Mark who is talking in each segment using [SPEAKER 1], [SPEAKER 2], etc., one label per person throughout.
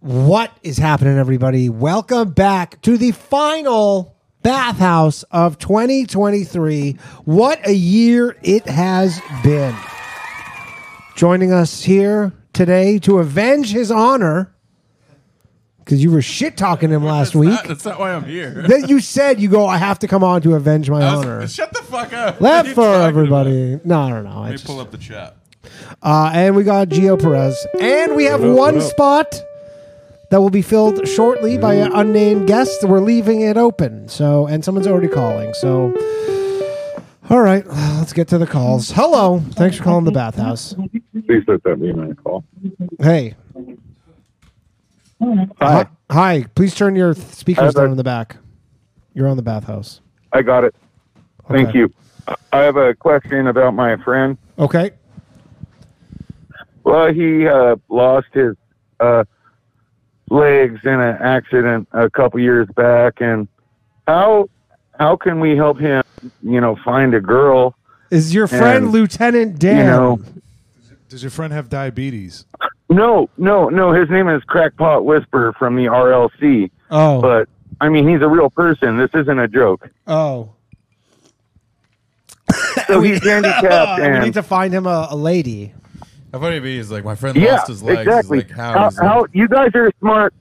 [SPEAKER 1] What is happening, everybody? Welcome back to the final bathhouse of 2023. What a year it has been. Joining us here today to avenge his honor, because you were shit talking him last
[SPEAKER 2] That's
[SPEAKER 1] week.
[SPEAKER 2] Not, that's not why I'm here.
[SPEAKER 1] That you said you go, I have to come on to avenge my
[SPEAKER 2] I was-
[SPEAKER 1] honor.
[SPEAKER 2] shut the fuck up. What are
[SPEAKER 1] Left
[SPEAKER 2] you
[SPEAKER 1] for
[SPEAKER 2] talking about?
[SPEAKER 1] everybody. No, I don't know. I
[SPEAKER 2] Let me
[SPEAKER 1] just-
[SPEAKER 2] pull up the chat.
[SPEAKER 1] Uh, and we got Gio Perez. And we have
[SPEAKER 3] What up,
[SPEAKER 1] one
[SPEAKER 3] what up?
[SPEAKER 1] spot that will be filled shortly by an unnamed guest. We're leaving it open. So, and someone's already calling. So, all right, let's get to the calls. Hello. Thanks for calling the bathhouse.
[SPEAKER 3] Please let that be my call.
[SPEAKER 1] Hey.
[SPEAKER 3] Hi.
[SPEAKER 1] Hi. Hi. Please turn your th- speakers
[SPEAKER 3] Hi, bud.
[SPEAKER 1] down in the back. You're on the bathhouse.
[SPEAKER 3] I got it. Thank
[SPEAKER 1] Okay.
[SPEAKER 3] you. I have a question about my friend.
[SPEAKER 1] Okay.
[SPEAKER 3] Well, he uh, lost his uh, legs in an accident a couple years back, and how how can we help him? You know, find a girl.
[SPEAKER 1] Is your friend
[SPEAKER 3] And,
[SPEAKER 1] Lieutenant Dan?
[SPEAKER 3] You know,
[SPEAKER 4] Does your friend have diabetes?
[SPEAKER 3] no, no, no. His name is Crackpot Whisper from the RLC,
[SPEAKER 1] oh.
[SPEAKER 3] but I mean, he's a real person. This isn't a joke.
[SPEAKER 1] oh.
[SPEAKER 3] So he's handicapped,
[SPEAKER 1] we need
[SPEAKER 3] and
[SPEAKER 1] to find him a, a lady.
[SPEAKER 2] How funny it'd be is like my friend
[SPEAKER 3] yeah,
[SPEAKER 2] lost his legs. He's
[SPEAKER 3] exactly.
[SPEAKER 2] like, how,
[SPEAKER 3] how,
[SPEAKER 2] is that-
[SPEAKER 3] how- you guys are smart.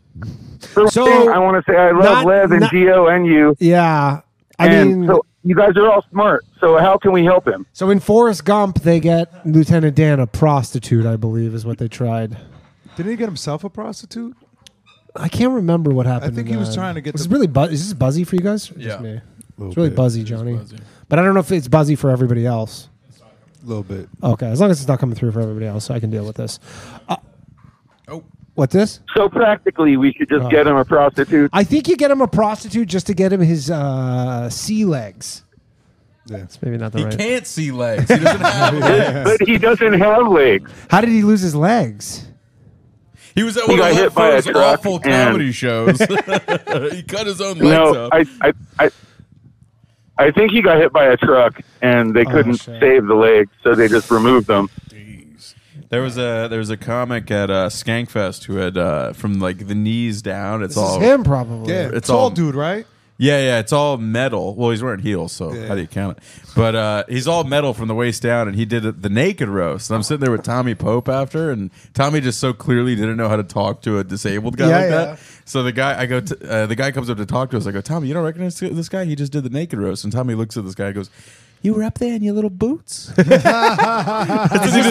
[SPEAKER 3] For one
[SPEAKER 1] So,
[SPEAKER 3] thing, I want to say I
[SPEAKER 1] not-
[SPEAKER 3] love Lev and
[SPEAKER 1] not-
[SPEAKER 3] Geo and you.
[SPEAKER 1] Yeah. I
[SPEAKER 3] and
[SPEAKER 1] mean,
[SPEAKER 3] so you guys are all smart. So how can we help him?
[SPEAKER 1] So in Forrest Gump, they get Lieutenant Dan a prostitute, I believe, is what they tried.
[SPEAKER 4] Didn't he get himself a prostitute?
[SPEAKER 1] I can't remember what happened.
[SPEAKER 4] think
[SPEAKER 1] in
[SPEAKER 4] he was
[SPEAKER 1] that.
[SPEAKER 4] trying to get
[SPEAKER 1] This
[SPEAKER 4] the-
[SPEAKER 1] is really bu- is this buzzy for you guys? Or Just
[SPEAKER 2] Yeah.
[SPEAKER 1] me? It's
[SPEAKER 4] Little
[SPEAKER 1] really
[SPEAKER 4] bit.
[SPEAKER 1] buzzy, Johnny.
[SPEAKER 2] buzzy.
[SPEAKER 1] But I don't know if it's buzzy for everybody else.
[SPEAKER 4] A little bit.
[SPEAKER 1] Okay, as long as it's not coming through for everybody else, I can deal with this.
[SPEAKER 2] Oh,
[SPEAKER 1] What's this?
[SPEAKER 3] So practically, we should just get him a prostitute.
[SPEAKER 1] Oh. I think you get him a prostitute just to get him his uh, sea legs.
[SPEAKER 4] Yeah.
[SPEAKER 1] Maybe not the
[SPEAKER 2] he
[SPEAKER 1] right.
[SPEAKER 2] can't see legs. He doesn't have legs.
[SPEAKER 3] But he doesn't have legs.
[SPEAKER 1] How did he lose his legs?
[SPEAKER 2] He was at one
[SPEAKER 3] got
[SPEAKER 2] of
[SPEAKER 3] hit by a
[SPEAKER 2] Lefko's
[SPEAKER 3] truck
[SPEAKER 2] awful
[SPEAKER 3] and-
[SPEAKER 2] comedy shows. he cut his own legs
[SPEAKER 3] No,
[SPEAKER 2] off.
[SPEAKER 3] I, I, I, I think he got hit by a truck and they couldn't
[SPEAKER 1] Oh, shit.
[SPEAKER 3] save the legs, so they just removed them.
[SPEAKER 2] There was a there was a comic at uh, Skankfest who had uh, from like the knees down. It's
[SPEAKER 1] This
[SPEAKER 2] all
[SPEAKER 1] is him, probably.
[SPEAKER 4] Yeah,
[SPEAKER 2] It's
[SPEAKER 4] it's all
[SPEAKER 2] all-
[SPEAKER 4] dude, right?
[SPEAKER 2] Yeah, yeah, it's all metal. Well, he's wearing heels, so
[SPEAKER 4] Yeah.
[SPEAKER 2] how do you count it? But uh, he's all metal from the waist down, and he did it, the naked roast. And I'm sitting there with Tommy Pope after, and Tommy just so clearly didn't know how to talk to a disabled guy
[SPEAKER 1] Yeah,
[SPEAKER 2] like
[SPEAKER 1] yeah.
[SPEAKER 2] that. So the guy, I go, to, uh, the guy comes up to talk to us. I go, Tommy, you don't recognize this guy? He just did the naked roast. And Tommy looks at this guy and goes, "You were up there in your little boots."
[SPEAKER 1] Is this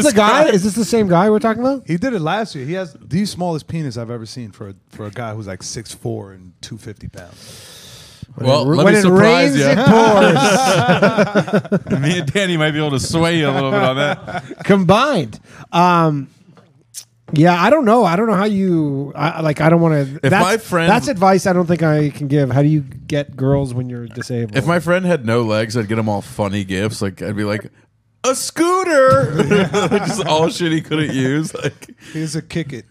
[SPEAKER 1] the guy? Is this the same guy we're talking about?
[SPEAKER 4] He did it last year. He has the smallest penis I've ever seen for a, for a guy who's like 6'4 and 250 pounds.
[SPEAKER 2] well, let
[SPEAKER 1] when
[SPEAKER 2] me
[SPEAKER 1] it
[SPEAKER 2] surprise
[SPEAKER 1] rains,
[SPEAKER 2] you.
[SPEAKER 1] it pours.
[SPEAKER 2] me and Danny might be able to sway you a little bit on that.
[SPEAKER 1] combined. Um, yeah, I don't know. I don't know how you I, like. I don't want to.
[SPEAKER 2] If my friend-
[SPEAKER 1] that's advice. I don't think I can give. How do you get girls when you're disabled?
[SPEAKER 2] If my friend had no legs, I'd get him all funny gifts. Like I'd be like, a scooter, just all shit he couldn't use. Like,
[SPEAKER 4] He's a kick it.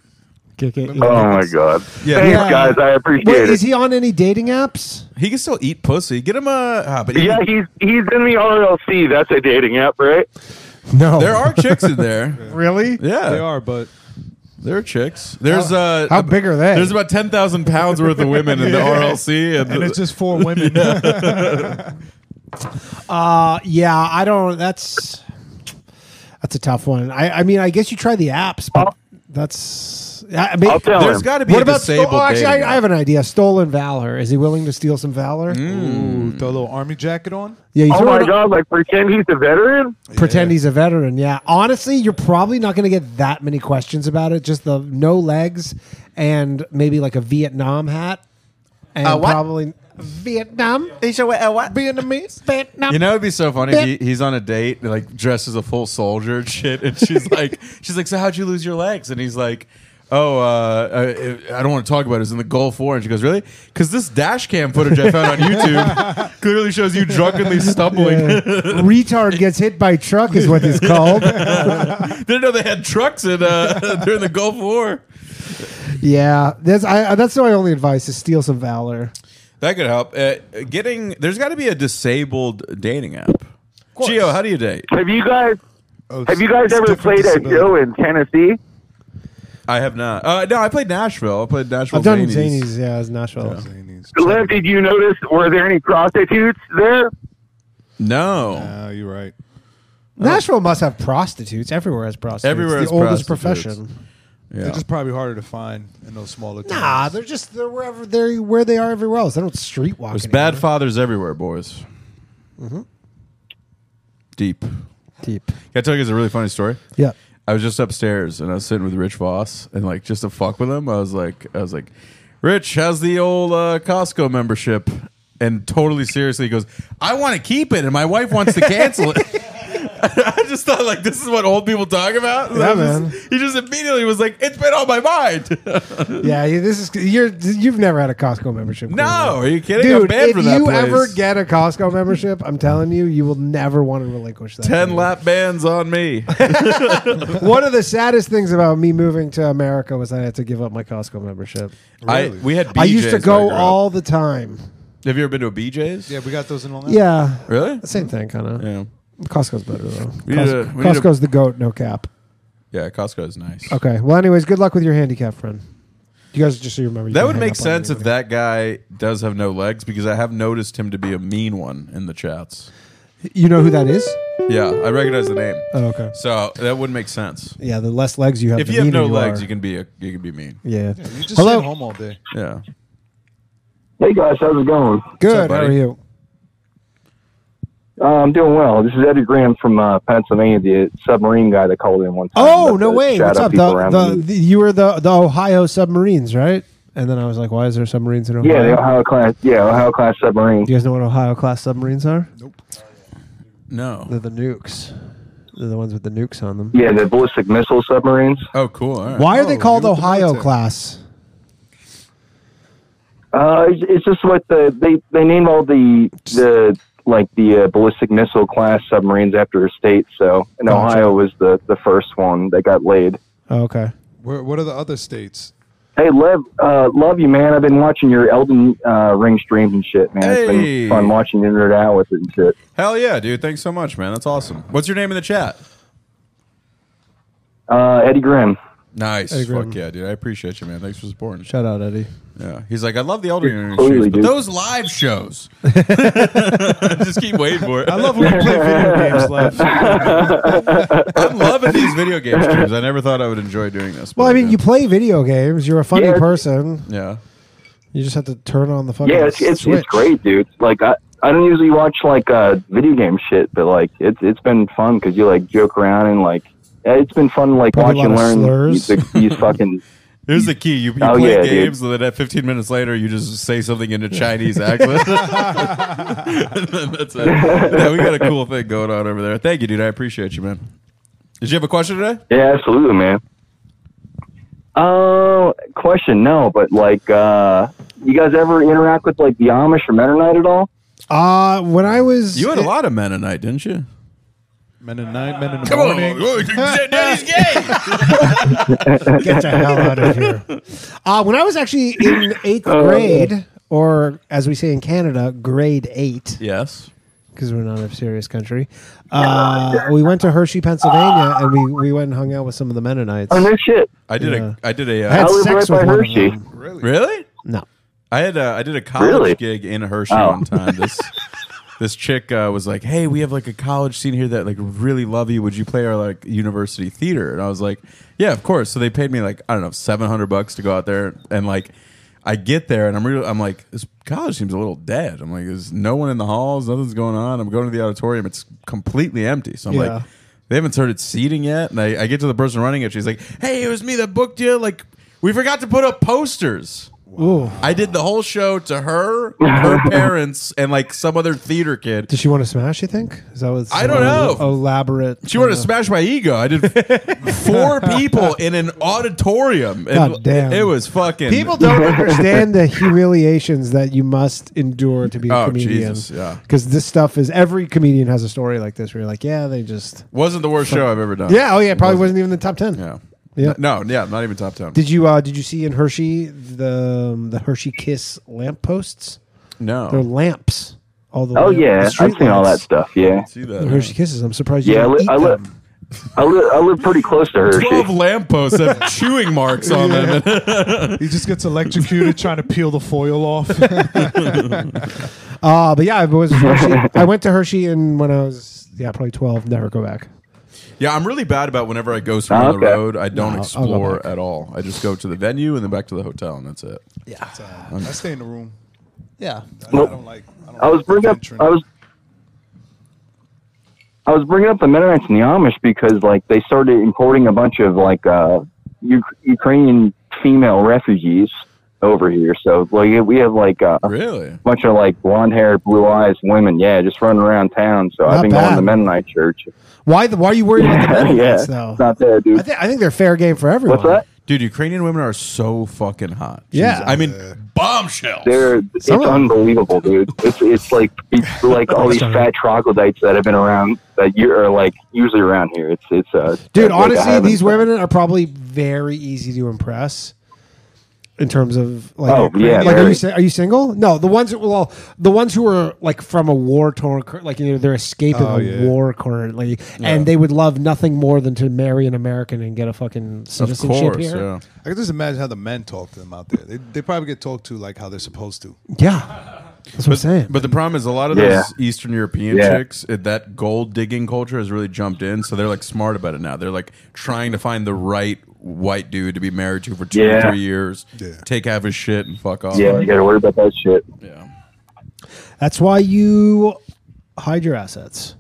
[SPEAKER 1] kick it.
[SPEAKER 3] Oh my god!
[SPEAKER 2] Yeah.
[SPEAKER 3] Thanks,
[SPEAKER 1] Yeah.
[SPEAKER 3] guys. I appreciate
[SPEAKER 1] Wait,
[SPEAKER 3] it.
[SPEAKER 1] is he on any dating apps?
[SPEAKER 2] he can still eat pussy. Get him a. ah, but
[SPEAKER 3] yeah, he's he's in the RLC. That's a dating app, right?
[SPEAKER 1] No,
[SPEAKER 2] there are chicks in there.
[SPEAKER 1] really.
[SPEAKER 2] Yeah,
[SPEAKER 4] They are, but
[SPEAKER 2] there are chicks. There's uh,
[SPEAKER 1] How big are they?
[SPEAKER 2] There's about ten thousand pounds worth of women in the RLC, and,
[SPEAKER 4] and it's just four women.
[SPEAKER 1] Uh, yeah, I don't. That's that's a tough one. I, I mean, I guess you try the apps, but that's. I I mean,
[SPEAKER 3] I'll tell
[SPEAKER 2] there's
[SPEAKER 3] him.
[SPEAKER 2] got to be
[SPEAKER 1] What
[SPEAKER 2] a
[SPEAKER 1] about?
[SPEAKER 2] disabled.
[SPEAKER 1] Oh, actually,
[SPEAKER 2] dating
[SPEAKER 1] I, I have an idea. Stolen valor. Is he willing to steal some valor?
[SPEAKER 2] Mm.
[SPEAKER 4] Ooh, throw a little army jacket on.
[SPEAKER 1] Yeah, you
[SPEAKER 3] Oh
[SPEAKER 1] throw
[SPEAKER 3] my
[SPEAKER 1] it-
[SPEAKER 3] god! Like pretend he's a veteran.
[SPEAKER 1] pretend he's a veteran. Yeah. Honestly, you're probably not going to get that many questions about it. Just the no legs and maybe like a Vietnam hat. And
[SPEAKER 2] A Uh, what?
[SPEAKER 1] probably Vietnam.
[SPEAKER 4] Vietnamese.
[SPEAKER 1] Vietnam.
[SPEAKER 2] You know, it'd be so funny if he, he's on a date, like dressed as a full soldier and shit, and she's like, she's like, so how'd you lose your legs? And he's like, oh, uh, I, I don't want to talk about it. It's in the Gulf War. And she goes, really? Because this dash cam footage I found on YouTube clearly shows you drunkenly stumbling.
[SPEAKER 1] Yeah. Retard gets hit by truck is what it's called.
[SPEAKER 2] Didn't know they had trucks in uh, during the Gulf War.
[SPEAKER 1] yeah, that's I, that's my only advice is steal some valor.
[SPEAKER 2] That could help. Uh, getting there's got to be a disabled dating app. Geo, how do you date?
[SPEAKER 3] Have you guys
[SPEAKER 4] Oh, it's-
[SPEAKER 3] have you guys
[SPEAKER 4] it's
[SPEAKER 3] ever
[SPEAKER 4] different
[SPEAKER 3] played a
[SPEAKER 4] disability.
[SPEAKER 3] show in Tennessee?
[SPEAKER 2] I have not. Uh, no, I played Nashville. I played Nashville.
[SPEAKER 1] I've done
[SPEAKER 2] Zanies.
[SPEAKER 1] Zanies. Yeah, it's Nashville.
[SPEAKER 4] Zanies.
[SPEAKER 5] Lev, did you notice? Were there any prostitutes there?
[SPEAKER 2] No.
[SPEAKER 4] Ah, you're right.
[SPEAKER 1] Nashville must have prostitutes. Everywhere has prostitutes.
[SPEAKER 2] Everywhere
[SPEAKER 1] the
[SPEAKER 2] has
[SPEAKER 1] oldest
[SPEAKER 2] prostitutes.
[SPEAKER 1] profession.
[SPEAKER 2] yeah.
[SPEAKER 4] They're just probably harder to find in those smaller towns.
[SPEAKER 1] Nah, they're just they're wherever they're where they are everywhere else. They don't streetwalk.
[SPEAKER 2] There's
[SPEAKER 1] anymore.
[SPEAKER 2] bad fathers everywhere, boys.
[SPEAKER 4] Mm-hmm.
[SPEAKER 2] Deep. Can
[SPEAKER 1] deep.
[SPEAKER 2] I tell you guys a really funny story?
[SPEAKER 1] Yeah.
[SPEAKER 2] I was just upstairs and I was sitting with Rich Voss and like just to fuck with him, I was like, I was like, Rich, how's the old uh, Costco membership? And totally seriously, he goes, I want to keep it, and my wife wants to cancel it. I just thought like this is what old people talk about.
[SPEAKER 1] Yeah,
[SPEAKER 2] I was-
[SPEAKER 1] man.
[SPEAKER 2] He just immediately was like, it's been on my mind.
[SPEAKER 1] Yeah, you- this is you're you've never had a Costco membership.
[SPEAKER 2] no,
[SPEAKER 1] clearly.
[SPEAKER 2] are you kidding? I'm
[SPEAKER 1] Dude,
[SPEAKER 2] banned
[SPEAKER 1] if
[SPEAKER 2] from that
[SPEAKER 1] you
[SPEAKER 2] place.
[SPEAKER 1] ever get a Costco membership, I'm telling you, you will never want to relinquish that.
[SPEAKER 2] ten
[SPEAKER 1] thing.
[SPEAKER 2] lap bands on me.
[SPEAKER 1] One of the saddest things about me moving to America was I had to give up my Costco membership.
[SPEAKER 2] I
[SPEAKER 4] Really?
[SPEAKER 2] we had. BJ's
[SPEAKER 1] I used to
[SPEAKER 2] when grew
[SPEAKER 1] go
[SPEAKER 2] up.
[SPEAKER 1] all the time.
[SPEAKER 2] Have you ever been to a BJ's?
[SPEAKER 4] Yeah, we got those in Atlanta.
[SPEAKER 1] Yeah,
[SPEAKER 2] Really?
[SPEAKER 1] same thing, kind of.
[SPEAKER 2] Yeah.
[SPEAKER 1] Costco's better though.
[SPEAKER 2] We need
[SPEAKER 1] Costco,
[SPEAKER 2] a- we need a-
[SPEAKER 1] Costco's the goat, no cap.
[SPEAKER 2] Yeah. Costco is nice.
[SPEAKER 1] Okay. Well, anyways, good luck with your handicap, friend. You guys just so you remember. you
[SPEAKER 2] That
[SPEAKER 1] can
[SPEAKER 2] would
[SPEAKER 1] hang
[SPEAKER 2] make
[SPEAKER 1] up on
[SPEAKER 2] sense if
[SPEAKER 1] anybody.
[SPEAKER 2] that guy does have no legs because I have noticed him to be a mean one in the chats.
[SPEAKER 1] you know who that is.
[SPEAKER 2] Yeah, I recognize the name.
[SPEAKER 1] Oh, okay.
[SPEAKER 2] So that would make sense.
[SPEAKER 1] Yeah, the less legs you have,
[SPEAKER 2] If
[SPEAKER 1] the
[SPEAKER 2] you have no
[SPEAKER 1] meaner
[SPEAKER 2] legs,
[SPEAKER 1] are.
[SPEAKER 2] you can be a you can be mean.
[SPEAKER 1] Yeah.
[SPEAKER 4] You just
[SPEAKER 1] Hello?
[SPEAKER 4] sit home all day.
[SPEAKER 2] Yeah.
[SPEAKER 5] Hey guys, how's it going?
[SPEAKER 1] Good.
[SPEAKER 2] up,
[SPEAKER 1] How are
[SPEAKER 2] buddy?
[SPEAKER 1] you?
[SPEAKER 5] Uh, I'm doing well. This is Eddie Graham from uh, Pennsylvania, the submarine guy that called in one time.
[SPEAKER 1] Oh
[SPEAKER 5] But,
[SPEAKER 1] no
[SPEAKER 5] uh,
[SPEAKER 1] way!
[SPEAKER 5] shout
[SPEAKER 1] What's
[SPEAKER 5] out
[SPEAKER 1] up?
[SPEAKER 5] people
[SPEAKER 1] The,
[SPEAKER 5] around
[SPEAKER 1] the,
[SPEAKER 5] me.
[SPEAKER 1] the- you were the the Ohio submarines, right? And then I was like, why is there submarines in Ohio?
[SPEAKER 5] yeah, the Ohio class. Yeah, Ohio class submarine.
[SPEAKER 1] Do you guys know what Ohio class submarines are?
[SPEAKER 2] No.
[SPEAKER 1] They're the nukes. They're the ones with the nukes on them.
[SPEAKER 5] Yeah, the ballistic missile submarines.
[SPEAKER 2] Oh, cool. All right.
[SPEAKER 1] Why are they
[SPEAKER 4] Oh,
[SPEAKER 1] called
[SPEAKER 4] you with the
[SPEAKER 1] Ohio
[SPEAKER 4] military.
[SPEAKER 1] class?
[SPEAKER 5] Uh, it's, it's just what the they they name all the the like the uh, ballistic missile class submarines after a state. So, and
[SPEAKER 1] Gotcha.
[SPEAKER 5] Ohio was the the first one that got laid.
[SPEAKER 1] Oh, okay.
[SPEAKER 4] Where, what are the other states?
[SPEAKER 5] Hey, love, uh, love you, man. I've been watching your Elden uh, Ring streams and shit, man. It's
[SPEAKER 2] Hey.
[SPEAKER 5] been fun watching you nerd out with it and shit.
[SPEAKER 2] Hell yeah, dude. Thanks so much, man. That's awesome. What's your name in the chat?
[SPEAKER 5] Uh, Eddie Grimm.
[SPEAKER 2] Nice.
[SPEAKER 1] Eddie Grimm.
[SPEAKER 2] Fuck yeah, dude. I appreciate you, man. Thanks for supporting.
[SPEAKER 1] Shout out, Eddie.
[SPEAKER 2] Yeah. He's like, I love the Elden Ring
[SPEAKER 5] Totally,
[SPEAKER 2] streams, but
[SPEAKER 5] dude.
[SPEAKER 2] those live shows. Just keep waiting for it.
[SPEAKER 4] I love when we play video games live.
[SPEAKER 2] I'm loving these video game streams. I never thought I would enjoy doing this. but
[SPEAKER 1] Well, I mean,
[SPEAKER 2] do.
[SPEAKER 1] you play video games. You're a funny
[SPEAKER 5] Yeah.
[SPEAKER 1] person.
[SPEAKER 2] Yeah.
[SPEAKER 1] You just have to turn on the fucking
[SPEAKER 5] Yeah, it's it's,
[SPEAKER 1] switch.
[SPEAKER 5] it's great, dude. Like I I don't usually watch like uh video game shit, but like it's it's been fun because you like joke around and like yeah, it's been fun like
[SPEAKER 1] Probably a
[SPEAKER 5] watching
[SPEAKER 1] lot of
[SPEAKER 5] learn
[SPEAKER 1] slurs.
[SPEAKER 5] these, these fucking
[SPEAKER 2] Here's the key: you, you
[SPEAKER 5] Oh,
[SPEAKER 2] play
[SPEAKER 5] yeah, dude.
[SPEAKER 2] games, and then at 15 minutes later, you just say something in a Chinese accent. And then that's it. Yeah, we got a cool thing going on over there. Thank you, dude. I appreciate you, man. Did you have a question today?
[SPEAKER 5] yeah, absolutely, man. Uh, question no, but like uh, you guys ever interact with like the Amish or Mennonite at all?
[SPEAKER 1] Uh, when I was
[SPEAKER 2] You had a lot of Mennonite, didn't you?
[SPEAKER 4] Men in night, men in the morning.
[SPEAKER 2] daddy's gay.
[SPEAKER 1] Get the hell out of here. Uh, when I was actually in eighth
[SPEAKER 5] Oh,
[SPEAKER 6] Oh.
[SPEAKER 1] grade, or as we say in Canada, grade eight,
[SPEAKER 2] Yes.
[SPEAKER 1] because we're not a serious country, uh, we went to Hershey, Pennsylvania, and we, we went and hung out with some of the Mennonites.
[SPEAKER 5] Oh
[SPEAKER 1] I
[SPEAKER 5] no shit!
[SPEAKER 2] I did
[SPEAKER 1] Yeah.
[SPEAKER 2] a. I did a. Uh,
[SPEAKER 1] had
[SPEAKER 5] I live
[SPEAKER 1] sex
[SPEAKER 5] right
[SPEAKER 1] with
[SPEAKER 5] by
[SPEAKER 1] one of
[SPEAKER 5] Hershey.
[SPEAKER 1] them.
[SPEAKER 4] Really?
[SPEAKER 2] really?
[SPEAKER 1] No.
[SPEAKER 2] I had. A, I did a college
[SPEAKER 5] Really?
[SPEAKER 2] gig in Hershey
[SPEAKER 5] Oh.
[SPEAKER 2] one time. This. This chick uh, was like, "Hey, we have like a college scene here that like really love you. Would you play our like university theater?" And I was like, "Yeah, of course." So they paid me like I don't know seven hundred bucks to go out there, and like I get there and I'm real. I'm like, this college seems a little dead. I'm like, there's no one in the halls, nothing's going on. I'm going to the auditorium, it's completely empty. So I'm
[SPEAKER 1] Yeah.
[SPEAKER 2] like, they haven't started seating yet. And I, I get to the person running it, she's like, "Hey, it was me that booked you. Like, we forgot to put up posters."
[SPEAKER 1] Ooh.
[SPEAKER 2] I did the whole show to her, her parents, and like some other theater kid.
[SPEAKER 1] Did she want to smash, you think? Is that was
[SPEAKER 2] I don't know.
[SPEAKER 1] Elaborate.
[SPEAKER 2] She wanted to
[SPEAKER 1] uh,
[SPEAKER 2] smash my ego. I did four people in an auditorium. And
[SPEAKER 1] God damn.
[SPEAKER 2] It was fucking.
[SPEAKER 1] People don't understand the humiliations that you must endure to be a
[SPEAKER 2] Oh,
[SPEAKER 1] comedian.
[SPEAKER 2] Jesus, yeah.
[SPEAKER 1] Because this stuff is every comedian has a story like this where you're like, yeah, they just
[SPEAKER 2] wasn't the worst show I've ever done.
[SPEAKER 1] Yeah, oh yeah, it probably wasn't even the top ten.
[SPEAKER 2] Yeah.
[SPEAKER 1] Yeah.
[SPEAKER 2] No, yeah, not even top 10.
[SPEAKER 1] Did you uh did you see in Hershey the um, the Hershey Kiss lampposts? They're
[SPEAKER 2] no.
[SPEAKER 1] lamps. All the
[SPEAKER 5] Oh
[SPEAKER 1] lamp- the
[SPEAKER 5] yeah, I've
[SPEAKER 1] street
[SPEAKER 5] seen all that
[SPEAKER 1] lamps.
[SPEAKER 5] stuff. Yeah,
[SPEAKER 2] See
[SPEAKER 1] The
[SPEAKER 2] that.
[SPEAKER 1] Hershey Kisses. I'm surprised you
[SPEAKER 5] yeah. I,
[SPEAKER 1] didn't
[SPEAKER 5] li- uh,
[SPEAKER 1] eat
[SPEAKER 5] I, li-
[SPEAKER 1] them.
[SPEAKER 5] I live, I live pretty close to
[SPEAKER 2] Twelve
[SPEAKER 5] Hershey.
[SPEAKER 2] lampposts have chewing marks on them.
[SPEAKER 4] He just gets electrocuted trying to peel the foil off.
[SPEAKER 1] Uh, but yeah, I was Hershey. I went to Hershey and when I was yeah probably twelve, never go back.
[SPEAKER 2] Yeah, I'm really bad about whenever I go somewhere on the
[SPEAKER 5] Okay.
[SPEAKER 2] road, I don't
[SPEAKER 1] No, I'll go
[SPEAKER 2] explore
[SPEAKER 1] back.
[SPEAKER 2] at all. I just go to the venue and then back to the hotel, and that's it. uh,
[SPEAKER 4] I stay in the room.
[SPEAKER 7] Yeah.
[SPEAKER 4] I,
[SPEAKER 5] Nope.
[SPEAKER 4] I don't like. I, don't
[SPEAKER 5] I was
[SPEAKER 4] like
[SPEAKER 5] bringing up.
[SPEAKER 4] attention.
[SPEAKER 5] I was. I was bringing up the Mennonites and the Amish because, like, they started importing a bunch of like uh, U- Ukrainian female refugees over here. So, like, we have like uh, a
[SPEAKER 2] Really?
[SPEAKER 5] bunch of like blonde-haired, blue-eyed women. Yeah, just running around town. So
[SPEAKER 1] Not
[SPEAKER 5] I've been going
[SPEAKER 1] bad.
[SPEAKER 5] to the Mennonite church.
[SPEAKER 1] Why? The, why are you worried about the
[SPEAKER 5] yeah,
[SPEAKER 1] Mennonites
[SPEAKER 5] it's
[SPEAKER 1] though?
[SPEAKER 5] not there, dude.
[SPEAKER 1] I think I think they're fair game for everyone.
[SPEAKER 5] What's that?
[SPEAKER 2] Dude, Ukrainian women are so fucking hot.
[SPEAKER 1] Yeah.
[SPEAKER 2] Jesus. I mean, bombshells.
[SPEAKER 5] They're it's
[SPEAKER 1] Some of them.
[SPEAKER 5] unbelievable, dude. It's it's like it's like all these fat troglodytes that have been around that you are like usually around here. It's it's uh like
[SPEAKER 1] Dude,
[SPEAKER 5] I
[SPEAKER 1] honestly,
[SPEAKER 5] haven't-
[SPEAKER 1] these women are probably very easy to impress in terms of like,
[SPEAKER 5] Oh,
[SPEAKER 1] Ukraine-
[SPEAKER 5] yeah,
[SPEAKER 1] like are you
[SPEAKER 5] very.
[SPEAKER 1] si- are you single? No, the ones that well, the ones who are like from a war torn, like you know, they're escaping
[SPEAKER 4] Oh,
[SPEAKER 1] a
[SPEAKER 4] yeah.
[SPEAKER 1] war currently, and they would love nothing more than to marry an American and get a fucking
[SPEAKER 2] of
[SPEAKER 1] citizenship
[SPEAKER 2] course.
[SPEAKER 1] here.
[SPEAKER 2] Yeah.
[SPEAKER 4] I can just imagine how the men talk to them out there. They, they probably get talked to like how they're supposed to.
[SPEAKER 1] Yeah. that's what I'm saying.
[SPEAKER 2] But the problem is a lot of
[SPEAKER 5] Yeah.
[SPEAKER 2] those Eastern European
[SPEAKER 5] Yeah.
[SPEAKER 2] chicks, eh, that gold digging culture has really jumped in. So they're like smart about it now. They're like trying to find the right white dude to be married to for two or
[SPEAKER 5] Yeah.
[SPEAKER 2] three years,
[SPEAKER 4] Yeah.
[SPEAKER 2] take half his shit and fuck off.
[SPEAKER 5] Yeah, you gotta worry about that shit.
[SPEAKER 2] Yeah.
[SPEAKER 1] That's why you hide your assets.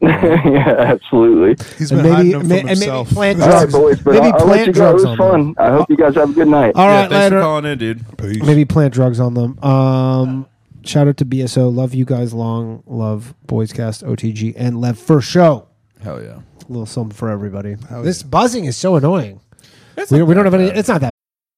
[SPEAKER 5] yeah, absolutely.
[SPEAKER 4] He's
[SPEAKER 1] And
[SPEAKER 4] been
[SPEAKER 1] maybe-
[SPEAKER 4] hiding them
[SPEAKER 1] ma-
[SPEAKER 4] from
[SPEAKER 1] and maybe
[SPEAKER 4] himself.
[SPEAKER 1] plant
[SPEAKER 5] All right,
[SPEAKER 1] drugs.
[SPEAKER 5] boys, but
[SPEAKER 1] Maybe
[SPEAKER 5] I'll, I'll
[SPEAKER 1] plant
[SPEAKER 5] let you go. It
[SPEAKER 1] drugs
[SPEAKER 5] was
[SPEAKER 1] on
[SPEAKER 5] fun. I hope you guys have a good night.
[SPEAKER 1] All
[SPEAKER 2] Yeah,
[SPEAKER 1] right,
[SPEAKER 2] thanks for
[SPEAKER 1] later.
[SPEAKER 2] calling in, dude.
[SPEAKER 4] Peace.
[SPEAKER 1] Maybe plant drugs on them. Um, shout out to BSO. Love you guys long. Love Boyscast, OTG, and Lev for show.
[SPEAKER 2] Hell yeah.
[SPEAKER 1] A little something for everybody.
[SPEAKER 4] Hell
[SPEAKER 1] this
[SPEAKER 4] yeah.
[SPEAKER 1] buzzing is so annoying. We, we don't have any. It's not that.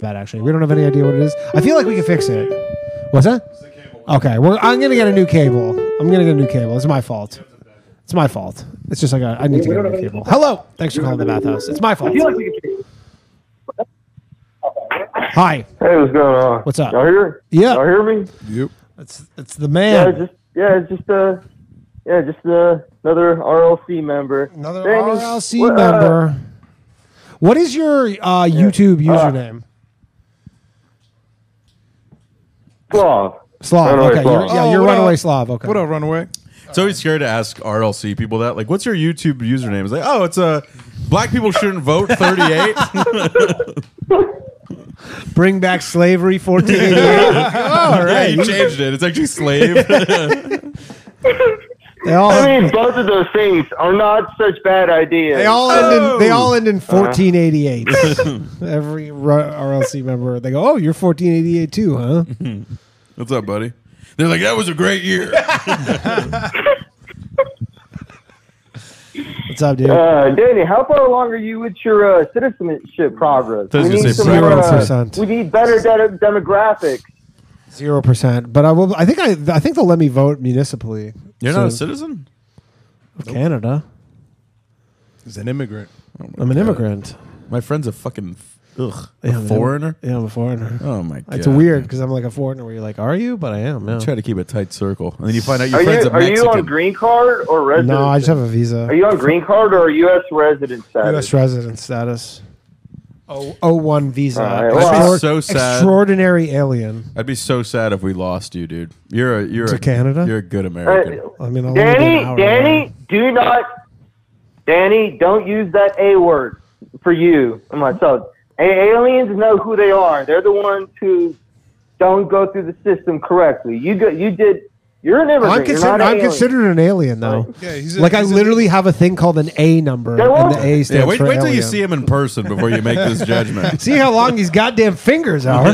[SPEAKER 1] bad actually. We don't have any idea what it is. I feel like we can fix it. What's that? Okay. Well, I'm gonna get a new cable. I'm gonna get a new cable. It's my fault. It's my fault. It's just like I, I need to get a new cable. Hello. Thanks for calling the bathhouse. It's my fault. Hi.
[SPEAKER 5] Hey, what's going on?
[SPEAKER 1] What's up?
[SPEAKER 5] Y'all hear?
[SPEAKER 1] Yeah.
[SPEAKER 5] Y'all hear me?
[SPEAKER 4] Yep.
[SPEAKER 1] It's it's the
[SPEAKER 8] Yeah,
[SPEAKER 1] man.
[SPEAKER 8] it's just yeah, it's just uh yeah, just uh, another RLC member.
[SPEAKER 1] Another
[SPEAKER 8] Danny,
[SPEAKER 1] RLC
[SPEAKER 8] what, uh,
[SPEAKER 1] member. What is your uh, YouTube username?
[SPEAKER 5] Slav.
[SPEAKER 1] Slav.
[SPEAKER 5] Runaway
[SPEAKER 1] Okay. You're,
[SPEAKER 5] Slav.
[SPEAKER 1] yeah,
[SPEAKER 4] Oh,
[SPEAKER 1] you're
[SPEAKER 4] what
[SPEAKER 1] runaway
[SPEAKER 4] up?
[SPEAKER 1] Slav. Okay.
[SPEAKER 4] What up, runaway?
[SPEAKER 2] It's always scary to ask RLC people that. Like, what's your YouTube username? It's like, oh, it's a black people shouldn't vote 38.
[SPEAKER 1] Bring back slavery 1488. All
[SPEAKER 2] yeah,
[SPEAKER 1] right.
[SPEAKER 2] you changed it. It's actually slave.
[SPEAKER 1] They all,
[SPEAKER 8] I mean, both of those things are not such bad ideas. Uh-huh.
[SPEAKER 1] they all end in, they
[SPEAKER 2] Oh.
[SPEAKER 1] all end in 1488. Every ru- RLC member, they go, "Oh, you're 1488 too, huh?"
[SPEAKER 2] What's up, buddy? They're like, that was a great year.
[SPEAKER 1] What's up, dude?
[SPEAKER 8] Uh, Danny, how far along are you with your uh, citizenship progress?
[SPEAKER 2] I was
[SPEAKER 8] we
[SPEAKER 2] gonna
[SPEAKER 8] need
[SPEAKER 2] say
[SPEAKER 8] some more, uh,
[SPEAKER 1] 0%.
[SPEAKER 8] We need better de- demographics.
[SPEAKER 1] Zero percent. But I will. I think I. I think they'll let me vote municipally.
[SPEAKER 2] You're not a
[SPEAKER 1] soon.
[SPEAKER 2] citizen?
[SPEAKER 1] Canada.
[SPEAKER 4] He's an immigrant.
[SPEAKER 1] I'm an immigrant.
[SPEAKER 2] Oh My friend's a fucking ugh,
[SPEAKER 1] Yeah, I'm
[SPEAKER 2] a
[SPEAKER 1] an-
[SPEAKER 2] foreigner.
[SPEAKER 1] Yeah, I'm a foreigner.
[SPEAKER 2] Oh my god,
[SPEAKER 1] It's weird because I'm like a foreigner where you're like, are you? But I am. Yeah.
[SPEAKER 2] Try to keep a tight circle, and then you find out your
[SPEAKER 8] Are
[SPEAKER 2] friend's
[SPEAKER 8] you
[SPEAKER 2] a
[SPEAKER 8] are you
[SPEAKER 2] Mexican.
[SPEAKER 8] on green card or resident?
[SPEAKER 1] No, I just have a visa.
[SPEAKER 8] Are you on green card or U.S. resident status?
[SPEAKER 1] U.S. resident status? Oh, oh one visa.
[SPEAKER 8] All right, well,
[SPEAKER 1] Extraor-
[SPEAKER 2] That'd be so sad.
[SPEAKER 1] Extraordinary alien.
[SPEAKER 2] I'd be so sad if we lost you, dude. You're a you're
[SPEAKER 1] To
[SPEAKER 2] a
[SPEAKER 1] Canada?
[SPEAKER 2] You're a good
[SPEAKER 8] Uh,
[SPEAKER 2] American.
[SPEAKER 1] I mean, I'll only be an
[SPEAKER 8] Danny,
[SPEAKER 1] hour
[SPEAKER 8] Danny,
[SPEAKER 1] away.
[SPEAKER 8] do not, Danny, don't use that A word for you and myself. A- aliens know who they are. They're the ones who don't go through the system correctly. You go, you did. You're an immigrant.
[SPEAKER 1] I'm
[SPEAKER 8] You're
[SPEAKER 1] considered.
[SPEAKER 8] not an
[SPEAKER 1] I'm
[SPEAKER 8] alien.
[SPEAKER 1] considered an alien though.
[SPEAKER 4] Yeah, he's a-
[SPEAKER 1] like I
[SPEAKER 4] he's a-
[SPEAKER 1] literally have a thing called an A number,
[SPEAKER 8] There
[SPEAKER 1] and
[SPEAKER 8] was-
[SPEAKER 1] the A stands
[SPEAKER 2] yeah, wait
[SPEAKER 1] for
[SPEAKER 2] wait till you
[SPEAKER 1] alien.
[SPEAKER 2] see him in person before you make this judgment.
[SPEAKER 1] See how long these goddamn fingers are.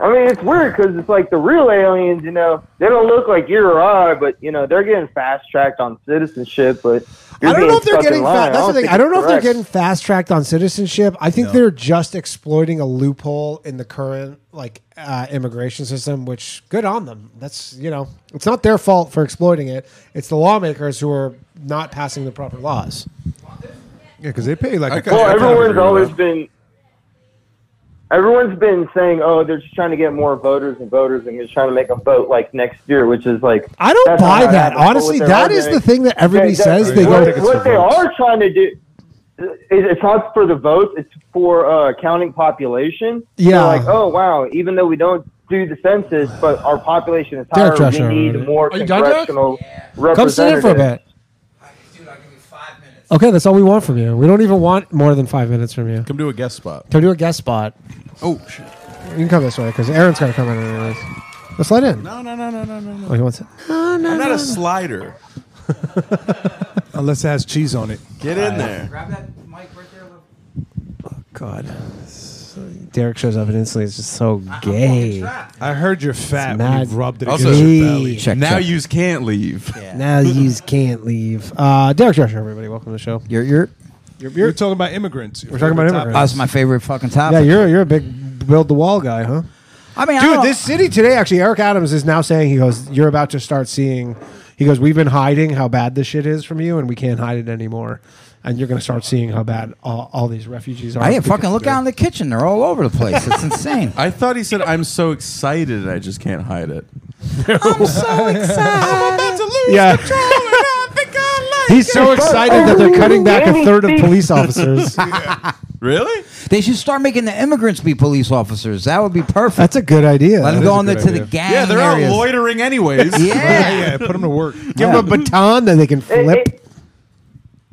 [SPEAKER 8] I mean, it's weird because it's like the real aliens, you know, they don't look like you or I, but you know, they're getting fast tracked on citizenship. But
[SPEAKER 1] I don't know if they're getting fast.
[SPEAKER 8] fast.
[SPEAKER 1] That's
[SPEAKER 4] Oh,
[SPEAKER 1] the thing. I don't know if they're getting fast tracked on citizenship. I think they're just exploiting a loophole in the current like uh, immigration system. Which good on them. That's you know, it's not their fault for exploiting it. It's the lawmakers who are not passing the proper laws.
[SPEAKER 4] Yeah, because they pay like.
[SPEAKER 2] I
[SPEAKER 4] a
[SPEAKER 2] got-
[SPEAKER 8] Well,
[SPEAKER 2] I kind of agree
[SPEAKER 8] everyone's
[SPEAKER 2] with
[SPEAKER 8] always
[SPEAKER 2] that.
[SPEAKER 8] been. Everyone's been saying, "Oh, they're just trying to get more voters and voters, and just trying to make them vote like next year," which is like
[SPEAKER 1] I don't
[SPEAKER 8] that's not
[SPEAKER 1] buy
[SPEAKER 8] how it
[SPEAKER 1] that.
[SPEAKER 8] happens, but
[SPEAKER 1] Honestly,
[SPEAKER 8] what they're
[SPEAKER 1] that is the
[SPEAKER 8] arguing-
[SPEAKER 1] thing that everybody
[SPEAKER 8] that-
[SPEAKER 1] says.
[SPEAKER 8] that-
[SPEAKER 1] They
[SPEAKER 4] I
[SPEAKER 1] go,
[SPEAKER 8] What,
[SPEAKER 4] think it's
[SPEAKER 8] what
[SPEAKER 4] for
[SPEAKER 8] they
[SPEAKER 4] votes.
[SPEAKER 8] are trying to do. it- It's not for the votes. It's for uh, counting population. They're
[SPEAKER 1] Yeah.
[SPEAKER 8] like, oh wow, even though we don't do the census, but our population is
[SPEAKER 1] Derek
[SPEAKER 8] higher.
[SPEAKER 1] Drescher,
[SPEAKER 8] we need
[SPEAKER 1] right?
[SPEAKER 8] more
[SPEAKER 2] Are you done, Derek?
[SPEAKER 8] congressional
[SPEAKER 1] "Come sit in
[SPEAKER 8] representatives.
[SPEAKER 1] for a bit." Okay, that's all we want from you. We don't even want more than five minutes from you.
[SPEAKER 2] Come do a guest spot.
[SPEAKER 1] Come do a guest spot.
[SPEAKER 2] Oh shit!
[SPEAKER 1] You can come this way because Aaron's got to come in anyways. Let's let in.
[SPEAKER 2] No, no, no, no, no, no, no.
[SPEAKER 1] Oh, he wants it.
[SPEAKER 2] I'm not a slider.
[SPEAKER 4] Unless it has cheese on it.
[SPEAKER 2] Get in there.
[SPEAKER 7] Grab that mic right there. look.
[SPEAKER 1] God. Derek shows up and instantly is just so
[SPEAKER 7] Fucking
[SPEAKER 1] gay.
[SPEAKER 7] trap.
[SPEAKER 4] I heard you're fat
[SPEAKER 1] It's
[SPEAKER 4] when
[SPEAKER 1] mad.
[SPEAKER 4] you rubbed it
[SPEAKER 2] Also-
[SPEAKER 4] against your
[SPEAKER 1] Hey.
[SPEAKER 4] belly.
[SPEAKER 9] Check,
[SPEAKER 2] now
[SPEAKER 9] check.
[SPEAKER 2] yous can't leave.
[SPEAKER 1] Now you can't leave. Uh, Derek Drescher, everybody, welcome to the show.
[SPEAKER 9] You're, you're,
[SPEAKER 4] You're, you're talking about immigrants. We're
[SPEAKER 1] talking about
[SPEAKER 9] that
[SPEAKER 1] immigrants.
[SPEAKER 9] was my favorite fucking topic.
[SPEAKER 1] Yeah, you're you're a big build the wall guy, huh?
[SPEAKER 9] I mean, I
[SPEAKER 1] Dude,
[SPEAKER 9] don't-
[SPEAKER 1] this city today actually, Eric Adams is now saying he goes, "You're about to start seeing." He goes, "We've been hiding how bad this shit is from you, and we can't hide it anymore." And you're going to start seeing how bad all, all these refugees are.
[SPEAKER 9] I didn't fucking look out in the kitchen. They're all over the place. It's insane.
[SPEAKER 2] I thought he said, "I'm so excited, I just can't hide it."
[SPEAKER 9] I'm so excited.
[SPEAKER 1] Yeah. He's so excited that they're cutting back a
[SPEAKER 8] Danny
[SPEAKER 1] third of
[SPEAKER 8] speaks.
[SPEAKER 1] police officers.
[SPEAKER 2] Really?
[SPEAKER 9] They should start making the immigrants be police officers. That would be perfect.
[SPEAKER 1] That's a good idea.
[SPEAKER 9] Let them
[SPEAKER 4] is
[SPEAKER 9] go
[SPEAKER 4] a
[SPEAKER 9] on the,
[SPEAKER 4] good
[SPEAKER 9] to the
[SPEAKER 4] idea.
[SPEAKER 9] gang.
[SPEAKER 2] Yeah, they're out
[SPEAKER 9] areas.
[SPEAKER 2] loitering anyways.
[SPEAKER 9] Yeah.
[SPEAKER 4] Yeah, put them to work.
[SPEAKER 1] Give them a baton that they can
[SPEAKER 8] It-
[SPEAKER 1] flip.
[SPEAKER 8] It,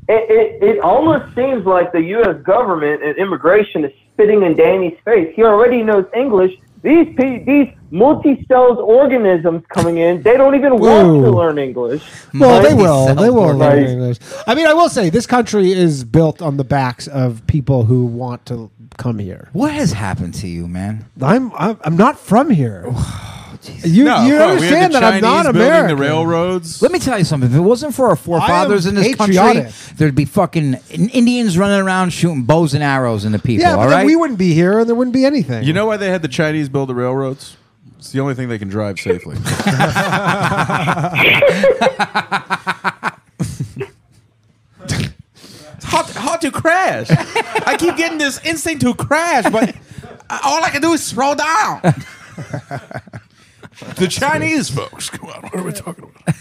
[SPEAKER 8] it, it, it almost seems like the U.S. government and immigration is spitting in Danny's face. He already knows English. These pe- these multi-celled organisms coming in, they don't even want
[SPEAKER 1] Whoa.
[SPEAKER 8] to learn English.
[SPEAKER 1] well, they
[SPEAKER 9] Mighty
[SPEAKER 1] will. They will.
[SPEAKER 9] South
[SPEAKER 1] learn
[SPEAKER 8] Right.
[SPEAKER 1] English. I mean, I will say this country is built on the backs of people who want to come here.
[SPEAKER 9] What has happened to you, man?
[SPEAKER 1] I'm I'm, I'm not from here. you
[SPEAKER 2] No,
[SPEAKER 1] you
[SPEAKER 2] come on, we had the
[SPEAKER 1] understand that I'm
[SPEAKER 2] Chinese
[SPEAKER 1] not
[SPEAKER 2] building
[SPEAKER 1] American.
[SPEAKER 2] The railroads.
[SPEAKER 9] Let me tell you something. If it wasn't for our forefathers
[SPEAKER 1] I
[SPEAKER 9] in
[SPEAKER 1] am
[SPEAKER 9] this
[SPEAKER 1] patriotic.
[SPEAKER 9] country, there'd be fucking Indians running around shooting bows and arrows into people.
[SPEAKER 1] yeah, but
[SPEAKER 9] all
[SPEAKER 1] then
[SPEAKER 9] right.
[SPEAKER 1] we wouldn't be here, and there wouldn't be anything.
[SPEAKER 2] You know why they had the Chinese build the railroads? It's the only thing they can drive safely. it's hard, hard to crash. I keep getting this instinct to crash, but all I can do is slow down. the Chinese folks. Come on, what are we talking about?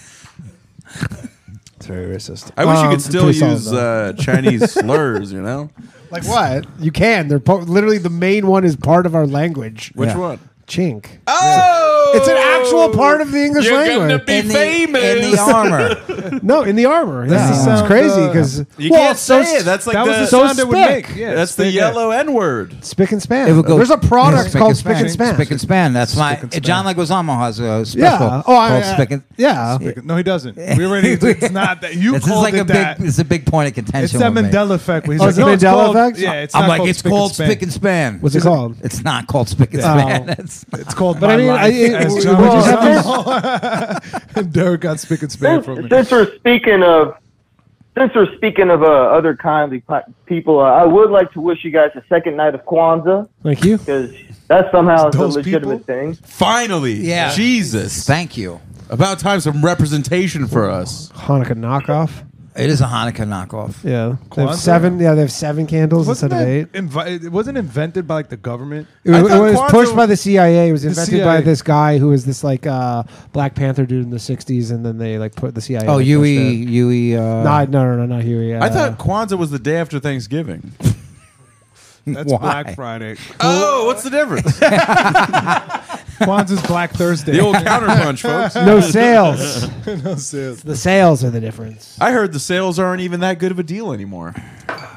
[SPEAKER 4] It's very racist.
[SPEAKER 2] I wish you
[SPEAKER 1] Um,
[SPEAKER 2] could still
[SPEAKER 1] pretty solid,
[SPEAKER 2] use uh, Chinese slurs, you know?
[SPEAKER 1] like what? You can. They're po- literally the main one is part of our language.
[SPEAKER 2] Which
[SPEAKER 9] Yeah.
[SPEAKER 2] one?
[SPEAKER 1] Chink.
[SPEAKER 2] Oh!
[SPEAKER 1] It's an actual part of the English
[SPEAKER 2] You're
[SPEAKER 1] language.
[SPEAKER 2] gonna be
[SPEAKER 9] in the,
[SPEAKER 2] famous.
[SPEAKER 9] in the armor.
[SPEAKER 1] No, in the armor. Yeah.
[SPEAKER 9] is,
[SPEAKER 1] It's
[SPEAKER 4] uh,
[SPEAKER 1] crazy because
[SPEAKER 2] You can't say it. That's like
[SPEAKER 4] that was
[SPEAKER 2] the-
[SPEAKER 4] the
[SPEAKER 1] so
[SPEAKER 4] sound it would
[SPEAKER 1] spick.
[SPEAKER 4] make. Yeah,
[SPEAKER 2] That's the
[SPEAKER 4] spick, yeah.
[SPEAKER 2] yellow N word.
[SPEAKER 1] spick and span.
[SPEAKER 9] It would go-
[SPEAKER 1] There's a product
[SPEAKER 9] Yeah, Spick
[SPEAKER 1] called spick and span.
[SPEAKER 9] Spick and span. That's my
[SPEAKER 4] and Span.
[SPEAKER 9] John Leguizamo has a special
[SPEAKER 1] yeah. Oh, I,
[SPEAKER 9] called
[SPEAKER 1] I-
[SPEAKER 9] Spick and.
[SPEAKER 1] yeah.
[SPEAKER 4] No, he doesn't. We already. It's not that you
[SPEAKER 9] This is
[SPEAKER 4] called
[SPEAKER 9] like
[SPEAKER 4] it
[SPEAKER 9] a
[SPEAKER 4] that.
[SPEAKER 9] big. It's a big point of contention.
[SPEAKER 4] It's that
[SPEAKER 9] with me.
[SPEAKER 4] Mandela effect. Where he's
[SPEAKER 1] Oh,
[SPEAKER 4] like,
[SPEAKER 1] it's the
[SPEAKER 4] no, it's
[SPEAKER 1] Mandela
[SPEAKER 4] called-
[SPEAKER 1] effect?
[SPEAKER 4] Yeah, it's
[SPEAKER 9] I'm
[SPEAKER 4] not
[SPEAKER 9] like,
[SPEAKER 4] called
[SPEAKER 9] it's
[SPEAKER 4] spick
[SPEAKER 9] called
[SPEAKER 4] span.
[SPEAKER 9] Spick and Span.
[SPEAKER 1] What's it called?
[SPEAKER 9] It's not called Spick and
[SPEAKER 1] Yeah.
[SPEAKER 9] Span. It's
[SPEAKER 4] It's called.
[SPEAKER 1] But I
[SPEAKER 4] My
[SPEAKER 1] mean, I-
[SPEAKER 4] Life
[SPEAKER 1] it-
[SPEAKER 4] as
[SPEAKER 1] we-
[SPEAKER 4] John
[SPEAKER 1] we just
[SPEAKER 4] Leguizamo. Derek got spick and span
[SPEAKER 8] Since,
[SPEAKER 4] from me.
[SPEAKER 8] since we're speaking of since we're speaking of uh, other kindly pla- people, uh, I would like to wish you guys a second night of Kwanzaa
[SPEAKER 1] Thank you.
[SPEAKER 8] because that's somehow a
[SPEAKER 4] Those
[SPEAKER 8] legitimate
[SPEAKER 4] people?
[SPEAKER 8] thing.
[SPEAKER 2] Finally.
[SPEAKER 9] Yeah.
[SPEAKER 2] Jesus.
[SPEAKER 9] Thank you.
[SPEAKER 2] About time some representation for us.
[SPEAKER 1] Hanukkah knockoff.
[SPEAKER 9] It is a Hanukkah knockoff.
[SPEAKER 1] Yeah. They have
[SPEAKER 4] Kwanzaa.
[SPEAKER 1] seven. Yeah, they have seven candles
[SPEAKER 4] Wasn't
[SPEAKER 1] instead of eight.
[SPEAKER 4] that invi- it wasn't invented by like the government.
[SPEAKER 1] It was,
[SPEAKER 2] thought
[SPEAKER 1] it was
[SPEAKER 2] Kwanzaa
[SPEAKER 1] pushed by the CIA. It was invented by
[SPEAKER 4] CIA.
[SPEAKER 1] this guy who was this like uh, Black Panther dude in the '60s, and then they like put the CIA.
[SPEAKER 9] Oh,
[SPEAKER 1] pushed
[SPEAKER 9] Yui,
[SPEAKER 1] it.
[SPEAKER 9] Yui. Uh,
[SPEAKER 1] No, no, no, no, not Huey. Uh,
[SPEAKER 2] I thought Kwanzaa was the day after Thanksgiving.
[SPEAKER 4] That's
[SPEAKER 9] Why?
[SPEAKER 4] Black Friday.
[SPEAKER 2] Oh, what's the difference? the
[SPEAKER 4] Kwanzaa's Black Thursday.
[SPEAKER 2] old counterpunch, folks.
[SPEAKER 1] no sales.
[SPEAKER 4] sales.
[SPEAKER 1] the sales are the difference.
[SPEAKER 2] I heard the sales aren't even that good of a deal anymore.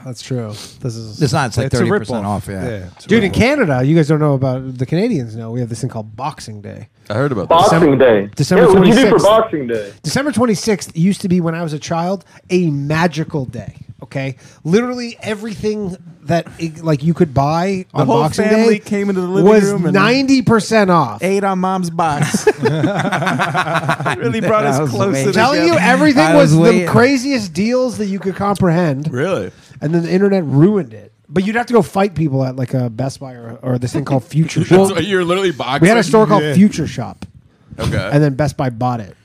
[SPEAKER 1] That's true. This is
[SPEAKER 9] It's not. It's like
[SPEAKER 4] It's a
[SPEAKER 9] thirty percent
[SPEAKER 4] ripoff.
[SPEAKER 9] off. Yeah.
[SPEAKER 4] it's a
[SPEAKER 1] dude in
[SPEAKER 4] ripoff.
[SPEAKER 1] Canada. You guys don't know about the Canadians. know we have this thing called Boxing Day.
[SPEAKER 2] I heard about this.
[SPEAKER 1] December-
[SPEAKER 8] Boxing Day.
[SPEAKER 1] December
[SPEAKER 8] yeah, what do you do for
[SPEAKER 1] 26th.
[SPEAKER 8] Boxing Day?
[SPEAKER 1] December 26th used to be when I was a child a magical day. Okay, literally everything that like you could buy on
[SPEAKER 7] whole
[SPEAKER 1] Boxing
[SPEAKER 7] family
[SPEAKER 1] Day
[SPEAKER 7] came into the living
[SPEAKER 1] was
[SPEAKER 7] room and-
[SPEAKER 1] ninety percent off.
[SPEAKER 7] Ate on mom's box. really brought
[SPEAKER 9] I
[SPEAKER 7] us
[SPEAKER 9] was
[SPEAKER 7] closer.
[SPEAKER 9] waiting.
[SPEAKER 7] together.
[SPEAKER 1] Telling you, everything
[SPEAKER 9] I
[SPEAKER 1] was,
[SPEAKER 9] was
[SPEAKER 1] the
[SPEAKER 9] waiting.
[SPEAKER 1] craziest deals that you could comprehend,
[SPEAKER 2] Really?
[SPEAKER 1] and then the internet ruined it. But you'd have to go fight people at like a Best Buy or, or this thing called Future Shop.
[SPEAKER 2] so you're literally boxing.
[SPEAKER 1] We had a store called Future Shop,
[SPEAKER 2] Okay.
[SPEAKER 1] and then Best Buy bought it,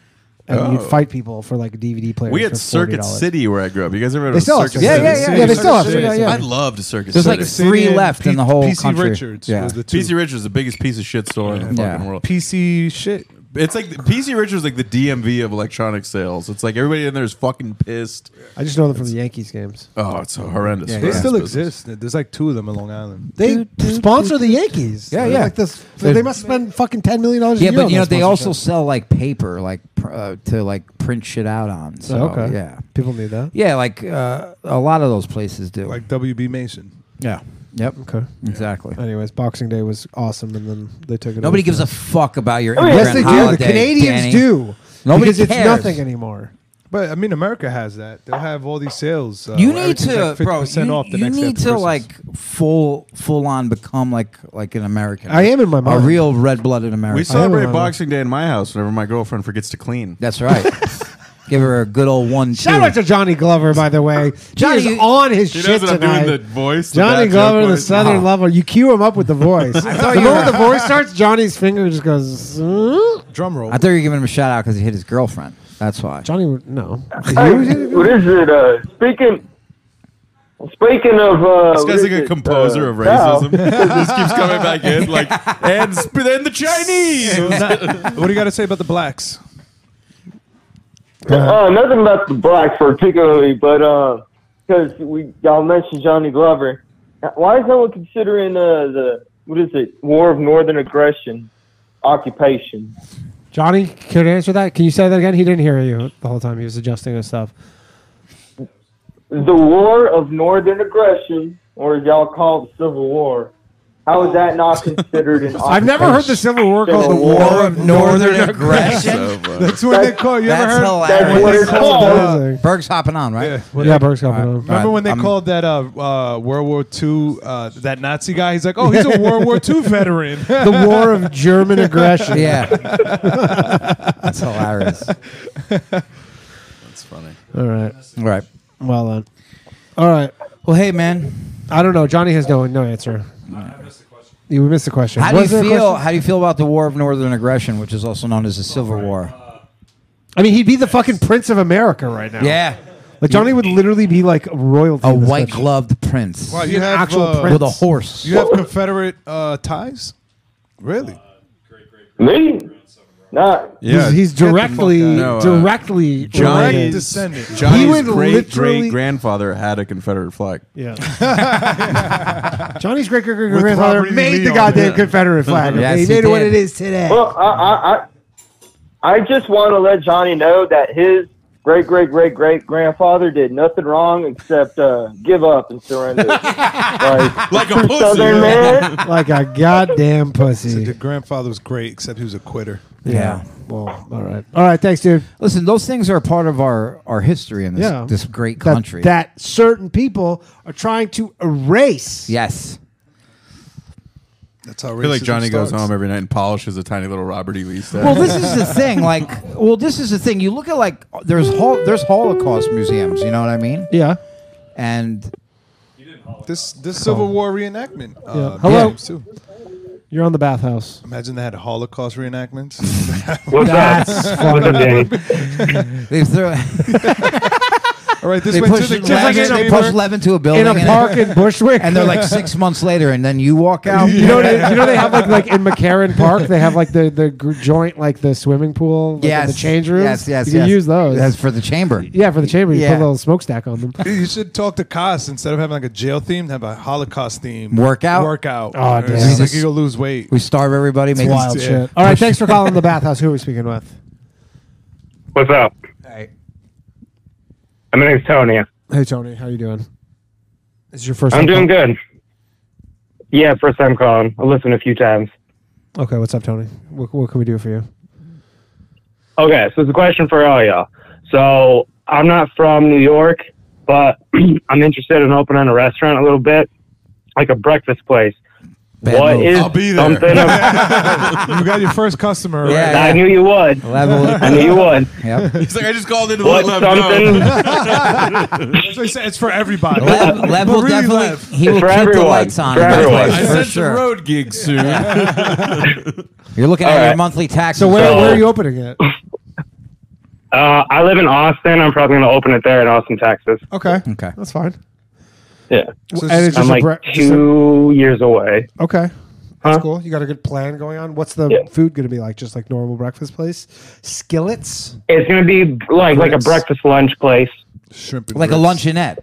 [SPEAKER 1] and you'd
[SPEAKER 2] Oh.
[SPEAKER 1] fight people for like DVD players.
[SPEAKER 2] we
[SPEAKER 1] for
[SPEAKER 2] had Circuit
[SPEAKER 1] $40.
[SPEAKER 2] City where I grew up. You guys ever heard
[SPEAKER 1] They
[SPEAKER 2] of
[SPEAKER 1] still have
[SPEAKER 2] Circuit
[SPEAKER 1] Circuit
[SPEAKER 2] City?
[SPEAKER 1] Yeah, yeah, yeah, yeah. They
[SPEAKER 4] Circuit
[SPEAKER 1] still have.
[SPEAKER 4] City.
[SPEAKER 1] Yeah,
[SPEAKER 2] I
[SPEAKER 1] yeah.
[SPEAKER 2] loved Circuit
[SPEAKER 9] There's
[SPEAKER 2] City.
[SPEAKER 9] like three
[SPEAKER 4] and
[SPEAKER 9] left in
[SPEAKER 4] P-
[SPEAKER 9] the whole
[SPEAKER 4] PC
[SPEAKER 9] country.
[SPEAKER 4] Richards
[SPEAKER 9] Yeah.
[SPEAKER 4] was the two.
[SPEAKER 2] PC Richards is the biggest piece of shit store in the
[SPEAKER 9] Yeah.
[SPEAKER 2] fucking world.
[SPEAKER 4] PC shit.
[SPEAKER 2] It's like PC Richards is like the DMV of electronic sales. It's like everybody in there is fucking pissed.
[SPEAKER 1] I just know them from the Yankees games.
[SPEAKER 2] Oh, it's so horrendous.
[SPEAKER 4] They
[SPEAKER 2] Horrendous
[SPEAKER 4] still
[SPEAKER 2] business.
[SPEAKER 4] exist. There's like two of them in Long Island.
[SPEAKER 1] They sponsor the Yankees.
[SPEAKER 9] Yeah,
[SPEAKER 1] They're
[SPEAKER 9] yeah.
[SPEAKER 1] Like this, they must spend fucking ten million dollars.
[SPEAKER 9] Yeah, but you know they also sell like paper, like pr- uh, to like print shit out on. So
[SPEAKER 1] okay.
[SPEAKER 9] yeah,
[SPEAKER 1] people need that.
[SPEAKER 9] yeah, like uh, a lot of those places do.
[SPEAKER 4] Like WB Mason.
[SPEAKER 9] yeah, yep,
[SPEAKER 1] Okay.
[SPEAKER 9] exactly.
[SPEAKER 1] Anyways, Boxing Day was awesome, and then they took it.
[SPEAKER 9] Nobody
[SPEAKER 1] away
[SPEAKER 9] gives a
[SPEAKER 1] from
[SPEAKER 9] fuck about your
[SPEAKER 1] us.
[SPEAKER 9] immigrant
[SPEAKER 1] Oh, Yes, they do.
[SPEAKER 9] holiday.
[SPEAKER 1] The Canadians
[SPEAKER 9] Danny.
[SPEAKER 1] do.
[SPEAKER 9] Nobody
[SPEAKER 1] because it's
[SPEAKER 9] cares.
[SPEAKER 1] nothing anymore.
[SPEAKER 4] But I mean, America has that. They'll have all these sales. Uh,
[SPEAKER 9] You
[SPEAKER 4] where
[SPEAKER 9] need
[SPEAKER 4] everything's,
[SPEAKER 9] to,
[SPEAKER 4] like,
[SPEAKER 9] bro.
[SPEAKER 4] 50%
[SPEAKER 9] You,
[SPEAKER 4] off the
[SPEAKER 9] you
[SPEAKER 4] next day
[SPEAKER 9] need
[SPEAKER 4] for
[SPEAKER 9] to
[SPEAKER 4] Christmas.
[SPEAKER 9] like full full on become like like an American.
[SPEAKER 1] I am in my mind.
[SPEAKER 9] a real red blooded American.
[SPEAKER 2] We celebrate
[SPEAKER 4] Oh.
[SPEAKER 1] remember.
[SPEAKER 2] Boxing Day in my house whenever my girlfriend forgets to clean.
[SPEAKER 9] That's right. Give her a good old one.
[SPEAKER 1] Shout
[SPEAKER 9] two.
[SPEAKER 1] out to Johnny Glover, by the way.
[SPEAKER 9] Johnny,
[SPEAKER 1] Johnny's
[SPEAKER 9] you-
[SPEAKER 1] on his
[SPEAKER 2] He knows
[SPEAKER 1] shit
[SPEAKER 2] that I'm doing
[SPEAKER 1] tonight.
[SPEAKER 2] the voice, the
[SPEAKER 1] Johnny
[SPEAKER 2] bad
[SPEAKER 1] Glover,
[SPEAKER 2] joke
[SPEAKER 1] the
[SPEAKER 2] voice.
[SPEAKER 1] Southern
[SPEAKER 9] Uh-huh.
[SPEAKER 1] lover. You cue him up with the voice. the
[SPEAKER 9] you
[SPEAKER 1] moment the voice starts, Johnny's finger just goes. "Huh?"
[SPEAKER 4] drum roll.
[SPEAKER 9] I thought you were giving him a shout out because he hit his girlfriend. That's why.
[SPEAKER 1] Johnny, would- no.
[SPEAKER 8] Hey, what is it? Uh, speaking. Speaking of, uh,
[SPEAKER 2] This
[SPEAKER 8] what
[SPEAKER 2] guy's
[SPEAKER 8] is
[SPEAKER 2] like a
[SPEAKER 8] it?
[SPEAKER 2] composer
[SPEAKER 8] Uh,
[SPEAKER 2] of
[SPEAKER 8] Sal.
[SPEAKER 2] racism. this keeps coming back in. Like, and sp- then the Chinese.
[SPEAKER 4] what do you got to say about the blacks?
[SPEAKER 8] Uh, nothing about the blacks particularly, but because we y'all mentioned Johnny Glover. Why is no one considering uh, the what is it War of Northern Aggression occupation?
[SPEAKER 1] Johnny, can you answer that? Can you say that again? He didn't hear you the whole time. He was adjusting his stuff.
[SPEAKER 8] The War of Northern Aggression, or as y'all call it, the Civil War. How is that not considered an?
[SPEAKER 1] I've never heard the Civil War called the
[SPEAKER 8] Civil
[SPEAKER 1] War.
[SPEAKER 8] War
[SPEAKER 9] of Northern Aggression.
[SPEAKER 2] So, uh,
[SPEAKER 4] That's what they call. You ever
[SPEAKER 9] That's
[SPEAKER 4] heard?
[SPEAKER 8] That's what
[SPEAKER 9] hilarious.
[SPEAKER 8] it's called.
[SPEAKER 1] Amazing.
[SPEAKER 9] Berg's hopping on, right?
[SPEAKER 1] Yeah, Burke's coming
[SPEAKER 9] All
[SPEAKER 1] on.
[SPEAKER 9] right,
[SPEAKER 4] Remember when they
[SPEAKER 9] I'm-
[SPEAKER 4] called that uh, uh, World War II uh, that Nazi guy? He's like, oh, he's a World War II veteran.
[SPEAKER 1] The War of German Aggression.
[SPEAKER 9] Yeah. That's hilarious.
[SPEAKER 2] that's funny.
[SPEAKER 1] All right.
[SPEAKER 9] All right.
[SPEAKER 1] Well then. All right.
[SPEAKER 9] Well, hey, man.
[SPEAKER 1] I don't know. Johnny has no no answer. You missed the question.
[SPEAKER 9] How do you
[SPEAKER 1] Was there a
[SPEAKER 9] feel?
[SPEAKER 1] question?
[SPEAKER 9] How do you feel about the War of Northern Aggression, which is also known as the Civil War?
[SPEAKER 1] I mean, he'd be the fucking Prince of America right now.
[SPEAKER 9] Yeah.
[SPEAKER 1] Like Johnny would literally be like royalty.
[SPEAKER 9] A
[SPEAKER 1] in this
[SPEAKER 9] white
[SPEAKER 1] country.
[SPEAKER 9] gloved prince
[SPEAKER 4] Wow,
[SPEAKER 1] He's
[SPEAKER 4] you
[SPEAKER 1] an
[SPEAKER 4] have
[SPEAKER 1] actual
[SPEAKER 4] uh,
[SPEAKER 1] prince.
[SPEAKER 9] with a horse.
[SPEAKER 4] You have Confederate uh, ties? Really?
[SPEAKER 8] Me? Nah.
[SPEAKER 1] He's, he's
[SPEAKER 4] the fuck
[SPEAKER 1] directly,
[SPEAKER 4] out.
[SPEAKER 2] No, uh,
[SPEAKER 1] directly,
[SPEAKER 2] Johnny-
[SPEAKER 1] related.
[SPEAKER 4] Direct descendant.
[SPEAKER 1] He
[SPEAKER 2] Johnny's
[SPEAKER 1] would
[SPEAKER 2] great
[SPEAKER 1] literally-
[SPEAKER 2] great grandfather had a Confederate flag.
[SPEAKER 1] Yeah. Johnny's great great great
[SPEAKER 4] With
[SPEAKER 1] grandfather
[SPEAKER 4] Robert E.
[SPEAKER 1] made
[SPEAKER 4] Lee
[SPEAKER 1] the
[SPEAKER 4] on
[SPEAKER 1] goddamn
[SPEAKER 4] it.
[SPEAKER 1] Confederate flag.
[SPEAKER 9] Yes,
[SPEAKER 1] okay? Mm-hmm. he
[SPEAKER 9] he
[SPEAKER 1] made it what
[SPEAKER 9] did.
[SPEAKER 1] it is today.
[SPEAKER 8] Well, I, I, I, I just want to let Johnny know that his great great great great grandfather did nothing wrong except uh, give up and surrender. like,
[SPEAKER 2] Like a
[SPEAKER 8] true
[SPEAKER 2] pussy.
[SPEAKER 8] Southern man.
[SPEAKER 1] like a goddamn
[SPEAKER 4] The
[SPEAKER 1] pussy.
[SPEAKER 4] grandfather was great, except he was a quitter.
[SPEAKER 9] Yeah.
[SPEAKER 1] Well, all right, all right. Thanks, dude.
[SPEAKER 9] Listen, those things are a part of our, our history in this,
[SPEAKER 1] Yeah.
[SPEAKER 9] this great
[SPEAKER 1] That-
[SPEAKER 9] country.
[SPEAKER 1] That, certain people are trying to erase.
[SPEAKER 9] yes.
[SPEAKER 4] That's how
[SPEAKER 2] I feel like
[SPEAKER 4] racism
[SPEAKER 2] Johnny goes
[SPEAKER 4] starts.
[SPEAKER 2] home every night and polishes a tiny little Robert E. Lee statue.
[SPEAKER 9] Well, this is the thing. Like, well, this is the thing. You look at like there's hol- there's Holocaust museums. You know what I mean?
[SPEAKER 1] Yeah.
[SPEAKER 9] And
[SPEAKER 4] This this Civil War reenactment. Uh,
[SPEAKER 1] Yeah. Hello?
[SPEAKER 4] museums, too.
[SPEAKER 1] You're on the bathhouse.
[SPEAKER 4] Imagine they had Holocaust reenactments.
[SPEAKER 5] What's up?
[SPEAKER 1] That's fucking.
[SPEAKER 5] Danny?
[SPEAKER 9] they throw
[SPEAKER 4] All right, this
[SPEAKER 9] they
[SPEAKER 4] went
[SPEAKER 9] push
[SPEAKER 4] to the
[SPEAKER 1] like
[SPEAKER 9] Levin,
[SPEAKER 1] in a
[SPEAKER 9] they
[SPEAKER 4] chamber.
[SPEAKER 9] push Levin to a building
[SPEAKER 1] in a
[SPEAKER 9] and-
[SPEAKER 1] park in Bushwick,
[SPEAKER 9] and they're like six months later, and then you walk out.
[SPEAKER 1] you know, they, you know they have like like in McCarran Park, they have like the the gr- joint like the swimming pool, like, and
[SPEAKER 9] yes,
[SPEAKER 1] the change rooms.
[SPEAKER 9] Yes, yes,
[SPEAKER 1] you can
[SPEAKER 9] yes.
[SPEAKER 1] use those.
[SPEAKER 9] That's for the chamber.
[SPEAKER 1] yeah, for the chamber, you put
[SPEAKER 9] Yeah.
[SPEAKER 1] a little smokestack on them.
[SPEAKER 4] You should talk to Koss instead of having like a jail theme, have a Holocaust theme
[SPEAKER 9] Workout?
[SPEAKER 4] Workout.
[SPEAKER 1] Oh, damn.
[SPEAKER 4] It's like you go lose weight.
[SPEAKER 9] We starve everybody. Make them-
[SPEAKER 1] Wild
[SPEAKER 4] Yeah.
[SPEAKER 1] shit. All right, thanks for calling the bathhouse. Who are we speaking with?
[SPEAKER 5] What's up? My name's Tony.
[SPEAKER 1] Hey Tony, how you doing? This is your first.
[SPEAKER 5] I'm
[SPEAKER 1] time
[SPEAKER 5] doing good. Yeah, first time calling. I listened a few times.
[SPEAKER 1] call- Okay, what's up, Tony? What, what can we do for you?
[SPEAKER 5] Okay, so it's a question for all y'all. So I'm not from New York,
[SPEAKER 10] but I'm interested in opening a restaurant a little bit, like a breakfast place. What
[SPEAKER 4] Bad
[SPEAKER 10] is
[SPEAKER 4] move. I'll be there.
[SPEAKER 10] something? of-
[SPEAKER 4] you got your first customer.
[SPEAKER 10] Yeah,
[SPEAKER 4] right?
[SPEAKER 10] I knew you would. I knew you would.
[SPEAKER 2] He's like, I just called into the
[SPEAKER 10] What's
[SPEAKER 2] lab.
[SPEAKER 10] something?
[SPEAKER 4] That's what I said, it's for everybody.
[SPEAKER 9] Lev, Lev will definitely he will
[SPEAKER 10] For
[SPEAKER 9] keep the
[SPEAKER 10] everyone.
[SPEAKER 9] lights on.
[SPEAKER 10] For
[SPEAKER 9] in that
[SPEAKER 10] everyone.
[SPEAKER 9] place,
[SPEAKER 10] I
[SPEAKER 9] for
[SPEAKER 10] sense a
[SPEAKER 9] sure.
[SPEAKER 2] road gig soon.
[SPEAKER 9] You're looking
[SPEAKER 10] All
[SPEAKER 9] at your
[SPEAKER 10] right.
[SPEAKER 9] monthly taxes.
[SPEAKER 10] So where- where are you
[SPEAKER 1] opening it?
[SPEAKER 10] Uh, I live in Austin. I'm probably going to open it there in Austin, Texas.
[SPEAKER 1] Okay.
[SPEAKER 9] Okay.
[SPEAKER 1] That's fine.
[SPEAKER 10] Yeah.
[SPEAKER 1] So And it's just
[SPEAKER 10] I'm
[SPEAKER 1] a
[SPEAKER 10] like
[SPEAKER 1] bre- just a-
[SPEAKER 10] two years away.
[SPEAKER 1] Okay. That's
[SPEAKER 10] Huh?
[SPEAKER 1] cool. You got a good plan going on. What's the
[SPEAKER 10] Yeah.
[SPEAKER 1] food going to be like? Just like normal breakfast place? Skillets?
[SPEAKER 10] It's going to be like like a
[SPEAKER 1] Grits.
[SPEAKER 10] breakfast lunch place.
[SPEAKER 4] Shrimp and
[SPEAKER 9] like a
[SPEAKER 4] grits,
[SPEAKER 9] luncheonette.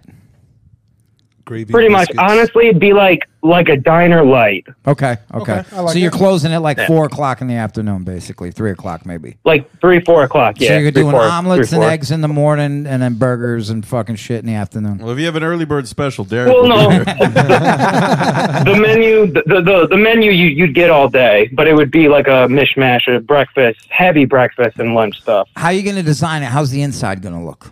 [SPEAKER 4] Gravy
[SPEAKER 10] Pretty much.
[SPEAKER 4] biscuits.
[SPEAKER 10] Honestly, it'd be like like a diner light.
[SPEAKER 9] Okay. Okay.
[SPEAKER 1] Okay, I like
[SPEAKER 9] so you're
[SPEAKER 1] it.
[SPEAKER 9] closing at like
[SPEAKER 10] Yeah.
[SPEAKER 9] four o'clock in the afternoon, basically three o'clock maybe.
[SPEAKER 10] Like three, four o'clock. Yeah.
[SPEAKER 9] so you're
[SPEAKER 10] three,
[SPEAKER 9] doing
[SPEAKER 10] four,
[SPEAKER 9] omelets
[SPEAKER 10] three,
[SPEAKER 9] and
[SPEAKER 10] four.
[SPEAKER 9] eggs in the morning, and then burgers and fucking shit in the afternoon.
[SPEAKER 2] Well, if you have an early bird special, Derek.
[SPEAKER 10] Well,
[SPEAKER 2] will
[SPEAKER 10] no.
[SPEAKER 2] be there.
[SPEAKER 10] the menu, the, the, the menu you, you'd get all day, but it would be like a mishmash of breakfast, heavy breakfast and lunch stuff.
[SPEAKER 9] How are you going to design it? How's the inside going to look?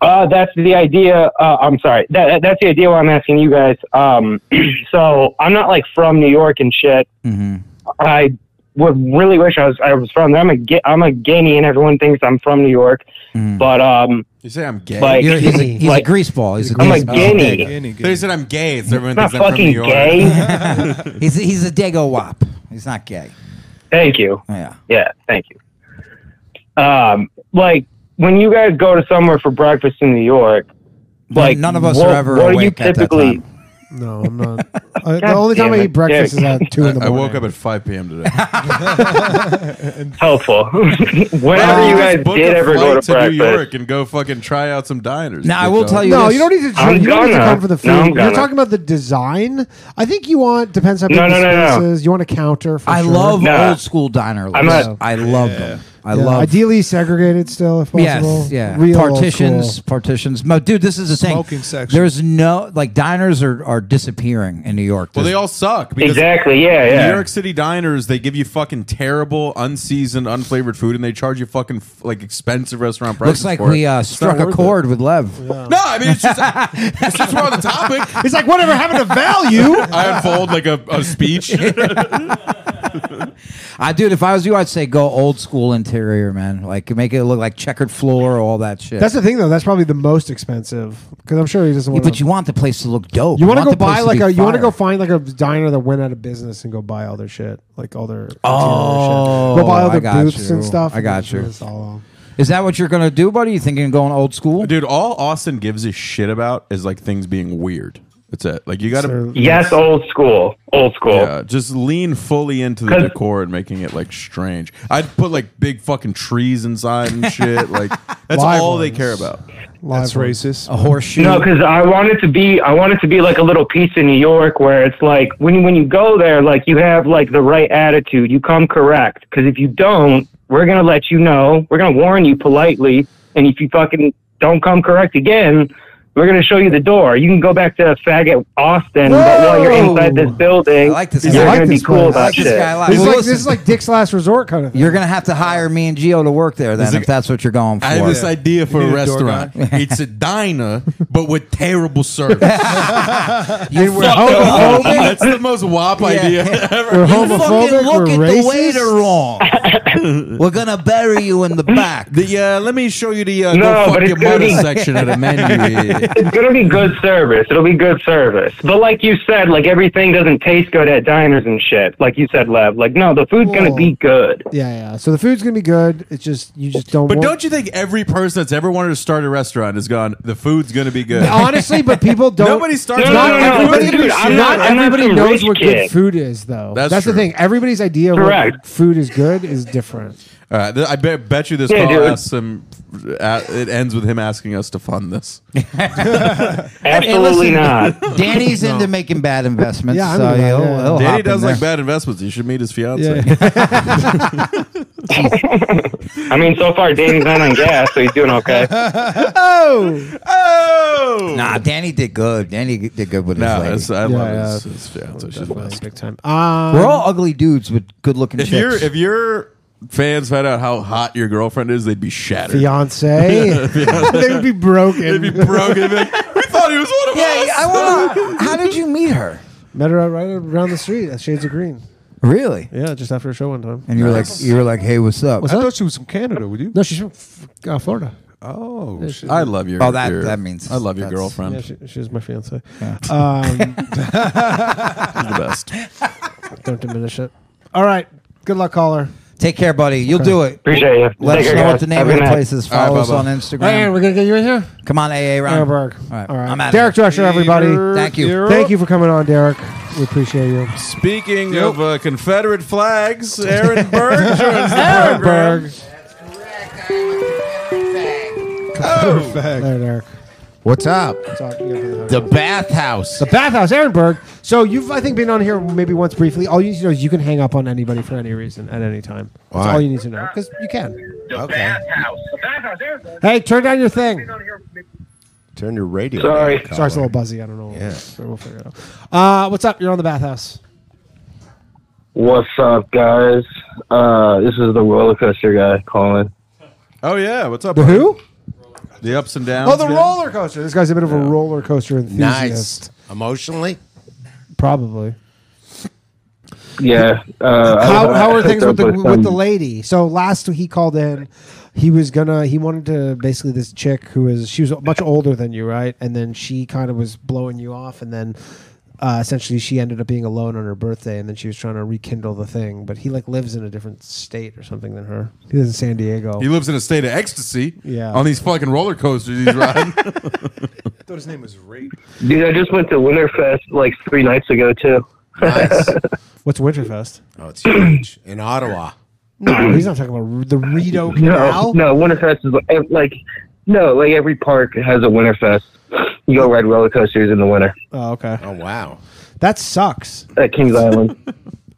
[SPEAKER 10] Uh, that's the idea. Uh, I'm sorry. That, that's the idea why I'm asking you guys. Um, so I'm not like from New York and shit.
[SPEAKER 9] Mm-hmm.
[SPEAKER 10] I would really wish I was I was from there. I'm a Ga- I'm a Guinea and everyone thinks I'm from New York,
[SPEAKER 9] Hmm.
[SPEAKER 10] but um,
[SPEAKER 2] You say I'm gay.
[SPEAKER 10] like,
[SPEAKER 9] You're, he's a, he's
[SPEAKER 10] like
[SPEAKER 9] a grease ball. He's a
[SPEAKER 1] Oh,
[SPEAKER 10] I'm
[SPEAKER 9] grease
[SPEAKER 10] a
[SPEAKER 9] ball.
[SPEAKER 10] Guinea.
[SPEAKER 9] Dago.
[SPEAKER 4] Guinea,
[SPEAKER 2] They
[SPEAKER 4] guinea.
[SPEAKER 2] said I'm gay, so everyone
[SPEAKER 10] not
[SPEAKER 2] thinks I'm from
[SPEAKER 10] fucking
[SPEAKER 2] New York.
[SPEAKER 10] gay.
[SPEAKER 9] He's a, he's a dago wop. He's not gay.
[SPEAKER 10] Thank you.
[SPEAKER 9] Oh, Yeah.
[SPEAKER 10] Yeah, thank you. Um, like when you guys go to somewhere for breakfast in New York, like
[SPEAKER 9] none of us
[SPEAKER 10] what-
[SPEAKER 9] are ever
[SPEAKER 10] what do you
[SPEAKER 9] awake at that
[SPEAKER 10] typically?
[SPEAKER 9] time.
[SPEAKER 1] No, I'm not. I, the
[SPEAKER 10] God
[SPEAKER 1] only time
[SPEAKER 10] damn
[SPEAKER 1] I
[SPEAKER 10] it,
[SPEAKER 1] eat breakfast is at 2 in the morning.
[SPEAKER 2] I woke up at 5 p.m. today.
[SPEAKER 10] helpful. Whenever you guys
[SPEAKER 2] Book
[SPEAKER 10] did
[SPEAKER 2] a
[SPEAKER 10] ever go
[SPEAKER 2] flight
[SPEAKER 10] to, breakfast,
[SPEAKER 2] New York and go fucking try out some diners.
[SPEAKER 9] Now, I will
[SPEAKER 2] Dick
[SPEAKER 9] tell you
[SPEAKER 1] No,
[SPEAKER 9] this.
[SPEAKER 1] you don't need to.
[SPEAKER 10] I'm
[SPEAKER 1] you don't need to
[SPEAKER 10] gonna.
[SPEAKER 1] come for the food.
[SPEAKER 10] No, I'm
[SPEAKER 1] You're
[SPEAKER 10] gonna.
[SPEAKER 1] talking about the design. I think you want depends how big
[SPEAKER 10] No,
[SPEAKER 1] the
[SPEAKER 10] no, no, no.
[SPEAKER 1] space is. You want a counter. For
[SPEAKER 9] I
[SPEAKER 1] sure.
[SPEAKER 9] love
[SPEAKER 10] Nah.
[SPEAKER 9] old school diner.
[SPEAKER 10] I'm
[SPEAKER 9] Lists.
[SPEAKER 10] not-
[SPEAKER 9] I love them. I
[SPEAKER 1] Yeah,
[SPEAKER 9] love
[SPEAKER 1] ideally segregated still if possible.
[SPEAKER 9] Yes, yeah.
[SPEAKER 1] Real old
[SPEAKER 9] partitions,
[SPEAKER 1] school.
[SPEAKER 9] partitions. Mo, dude, this is the thing.
[SPEAKER 4] Smoking section.
[SPEAKER 9] There's no like diners are, are disappearing in New York.
[SPEAKER 2] Well, they
[SPEAKER 9] There's-
[SPEAKER 2] all suck. Because
[SPEAKER 10] exactly. Yeah, yeah.
[SPEAKER 2] New York City diners, they give you fucking terrible, unseasoned, unflavored food, and they charge you fucking f- like expensive restaurant prices.
[SPEAKER 9] looks like
[SPEAKER 2] for
[SPEAKER 9] we
[SPEAKER 2] it.
[SPEAKER 9] uh,
[SPEAKER 2] It's not
[SPEAKER 9] struck a
[SPEAKER 2] worth it.
[SPEAKER 9] chord with Lev.
[SPEAKER 2] No, I mean it's just it's just we're on the topic.
[SPEAKER 1] It's like whatever happened to value.
[SPEAKER 2] I unfold like a, a speech.
[SPEAKER 9] I dude, if I was you, I'd say go old school interior, man. Like make it look like checkered floor, all that shit.
[SPEAKER 1] That's the thing though. That's probably the most expensive because I'm sure he doesn't
[SPEAKER 9] Yeah,
[SPEAKER 1] want.
[SPEAKER 9] but you want the place to look dope.
[SPEAKER 1] you want to go
[SPEAKER 9] the place
[SPEAKER 1] buy like
[SPEAKER 9] be
[SPEAKER 1] a you want to
[SPEAKER 9] fire.
[SPEAKER 1] go find like a diner that went out of business and go buy all their shit like all their interior
[SPEAKER 9] Oh,
[SPEAKER 1] shit. go buy all
[SPEAKER 9] I
[SPEAKER 1] their
[SPEAKER 9] got
[SPEAKER 1] booths
[SPEAKER 9] you.
[SPEAKER 1] and stuff.
[SPEAKER 9] I got you.
[SPEAKER 1] It's all-
[SPEAKER 9] Is that what you're gonna do, buddy? You thinking of going old school?
[SPEAKER 2] Dude, all Austin gives a shit about is like things being weird. That's it. Like you got to
[SPEAKER 1] Sure.
[SPEAKER 10] yes, old school. Old school.
[SPEAKER 2] yeah, just lean fully into the
[SPEAKER 10] 'Cause-
[SPEAKER 2] decor and making it like strange. I'd put like big fucking trees inside and shit. Like that's
[SPEAKER 1] Live
[SPEAKER 2] all they
[SPEAKER 1] ones.
[SPEAKER 2] care about.
[SPEAKER 1] live ones.
[SPEAKER 4] That's racist.
[SPEAKER 9] A horseshoe.
[SPEAKER 10] No, because I want it to be. I want it to be like a little piece in New York where it's like when you- when you go there, like you have like the right attitude. You come correct. Because if you don't, we're gonna let you know. We're gonna warn you politely. And if you fucking don't come correct again, we're gonna show you the door. You can go back to faggot Austin, but while you're
[SPEAKER 1] Whoa!
[SPEAKER 10] inside this building,
[SPEAKER 9] I like this
[SPEAKER 10] you're
[SPEAKER 1] guy. I like
[SPEAKER 10] gonna be
[SPEAKER 1] this
[SPEAKER 10] cool
[SPEAKER 1] guy. I
[SPEAKER 10] about
[SPEAKER 9] like this
[SPEAKER 10] shit.
[SPEAKER 9] guy a lot.
[SPEAKER 1] This is
[SPEAKER 9] Well,
[SPEAKER 1] like
[SPEAKER 9] listen.
[SPEAKER 1] this is like Dick's last resort kind of thing.
[SPEAKER 9] You're gonna have to hire me and Gio to work there then,
[SPEAKER 2] It's like-
[SPEAKER 9] if that's what you're going for.
[SPEAKER 2] I have this idea for a
[SPEAKER 4] need a door
[SPEAKER 2] restaurant. it's a diner, but with terrible service.
[SPEAKER 9] you
[SPEAKER 1] We're homophobic.
[SPEAKER 2] That's the most wop idea
[SPEAKER 1] We're
[SPEAKER 2] ever.
[SPEAKER 1] homophobic. We're racist.
[SPEAKER 9] wrong. We're gonna bury you in the back.
[SPEAKER 2] The, uh, let me show you the uh,
[SPEAKER 10] No,
[SPEAKER 2] go
[SPEAKER 10] but
[SPEAKER 2] fuck
[SPEAKER 10] it's
[SPEAKER 2] your
[SPEAKER 10] gonna
[SPEAKER 2] mother
[SPEAKER 10] be-
[SPEAKER 2] section of the menu.
[SPEAKER 10] it's gonna be good service. It'll be good service. But like you said, like everything doesn't taste good at diners and shit. Like you said, Lev. Like no, the food's gonna
[SPEAKER 1] Cool.
[SPEAKER 10] be good.
[SPEAKER 1] Yeah, yeah. So the food's gonna be good. It's just you just don't.
[SPEAKER 2] But
[SPEAKER 1] want-
[SPEAKER 2] don't you think every person that's ever wanted to start a restaurant has gone, the food's going to be good?
[SPEAKER 1] honestly? But people don't.
[SPEAKER 2] Nobody starts
[SPEAKER 10] No,
[SPEAKER 1] Not
[SPEAKER 10] no, no,
[SPEAKER 1] everybody,
[SPEAKER 10] but dude, I'm
[SPEAKER 1] not
[SPEAKER 10] not- I'm not
[SPEAKER 1] everybody
[SPEAKER 10] some
[SPEAKER 1] knows
[SPEAKER 10] rich
[SPEAKER 1] what good
[SPEAKER 10] kid.
[SPEAKER 1] food is, though. That's,
[SPEAKER 2] That's
[SPEAKER 1] the
[SPEAKER 2] true.
[SPEAKER 1] thing. Everybody's idea of what
[SPEAKER 10] Correct.
[SPEAKER 1] food is good is different.
[SPEAKER 2] All right, th- I bet, bet you this
[SPEAKER 10] Yeah,
[SPEAKER 2] call
[SPEAKER 10] dude.
[SPEAKER 2] asks him, uh, it ends with him asking us to fund this.
[SPEAKER 10] Absolutely
[SPEAKER 9] listen,
[SPEAKER 10] not.
[SPEAKER 9] Danny's into making bad investments.
[SPEAKER 1] Yeah, I'm
[SPEAKER 9] so
[SPEAKER 1] into that,
[SPEAKER 9] he'll,
[SPEAKER 1] yeah.
[SPEAKER 9] he'll hop
[SPEAKER 2] Danny
[SPEAKER 9] in
[SPEAKER 2] does like
[SPEAKER 9] there.
[SPEAKER 2] bad investments. You should meet his fiance.
[SPEAKER 10] I mean, so far Danny's not on gas, so he's doing okay.
[SPEAKER 1] Oh,
[SPEAKER 2] Oh!
[SPEAKER 9] Nah, Danny did good. Danny g- did good with
[SPEAKER 2] No,
[SPEAKER 9] his
[SPEAKER 2] that's,
[SPEAKER 9] lady.
[SPEAKER 2] I
[SPEAKER 1] Yeah,
[SPEAKER 2] love
[SPEAKER 1] yeah.
[SPEAKER 2] his, his fiance. She's the best.
[SPEAKER 1] big time. Um,
[SPEAKER 9] We're all ugly dudes with good looking
[SPEAKER 2] If
[SPEAKER 9] chicks.
[SPEAKER 2] you're if you're fans found out how hot your girlfriend is, they'd be shattered.
[SPEAKER 1] Fiance, they would be broken.
[SPEAKER 2] They'd be broken. They'd be like, we thought he was one of
[SPEAKER 1] Yeah,
[SPEAKER 2] us.
[SPEAKER 1] I wanna-
[SPEAKER 9] How did you meet her?
[SPEAKER 1] Met her out right around the street at Shades of Green.
[SPEAKER 9] Really?
[SPEAKER 1] Yeah, just after a show one time.
[SPEAKER 9] And you were like, you were like, hey, what's up?
[SPEAKER 1] What's I up? thought
[SPEAKER 4] she was from Canada. Would you?
[SPEAKER 1] No, she's from F- uh, Florida.
[SPEAKER 4] Oh,
[SPEAKER 1] Yeah,
[SPEAKER 2] I love your.
[SPEAKER 9] Oh, that-
[SPEAKER 2] your-
[SPEAKER 9] that means
[SPEAKER 2] I love your
[SPEAKER 9] that's-
[SPEAKER 2] girlfriend.
[SPEAKER 1] Yeah, she, she's my fiance.
[SPEAKER 9] Yeah.
[SPEAKER 1] Um,
[SPEAKER 2] She's the best.
[SPEAKER 1] Don't diminish it. All right. Good luck, caller.
[SPEAKER 9] Take care, buddy. You'll do it.
[SPEAKER 1] Appreciate you.
[SPEAKER 9] Let us
[SPEAKER 1] Take care,
[SPEAKER 9] know
[SPEAKER 1] guys.
[SPEAKER 9] what the name
[SPEAKER 1] Have a
[SPEAKER 9] of
[SPEAKER 1] good
[SPEAKER 9] the
[SPEAKER 1] night.
[SPEAKER 9] place is.
[SPEAKER 1] All right,
[SPEAKER 9] Follow us
[SPEAKER 1] bye-bye.
[SPEAKER 9] on
[SPEAKER 1] Hey,
[SPEAKER 9] Instagram.
[SPEAKER 1] we're gonna get you in here.
[SPEAKER 9] Come on, AA Ron.
[SPEAKER 1] Berg.
[SPEAKER 9] All right,
[SPEAKER 1] All right.
[SPEAKER 9] I'm out.
[SPEAKER 1] Derek Drescher, everybody. Thank you. Thank you for coming on, Derek. We appreciate you.
[SPEAKER 2] Speaking of uh, Confederate flags, Aaron Berg joins the
[SPEAKER 1] Aaron
[SPEAKER 2] program.
[SPEAKER 1] Berg.
[SPEAKER 2] Oh.
[SPEAKER 1] There, Derek.
[SPEAKER 6] What's up? The
[SPEAKER 1] The
[SPEAKER 6] bathhouse.
[SPEAKER 1] The bathhouse, Aaron Berg. So you've, I think, been on here maybe once briefly. All you need to know is you can hang up on anybody for any reason at any time. That's
[SPEAKER 6] Why?
[SPEAKER 1] all you need to know because you can.
[SPEAKER 6] The bathhouse.
[SPEAKER 1] Hey, turn down your thing.
[SPEAKER 6] Turn your radio.
[SPEAKER 1] Sorry.
[SPEAKER 6] down,
[SPEAKER 1] Sorry, it's a
[SPEAKER 6] caller.
[SPEAKER 1] little buzzy. I don't know.
[SPEAKER 6] Yeah.
[SPEAKER 1] We'll figure it out. Uh, what's up? You're on the bathhouse.
[SPEAKER 11] What's up, guys? Uh, this is the roller coaster guy calling.
[SPEAKER 2] Oh yeah, what's up?
[SPEAKER 1] The
[SPEAKER 2] bud?
[SPEAKER 1] who?
[SPEAKER 2] The ups and downs.
[SPEAKER 1] Oh, the
[SPEAKER 2] man.
[SPEAKER 1] roller coaster. This guy's a bit of a roller coaster
[SPEAKER 6] Nice.
[SPEAKER 1] enthusiast.
[SPEAKER 6] Emotionally?
[SPEAKER 1] Probably.
[SPEAKER 11] Yeah. Uh,
[SPEAKER 1] how,
[SPEAKER 11] I-
[SPEAKER 1] how are
[SPEAKER 11] I
[SPEAKER 1] things
[SPEAKER 11] hooked
[SPEAKER 1] with the
[SPEAKER 11] up
[SPEAKER 1] with the
[SPEAKER 11] some-
[SPEAKER 1] lady? So last he called in, he was gonna he wanted to basically this chick who is she was much older than you, right? And then she kind of was blowing you off, and then uh, essentially she ended up being alone on her birthday, and then she was trying to rekindle the thing. But he like lives in a different state or something than her. He lives in San Diego.
[SPEAKER 2] He lives in a state of ecstasy.
[SPEAKER 1] Yeah.
[SPEAKER 2] On these fucking roller coasters he's riding.
[SPEAKER 4] thought his name was Ray.
[SPEAKER 11] Dude, I just went to Winterfest like three nights ago too.
[SPEAKER 1] What's Winterfest?
[SPEAKER 6] Oh, it's huge. In Ottawa.
[SPEAKER 1] No, he's not talking about the Rideau
[SPEAKER 11] No,
[SPEAKER 1] Canal.
[SPEAKER 11] no, Winterfest is like, like no, like every park has a Winterfest. You go ride roller coasters in the winter
[SPEAKER 1] Oh, okay.
[SPEAKER 6] Oh, wow.
[SPEAKER 1] That sucks.
[SPEAKER 11] at Kings Island.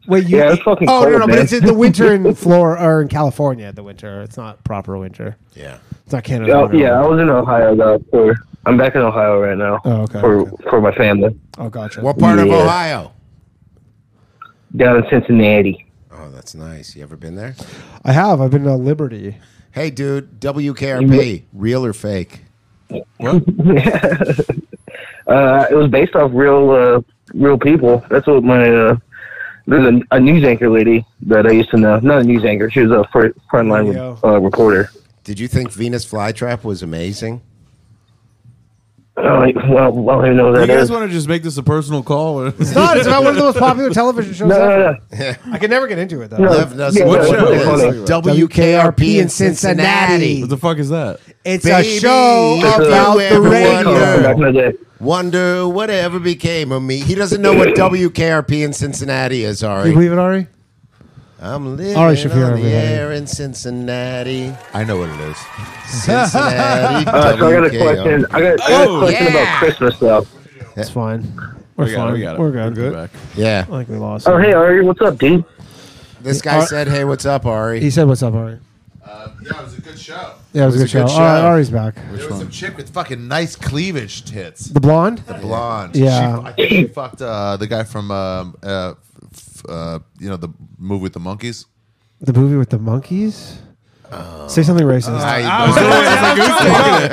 [SPEAKER 1] Wait, you?
[SPEAKER 11] Yeah, it's fucking
[SPEAKER 1] oh no,
[SPEAKER 11] cold,
[SPEAKER 1] no, but
[SPEAKER 11] man.
[SPEAKER 1] it's in the winter in Florida or in California. The winter. It's not proper winter.
[SPEAKER 6] Yeah.
[SPEAKER 1] It's not Canada.
[SPEAKER 11] Oh,
[SPEAKER 1] winter.
[SPEAKER 11] yeah, I was in Ohio though. For, I'm back in Ohio right now
[SPEAKER 1] Oh, okay,
[SPEAKER 11] for for my family
[SPEAKER 1] Oh, gotcha.
[SPEAKER 6] What part of
[SPEAKER 11] Yeah.
[SPEAKER 6] Ohio?
[SPEAKER 11] down in Cincinnati.
[SPEAKER 6] Oh, that's nice. You ever been there?
[SPEAKER 1] I have. I've been to Liberty.
[SPEAKER 6] Hey, dude, WKRP, real or fake?
[SPEAKER 2] What?
[SPEAKER 11] Uh, it was based off real uh, real people. That's what my uh, there's a, a news anchor lady that I used to know. Not a news anchor. She was a front
[SPEAKER 1] Yeah.
[SPEAKER 11] frontline uh, reporter.
[SPEAKER 6] Did you think Venus Flytrap was amazing?
[SPEAKER 11] Oh, well, well, I don't even know
[SPEAKER 2] you
[SPEAKER 11] what that
[SPEAKER 2] guys
[SPEAKER 11] is.
[SPEAKER 2] want to just make this a personal call?
[SPEAKER 1] It's not. It's not one of the most popular television shows.
[SPEAKER 11] No, no,
[SPEAKER 1] ever.
[SPEAKER 11] no.
[SPEAKER 1] I can never get into it though.
[SPEAKER 11] No.
[SPEAKER 6] Lev doesn't
[SPEAKER 11] Yeah,
[SPEAKER 6] know
[SPEAKER 11] yeah,
[SPEAKER 6] what
[SPEAKER 11] what
[SPEAKER 6] it
[SPEAKER 11] they call
[SPEAKER 6] is.
[SPEAKER 11] it.
[SPEAKER 6] WKRP in Cincinnati.
[SPEAKER 2] What the fuck is that?
[SPEAKER 1] It's
[SPEAKER 6] Baby,
[SPEAKER 1] a show
[SPEAKER 6] you
[SPEAKER 1] about the
[SPEAKER 6] ever
[SPEAKER 1] radio.
[SPEAKER 6] wonder-
[SPEAKER 11] Back in the day.
[SPEAKER 6] Wonder whatever became of me. He doesn't know what WKRP in Cincinnati is,
[SPEAKER 1] You
[SPEAKER 6] Ari.
[SPEAKER 1] believe E? it, Ari?
[SPEAKER 6] I'm living
[SPEAKER 1] Ari Shafir,
[SPEAKER 6] on the
[SPEAKER 1] everybody.
[SPEAKER 6] air in Cincinnati. I know what it is. Cincinnati.
[SPEAKER 11] Uh, so Uh, I got a
[SPEAKER 6] WKRP.
[SPEAKER 11] question. I got, I got
[SPEAKER 6] Oh,
[SPEAKER 11] a question about Christmas though.
[SPEAKER 1] It's fine. We're
[SPEAKER 2] We got it,
[SPEAKER 1] fine.
[SPEAKER 2] we got it.
[SPEAKER 1] We're good.
[SPEAKER 2] Back.
[SPEAKER 6] Yeah.
[SPEAKER 1] I think we lost.
[SPEAKER 11] Oh
[SPEAKER 1] him.
[SPEAKER 11] hey Ari, what's up, dude?
[SPEAKER 6] This guy
[SPEAKER 1] Ar-
[SPEAKER 6] said, hey, what's up, Ari?
[SPEAKER 1] He said, "What's up, Ari?"
[SPEAKER 12] Uh, Yeah, it was a good show.
[SPEAKER 1] Yeah, it was, a good show. All right, Ari's back.
[SPEAKER 12] there was some chick with fucking nice cleavage tits.
[SPEAKER 1] The blonde.
[SPEAKER 12] The blonde.
[SPEAKER 1] Yeah.
[SPEAKER 12] She, I think she fucked uh, the guy from um, uh, f- uh, you know the movie with the monkeys.
[SPEAKER 1] The movie with the monkeys.
[SPEAKER 12] Oh.
[SPEAKER 1] Say something
[SPEAKER 4] Uh,
[SPEAKER 1] racist.
[SPEAKER 12] I was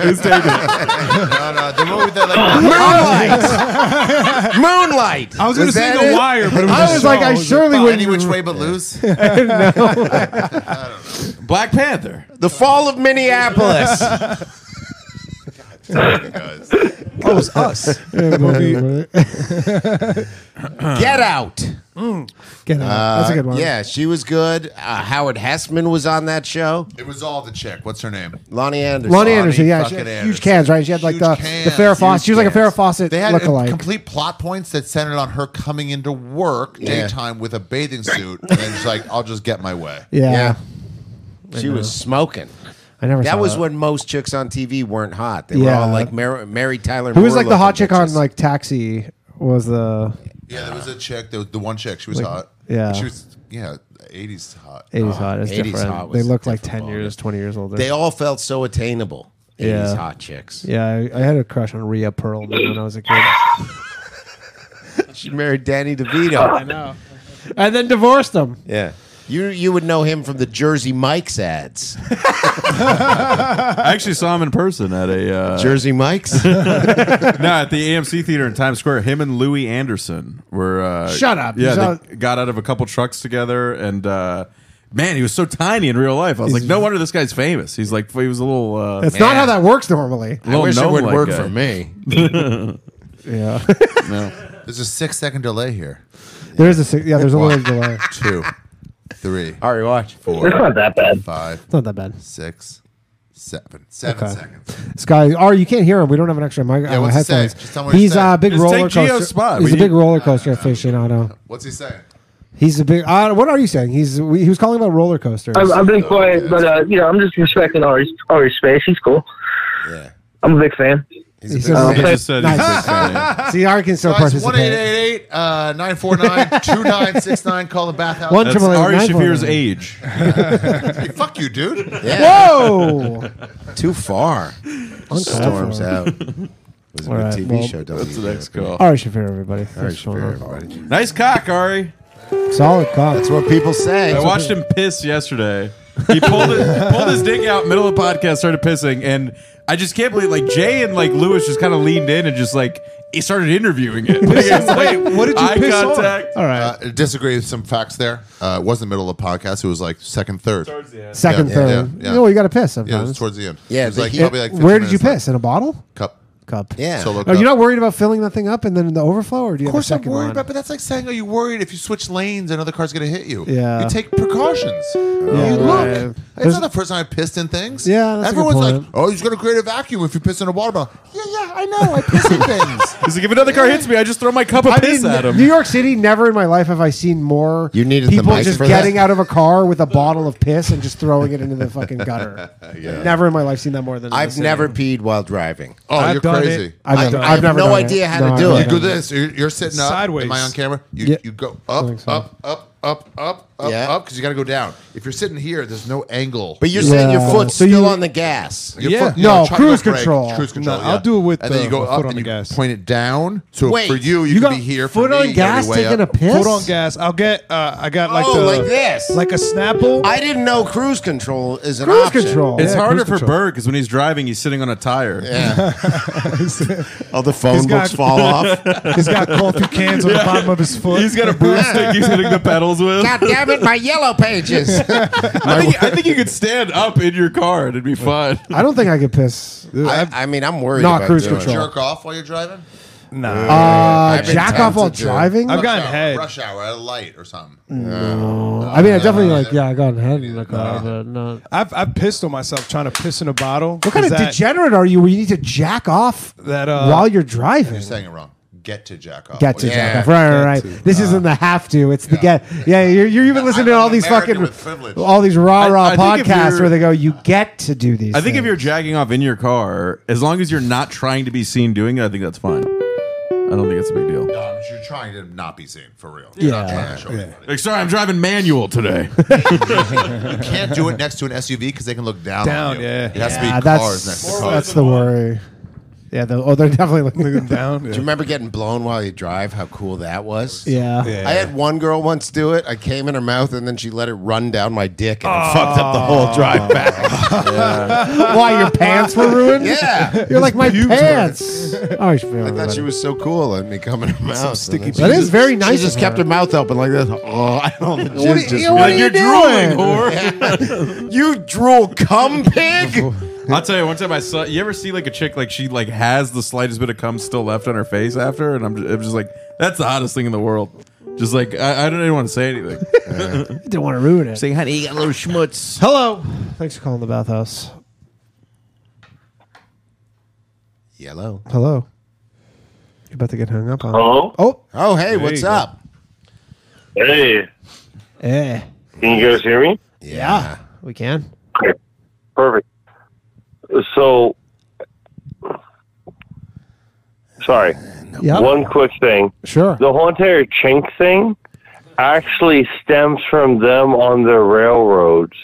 [SPEAKER 2] Who's taking it?
[SPEAKER 12] no, no, the movie that like
[SPEAKER 6] Moonlight. Moonlight.
[SPEAKER 4] I was going to say
[SPEAKER 6] that
[SPEAKER 4] The
[SPEAKER 6] it?
[SPEAKER 4] Wire, but it was
[SPEAKER 1] I
[SPEAKER 4] a
[SPEAKER 1] was like, I
[SPEAKER 4] show.
[SPEAKER 1] surely
[SPEAKER 12] any
[SPEAKER 1] wouldn't.
[SPEAKER 12] which way but loose.
[SPEAKER 2] Black Panther.
[SPEAKER 6] The Fall of Minneapolis.
[SPEAKER 12] Guys.
[SPEAKER 4] Oh, it was us.
[SPEAKER 6] Get out.
[SPEAKER 4] Mm.
[SPEAKER 1] Get out. That's
[SPEAKER 6] Uh,
[SPEAKER 1] a good one.
[SPEAKER 6] Yeah, she was good. Uh, Howard Hessman was on that show.
[SPEAKER 12] It was all the chick. What's her name?
[SPEAKER 6] Lonnie Anderson.
[SPEAKER 1] Lonnie Anderson, yeah, she
[SPEAKER 12] fucking
[SPEAKER 1] had huge
[SPEAKER 12] Anderson.
[SPEAKER 1] cans, right? She had like
[SPEAKER 12] Huge
[SPEAKER 1] the the
[SPEAKER 12] cans,
[SPEAKER 1] Farrah
[SPEAKER 12] huge
[SPEAKER 1] Fawcett. She was like a Farrah
[SPEAKER 12] cans.
[SPEAKER 1] Fawcett
[SPEAKER 12] They had uh,
[SPEAKER 1] lookalike.
[SPEAKER 12] complete plot points that centered on her coming into work
[SPEAKER 6] Yeah.
[SPEAKER 12] daytime with a bathing suit, and then she's like, "I'll just get my way."
[SPEAKER 1] yeah.
[SPEAKER 6] Yeah. She was smoking.
[SPEAKER 1] I never. saw
[SPEAKER 6] That was
[SPEAKER 1] that.
[SPEAKER 6] when most chicks on TV weren't hot. They
[SPEAKER 1] Yeah.
[SPEAKER 6] were all like Mar- Mary Tyler.
[SPEAKER 1] Who was
[SPEAKER 6] Moore
[SPEAKER 1] like the hot
[SPEAKER 6] looking
[SPEAKER 1] chick on
[SPEAKER 6] bitches.
[SPEAKER 1] like Taxi? Was
[SPEAKER 12] Oh,
[SPEAKER 1] the
[SPEAKER 12] Yeah, there was a chick. There was the one chick. She was hot.
[SPEAKER 1] Uh, yeah.
[SPEAKER 12] she was yeah, eighties hot.
[SPEAKER 1] 80s hot? It's
[SPEAKER 6] 80s
[SPEAKER 1] different.
[SPEAKER 6] hot
[SPEAKER 1] they
[SPEAKER 6] was a
[SPEAKER 1] look like ten
[SPEAKER 6] different
[SPEAKER 1] years, twenty years older.
[SPEAKER 6] They all felt so attainable. 80s
[SPEAKER 1] Yeah.
[SPEAKER 6] hot chicks.
[SPEAKER 1] yeah, I, I had a crush on Rhea Perlman when I was a kid,
[SPEAKER 6] She married Danny DeVito.
[SPEAKER 1] and then divorced him.
[SPEAKER 6] yeah. You you would know him from the Jersey Mike's ads.
[SPEAKER 2] I actually saw him in person at a uh,
[SPEAKER 6] Jersey Mike's.
[SPEAKER 2] no, at the AMC theater in Times Square. Him and Louis Anderson were. Uh,
[SPEAKER 1] Shut up.
[SPEAKER 2] Yeah,
[SPEAKER 1] He's
[SPEAKER 2] they
[SPEAKER 1] out-
[SPEAKER 2] got out of a couple trucks together, and uh, man, he was so tiny in real life. I was like, no wonder this guy's famous. He's like, he was a little.
[SPEAKER 12] Oh,
[SPEAKER 2] Uh,
[SPEAKER 1] That's not how that works normally.
[SPEAKER 2] Little gnome-like guy.
[SPEAKER 1] yeah.
[SPEAKER 12] no. There's a six second delay here.
[SPEAKER 1] There is a six- yeah. There's a
[SPEAKER 12] One,
[SPEAKER 1] little delay.
[SPEAKER 12] Two, three.
[SPEAKER 6] All right, watch.
[SPEAKER 12] Four.
[SPEAKER 1] It's not that bad.
[SPEAKER 12] Five.
[SPEAKER 1] It's not that bad.
[SPEAKER 12] Six, seven. Seven
[SPEAKER 1] Okay.
[SPEAKER 12] seconds.
[SPEAKER 1] This guy, or you can't hear him. We don't have an extra mic.
[SPEAKER 12] Yeah,
[SPEAKER 1] uh,
[SPEAKER 12] what's he
[SPEAKER 1] headphones.
[SPEAKER 12] saying? Just tell me what he's
[SPEAKER 1] he's a
[SPEAKER 12] saying.
[SPEAKER 1] big
[SPEAKER 12] Just
[SPEAKER 1] roller
[SPEAKER 12] take Gio's
[SPEAKER 1] coaster.
[SPEAKER 12] spot.
[SPEAKER 1] He's
[SPEAKER 12] We
[SPEAKER 1] a big
[SPEAKER 12] need-
[SPEAKER 1] roller coaster aficionado.
[SPEAKER 12] What's he saying?
[SPEAKER 1] He's a big. Uh, what are you saying? He's we, he was calling about roller coasters.
[SPEAKER 10] I've, I've been quiet, but uh, you know, I'm just respecting Ari's, Ari's space. He's cool.
[SPEAKER 12] Yeah.
[SPEAKER 10] I'm a big fan. He's
[SPEAKER 1] He says-
[SPEAKER 11] Uh,
[SPEAKER 1] nice. See, I can still
[SPEAKER 12] Guys, one eight
[SPEAKER 1] participate.
[SPEAKER 12] eight eight uh, nine four nine two nine six nine. Call the bathhouse.
[SPEAKER 1] One triple eight, That's Ari nine four Shafir's nine.
[SPEAKER 2] age.
[SPEAKER 12] Hey, fuck you, dude.
[SPEAKER 1] Whoa!
[SPEAKER 6] Too far.
[SPEAKER 1] Uncalled
[SPEAKER 6] Storms
[SPEAKER 1] for.
[SPEAKER 6] out. It was a
[SPEAKER 1] All
[SPEAKER 6] good
[SPEAKER 1] right,
[SPEAKER 6] TV
[SPEAKER 1] well,
[SPEAKER 6] show.
[SPEAKER 2] that's the next call.
[SPEAKER 1] Ari Shaffir, everybody.
[SPEAKER 6] Ari
[SPEAKER 1] Thanks for showing
[SPEAKER 6] Shaffir,
[SPEAKER 1] up.
[SPEAKER 6] everybody.
[SPEAKER 2] Nice cock, Ari.
[SPEAKER 1] Solid cock. That's
[SPEAKER 6] what people say.
[SPEAKER 2] I watched him piss yesterday. He pulled his, pulled his dick out middle of the podcast, started pissing, and I just can't believe like Jay and like Lewis just kind of leaned in and just like he started interviewing it. Wait,
[SPEAKER 12] what did you
[SPEAKER 2] eye
[SPEAKER 12] piss on?
[SPEAKER 2] contact.
[SPEAKER 1] All right.
[SPEAKER 12] Uh, disagree with some facts there. Uh, it wasn't the middle of the podcast. It was like second, third.
[SPEAKER 1] Second,
[SPEAKER 12] Yeah,
[SPEAKER 1] third.
[SPEAKER 12] Yeah, yeah.
[SPEAKER 1] No, you got to piss
[SPEAKER 12] Yeah, it
[SPEAKER 1] sometimes.
[SPEAKER 12] was towards the end.
[SPEAKER 6] Yeah,
[SPEAKER 12] it was
[SPEAKER 6] the
[SPEAKER 12] like,
[SPEAKER 6] heat-
[SPEAKER 12] probably like 15
[SPEAKER 1] Where did you
[SPEAKER 12] minutes
[SPEAKER 1] piss? In a bottle?
[SPEAKER 12] Cup.
[SPEAKER 1] Cup.
[SPEAKER 12] Yeah. Solo
[SPEAKER 1] Are you
[SPEAKER 12] cup.
[SPEAKER 1] not worried about filling that thing up and then the overflow, or do you
[SPEAKER 12] Of course,
[SPEAKER 1] have a
[SPEAKER 12] I'm
[SPEAKER 1] second
[SPEAKER 12] worried
[SPEAKER 1] one?
[SPEAKER 12] about. But that's like saying, "Are you worried if you switch lanes, another car's going to hit you?"
[SPEAKER 1] Yeah.
[SPEAKER 12] You take precautions.
[SPEAKER 1] Yeah,
[SPEAKER 12] you
[SPEAKER 1] right.
[SPEAKER 12] look. It's
[SPEAKER 1] There's-
[SPEAKER 12] not the first time I pissed in things.
[SPEAKER 1] Yeah, that's a good
[SPEAKER 12] everyone's like,
[SPEAKER 1] point.
[SPEAKER 12] "Oh, he's going to create a vacuum if you piss in a water bottle." Yeah, yeah, I know. I piss in things.
[SPEAKER 2] He's like, if another car hits me, I just throw my cup of
[SPEAKER 1] I
[SPEAKER 2] piss
[SPEAKER 1] mean,
[SPEAKER 2] at him.
[SPEAKER 1] New York City. Never in my life have I seen more
[SPEAKER 6] You needed the
[SPEAKER 1] people
[SPEAKER 6] mic
[SPEAKER 1] just
[SPEAKER 6] for
[SPEAKER 1] getting
[SPEAKER 6] that?
[SPEAKER 1] out of a car with a bottle of piss and just throwing it into the fucking gutter.
[SPEAKER 6] Yeah.
[SPEAKER 1] Never in my life seen that more than in the
[SPEAKER 6] I've
[SPEAKER 1] city.
[SPEAKER 6] never peed while driving.
[SPEAKER 12] Oh, I've you're done crazy. it.
[SPEAKER 1] I've
[SPEAKER 6] I,
[SPEAKER 1] done-
[SPEAKER 6] I
[SPEAKER 1] I've
[SPEAKER 6] have
[SPEAKER 1] never
[SPEAKER 6] no
[SPEAKER 1] done it.
[SPEAKER 6] idea how
[SPEAKER 1] No,
[SPEAKER 6] to do
[SPEAKER 1] I've
[SPEAKER 6] it.
[SPEAKER 1] never
[SPEAKER 12] You do this. You're, you're sitting up.
[SPEAKER 4] Sideways.
[SPEAKER 12] Am I on camera? You
[SPEAKER 1] Yeah.
[SPEAKER 12] you go up, up, up, up, up, up,
[SPEAKER 6] Yeah.
[SPEAKER 12] up, because you got to go down. If you're sitting here, there's no angle.
[SPEAKER 6] But you're saying your
[SPEAKER 1] Yeah.
[SPEAKER 6] foot's
[SPEAKER 1] So
[SPEAKER 6] still
[SPEAKER 1] you-
[SPEAKER 6] on the gas.
[SPEAKER 12] Your
[SPEAKER 4] Yeah.
[SPEAKER 12] foot- you know,
[SPEAKER 1] No,
[SPEAKER 12] try to
[SPEAKER 1] cruise
[SPEAKER 12] go brake.
[SPEAKER 1] control.
[SPEAKER 12] Cruise control.
[SPEAKER 4] No,
[SPEAKER 12] yeah.
[SPEAKER 4] I'll do it with,
[SPEAKER 12] and then you
[SPEAKER 4] uh,
[SPEAKER 12] go
[SPEAKER 4] foot
[SPEAKER 12] up
[SPEAKER 4] on
[SPEAKER 12] and
[SPEAKER 4] the
[SPEAKER 12] you
[SPEAKER 4] gas.
[SPEAKER 12] point it down. So
[SPEAKER 6] Wait.
[SPEAKER 12] for you, uh, you,
[SPEAKER 1] You
[SPEAKER 12] can
[SPEAKER 1] got
[SPEAKER 12] be here.
[SPEAKER 1] foot
[SPEAKER 12] for
[SPEAKER 1] on
[SPEAKER 12] me,
[SPEAKER 1] gas
[SPEAKER 12] you're way
[SPEAKER 1] taking
[SPEAKER 12] up.
[SPEAKER 1] a piss.
[SPEAKER 4] Foot on gas. I'll get. Uh, I got like
[SPEAKER 6] oh,
[SPEAKER 4] the
[SPEAKER 6] like this.
[SPEAKER 4] like a Snapple.
[SPEAKER 6] I didn't know cruise control is an
[SPEAKER 1] Cruise
[SPEAKER 6] option.
[SPEAKER 1] control.
[SPEAKER 2] It's
[SPEAKER 1] Yeah,
[SPEAKER 2] harder
[SPEAKER 4] cruise
[SPEAKER 2] for
[SPEAKER 4] control.
[SPEAKER 2] Bird because when he's driving, he's sitting on a tire.
[SPEAKER 6] Yeah. All the phone
[SPEAKER 4] He's got-
[SPEAKER 6] books fall off.
[SPEAKER 4] He's got coffee cans on the bottom of his foot.
[SPEAKER 2] He's got a broomstick he's hitting the pedals with.
[SPEAKER 6] God damn it, my yellow pages.
[SPEAKER 2] I, think, I think you could stand up in your car and it'd be fun.
[SPEAKER 1] I don't think I could piss.
[SPEAKER 6] I, I mean, I'm worried
[SPEAKER 1] Not
[SPEAKER 6] about
[SPEAKER 1] cruise
[SPEAKER 6] doing it.
[SPEAKER 1] control.
[SPEAKER 12] Jerk off while you're driving.
[SPEAKER 4] Nah.
[SPEAKER 1] Uh,
[SPEAKER 6] I've been
[SPEAKER 1] jack off while
[SPEAKER 6] tempted to.
[SPEAKER 1] driving.
[SPEAKER 4] I've gotten
[SPEAKER 12] Rush hour,
[SPEAKER 4] head.
[SPEAKER 12] Rush hour at a light or something.
[SPEAKER 1] No. I mean, I definitely like yeah, I got head in the car, but not.
[SPEAKER 4] I've, I've pissed on myself trying to piss in a bottle.
[SPEAKER 1] What kind of
[SPEAKER 4] that,
[SPEAKER 1] degenerate are you? Where you need to jack off
[SPEAKER 4] That uh,
[SPEAKER 1] while you're driving?
[SPEAKER 12] You're saying it wrong. Get to jack off.
[SPEAKER 1] Get to
[SPEAKER 12] Oh, Yeah.
[SPEAKER 1] jack off. Right, right, right.
[SPEAKER 4] get to.
[SPEAKER 1] This isn't the have to. It's the get. Yeah, you're, you're even listening to
[SPEAKER 12] I'm
[SPEAKER 1] all
[SPEAKER 12] an
[SPEAKER 1] these
[SPEAKER 12] American
[SPEAKER 1] fucking,
[SPEAKER 12] with privilege.
[SPEAKER 1] all these rah
[SPEAKER 2] I-
[SPEAKER 1] rah
[SPEAKER 2] I think if
[SPEAKER 1] podcasts
[SPEAKER 2] you're-
[SPEAKER 1] where they go, you get to do these.
[SPEAKER 2] I think if
[SPEAKER 1] things."
[SPEAKER 2] you're jacking off in your car, as long as you're not trying to be seen doing it, I think that's fine. I don't think it's a big deal.
[SPEAKER 12] No, but you're trying to not be seen for real. You're not
[SPEAKER 1] Yeah.
[SPEAKER 12] trying to show anybody.
[SPEAKER 2] Like, sorry, I'm driving manual today.
[SPEAKER 12] You can't do it next to an SUV because they can look down.
[SPEAKER 4] Down,
[SPEAKER 12] on you.
[SPEAKER 4] yeah.
[SPEAKER 12] It has to be
[SPEAKER 1] Yeah,
[SPEAKER 12] cars
[SPEAKER 1] that's
[SPEAKER 12] next to cars.
[SPEAKER 1] that's the worry. Yeah, the, oh, they're definitely looking.
[SPEAKER 4] down.
[SPEAKER 6] Do you remember getting blown while you drive? How cool that was.
[SPEAKER 1] yeah.
[SPEAKER 6] I had one girl once do it. I came in her mouth and then she let it run down my dick and
[SPEAKER 4] Oh.
[SPEAKER 6] it fucked up the whole drive back.
[SPEAKER 1] Why your pants were ruined?
[SPEAKER 6] yeah.
[SPEAKER 1] You're like my pants. Oh, I, should feel
[SPEAKER 6] I thought she was so cool at me coming in her mouth. and
[SPEAKER 4] sticky
[SPEAKER 6] then she
[SPEAKER 1] That
[SPEAKER 6] just-
[SPEAKER 1] is very nice
[SPEAKER 6] She just
[SPEAKER 1] of
[SPEAKER 6] kept
[SPEAKER 1] her.
[SPEAKER 6] her mouth open like this. Oh, I don't know.
[SPEAKER 1] What are you- what are
[SPEAKER 2] like,
[SPEAKER 1] you
[SPEAKER 2] you're
[SPEAKER 1] doing?
[SPEAKER 2] drooling, whore.
[SPEAKER 6] You drool cum pig?
[SPEAKER 2] I'll tell you one time I saw. You ever see like a chick like she like has the slightest bit of cum still left on her face after, and I'm just, I'm just like, that's the hottest thing in the world. Just like I, I don't even want to say anything.
[SPEAKER 1] Didn't want to ruin it.
[SPEAKER 2] Saying, honey, you got a little schmutz.
[SPEAKER 1] Hello. Thanks for calling the bathhouse.
[SPEAKER 6] Yellow.
[SPEAKER 1] Hello. You're about to get hung up on.
[SPEAKER 13] Hello?
[SPEAKER 1] Oh,
[SPEAKER 6] Oh, hey, what's
[SPEAKER 4] you go.
[SPEAKER 6] up?
[SPEAKER 13] Hey,
[SPEAKER 1] eh.
[SPEAKER 13] can you guys hear me?
[SPEAKER 1] Yeah, we can.
[SPEAKER 13] Perfect. So, sorry.
[SPEAKER 1] Yeah.
[SPEAKER 13] One quick thing.
[SPEAKER 1] Sure.
[SPEAKER 13] The whole entire chink thing actually stems from them on the railroads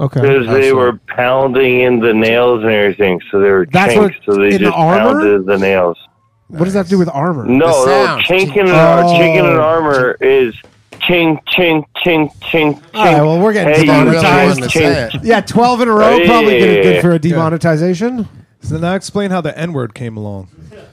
[SPEAKER 1] Okay.
[SPEAKER 13] because they were pounding in the nails and everything. So they were
[SPEAKER 1] That's
[SPEAKER 13] chinks.
[SPEAKER 1] what-
[SPEAKER 13] so they
[SPEAKER 1] in the
[SPEAKER 13] just
[SPEAKER 1] armor?
[SPEAKER 13] pounded the nails.
[SPEAKER 1] What does that have to do with armor?
[SPEAKER 13] No,
[SPEAKER 6] The
[SPEAKER 13] no,
[SPEAKER 6] sound.
[SPEAKER 13] chink in an
[SPEAKER 1] Oh.
[SPEAKER 13] chink in an armor is ching, ching, ching, ching, ching.
[SPEAKER 1] All right, well, we're getting
[SPEAKER 13] Hey,
[SPEAKER 1] demonetized.
[SPEAKER 13] ching, ching.
[SPEAKER 1] yeah, 12 in a row probably good, good for a demonetization.
[SPEAKER 4] So now explain how the N word came along.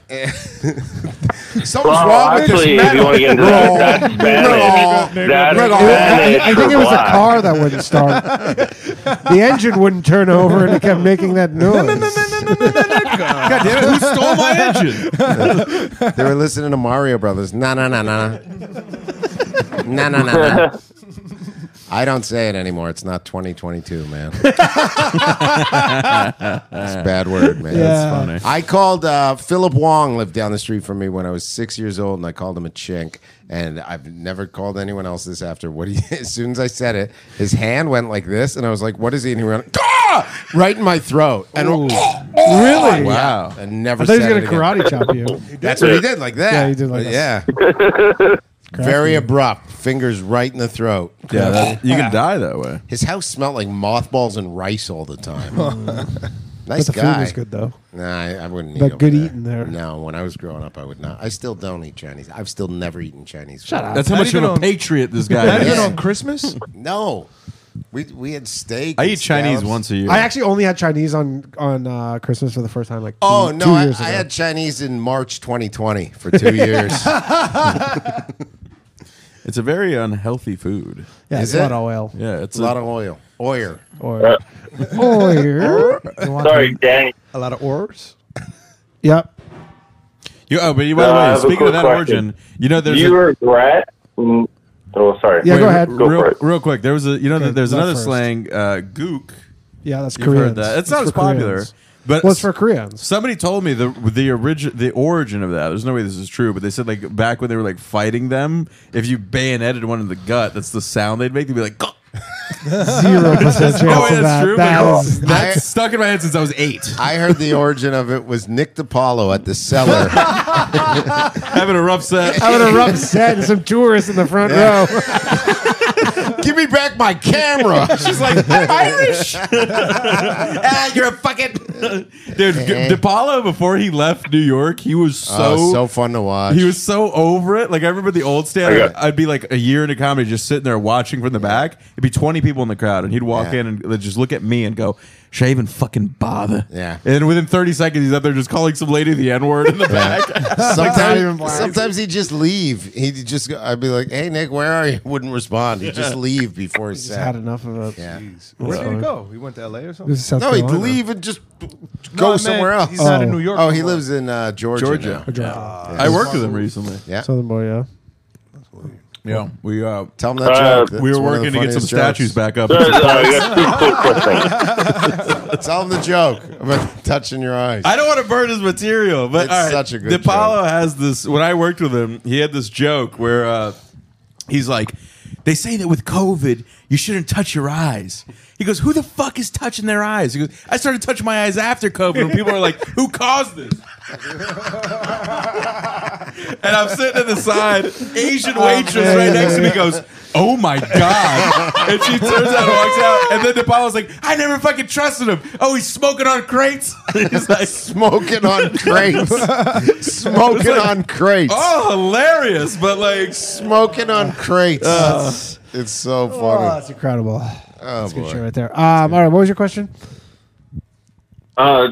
[SPEAKER 6] Something's
[SPEAKER 1] Well, wrong with this actually, if you metal. wanna get into that, Wrong. that's
[SPEAKER 13] Spanish. That's
[SPEAKER 1] It was-
[SPEAKER 13] Spanish
[SPEAKER 1] I, I think
[SPEAKER 13] for
[SPEAKER 1] it was the
[SPEAKER 13] black.
[SPEAKER 1] car that wouldn't start. the engine wouldn't turn over, and it kept making that noise.
[SPEAKER 6] God
[SPEAKER 1] damn it, who stole my engine?
[SPEAKER 6] they were listening to Mario Brothers. Na na na na. Na na na na. I don't say it anymore. It's not 2022, man. it's a bad word, man.
[SPEAKER 12] Yeah. That's funny.
[SPEAKER 6] I called uh, Philip Wong lived down the street from me when I was six years old, and I called him a chink. And I've never called anyone else this after. What he, as soon as I said it, his hand went like this, and I was like, "What is he?" And he went "Ah!" right in my throat, and
[SPEAKER 1] really?
[SPEAKER 6] wow, and never.
[SPEAKER 1] I thought he was
[SPEAKER 6] said
[SPEAKER 1] gonna
[SPEAKER 6] it again.
[SPEAKER 1] karate chop you. He did.
[SPEAKER 6] That's what he did, like that.
[SPEAKER 1] Yeah, he did like that.
[SPEAKER 6] yeah.
[SPEAKER 1] Crafty.
[SPEAKER 6] Very abrupt, fingers right in the throat.
[SPEAKER 1] Yeah, that- you can
[SPEAKER 6] die that way. His house smelled like mothballs and rice all the time. nice
[SPEAKER 1] But the food
[SPEAKER 6] guy.
[SPEAKER 1] was good, though.
[SPEAKER 6] Nah, I, I wouldn't.
[SPEAKER 1] But
[SPEAKER 6] eat
[SPEAKER 1] good
[SPEAKER 6] over
[SPEAKER 1] eating there.
[SPEAKER 6] No, when I was growing up, I would not. I still don't eat Chinese. I've still never eaten Chinese.
[SPEAKER 1] Shut
[SPEAKER 6] food.
[SPEAKER 1] up.
[SPEAKER 2] That's how much of a patriot this guy is.
[SPEAKER 6] Christmas? no. We, we had steak.
[SPEAKER 2] I
[SPEAKER 6] and
[SPEAKER 2] eat Chinese
[SPEAKER 6] scallops.
[SPEAKER 2] once a year.
[SPEAKER 1] I actually only had Chinese on on uh, Christmas for the first time, like two-
[SPEAKER 6] Oh
[SPEAKER 1] two
[SPEAKER 6] no! I,
[SPEAKER 1] years
[SPEAKER 6] I
[SPEAKER 1] ago.
[SPEAKER 6] had Chinese in March 2020 for two years.
[SPEAKER 1] Oh,
[SPEAKER 2] It's a very unhealthy food.
[SPEAKER 1] Yeah, Is it's a lot it? of oil.
[SPEAKER 2] Yeah, it's
[SPEAKER 6] A lot of oil. Oil.
[SPEAKER 1] Oil. Oil.
[SPEAKER 13] Sorry, Danny.
[SPEAKER 4] A lot of ors.
[SPEAKER 1] Yep.
[SPEAKER 2] You, oh, but you, by the
[SPEAKER 13] Uh, I
[SPEAKER 2] way,
[SPEAKER 13] have a
[SPEAKER 2] speaking of
[SPEAKER 13] quick
[SPEAKER 2] that
[SPEAKER 13] question.
[SPEAKER 2] origin, you know, there's
[SPEAKER 13] you
[SPEAKER 2] a,
[SPEAKER 13] regret. Mm, Oh, sorry.
[SPEAKER 1] Yeah, go ahead.
[SPEAKER 13] Go for
[SPEAKER 2] real,
[SPEAKER 13] it.
[SPEAKER 2] real quick. There was a, you know,
[SPEAKER 1] Okay,
[SPEAKER 2] there's
[SPEAKER 1] go
[SPEAKER 2] another
[SPEAKER 1] first.
[SPEAKER 2] slang, uh, gook.
[SPEAKER 1] Yeah, that's
[SPEAKER 2] You've heard
[SPEAKER 1] Korean.
[SPEAKER 2] that. It's not as popular, but
[SPEAKER 1] well, it's for Koreans.
[SPEAKER 2] Somebody told me the the origin the origin of that. There's no way this is true, but they said like back when they were like fighting them, if you bayoneted one in the gut, that's the sound they'd make. They'd be like, "Gah."
[SPEAKER 1] Zero percent
[SPEAKER 2] no
[SPEAKER 1] chance
[SPEAKER 2] way Oh, that's
[SPEAKER 1] of that.
[SPEAKER 2] true.
[SPEAKER 1] That
[SPEAKER 2] Like,
[SPEAKER 1] is-
[SPEAKER 2] that's stuck in my head since I was eight.
[SPEAKER 6] I heard the origin of it was Nick DiPaolo at the cellar.
[SPEAKER 2] Having a rough set.
[SPEAKER 1] Having a rough set and some tourists in the front
[SPEAKER 6] Yeah.
[SPEAKER 1] row.
[SPEAKER 6] Give me back my camera.
[SPEAKER 2] She's like, I'm Irish. ah, you're a fucking dude.
[SPEAKER 6] Eh.
[SPEAKER 2] DePaulo before he left New York, he was so
[SPEAKER 6] Oh, so fun to watch.
[SPEAKER 2] He was so over it. Like I remember the old stand.
[SPEAKER 6] Yeah.
[SPEAKER 2] I'd be like a year into comedy, just sitting there watching from the back. It'd be twenty people in the crowd, and he'd walk
[SPEAKER 6] Yeah.
[SPEAKER 2] in and they'd just look at me and go, "Should I even fucking bother?"
[SPEAKER 6] Yeah.
[SPEAKER 2] And within thirty seconds, he's up there just calling some lady the n word in the back.
[SPEAKER 6] Sometimes, sometimes he'd just leave. He'd just go, I'd be like, "Hey Nick, where are you?" Wouldn't respond. He'd just leave before his set.
[SPEAKER 1] had enough of it.
[SPEAKER 6] Yeah.
[SPEAKER 4] Where did he go? He went to L.A. or something.
[SPEAKER 1] This is South
[SPEAKER 6] no, he'd
[SPEAKER 1] Carolina.
[SPEAKER 6] leave and just
[SPEAKER 4] No, I
[SPEAKER 6] go
[SPEAKER 4] meant
[SPEAKER 6] somewhere else.
[SPEAKER 4] he's not in Oh. New York
[SPEAKER 6] Oh, he
[SPEAKER 4] anymore.
[SPEAKER 6] lives in uh, Georgia.
[SPEAKER 2] Georgia.
[SPEAKER 6] now.
[SPEAKER 2] Georgia. I worked with him recently.
[SPEAKER 6] Yeah.
[SPEAKER 1] Oh, Southern boy, yeah.
[SPEAKER 2] Yeah, we uh,
[SPEAKER 6] tell him
[SPEAKER 1] that joke.
[SPEAKER 2] We
[SPEAKER 1] That's
[SPEAKER 2] were
[SPEAKER 1] one of the
[SPEAKER 2] working to get some
[SPEAKER 1] funniest
[SPEAKER 2] statues
[SPEAKER 1] jokes.
[SPEAKER 2] back up.
[SPEAKER 6] Sorry, sorry, I Tell him the joke about touching your eyes.
[SPEAKER 2] I don't want to burn his material, but
[SPEAKER 6] It's
[SPEAKER 2] all right.
[SPEAKER 6] such a good
[SPEAKER 2] DiPaolo has this. When I worked with him, he had this joke where uh, he's like, "They say that with COVID, you shouldn't touch your eyes." He goes, "Who the fuck is touching their eyes?" He goes, "I started touching my eyes after COVID, and people are like, who caused this?" and I'm sitting at the side, Asian waitress
[SPEAKER 7] Oh,
[SPEAKER 2] right
[SPEAKER 7] man.
[SPEAKER 2] next to me goes, "Oh my god!" and she turns out, and walks out, and then DePaulo's like, "I never fucking trusted him." Oh, he's smoking on crates. he's like
[SPEAKER 6] smoking on crates. Smoking on crates.
[SPEAKER 2] Oh, hilarious! But like
[SPEAKER 6] smoking on crates. it's so
[SPEAKER 1] Uh, Oh,
[SPEAKER 6] funny. Oh,
[SPEAKER 1] that's incredible. that's
[SPEAKER 6] boy.
[SPEAKER 1] good shit right there. Um, all right, what was your question?
[SPEAKER 13] Uh,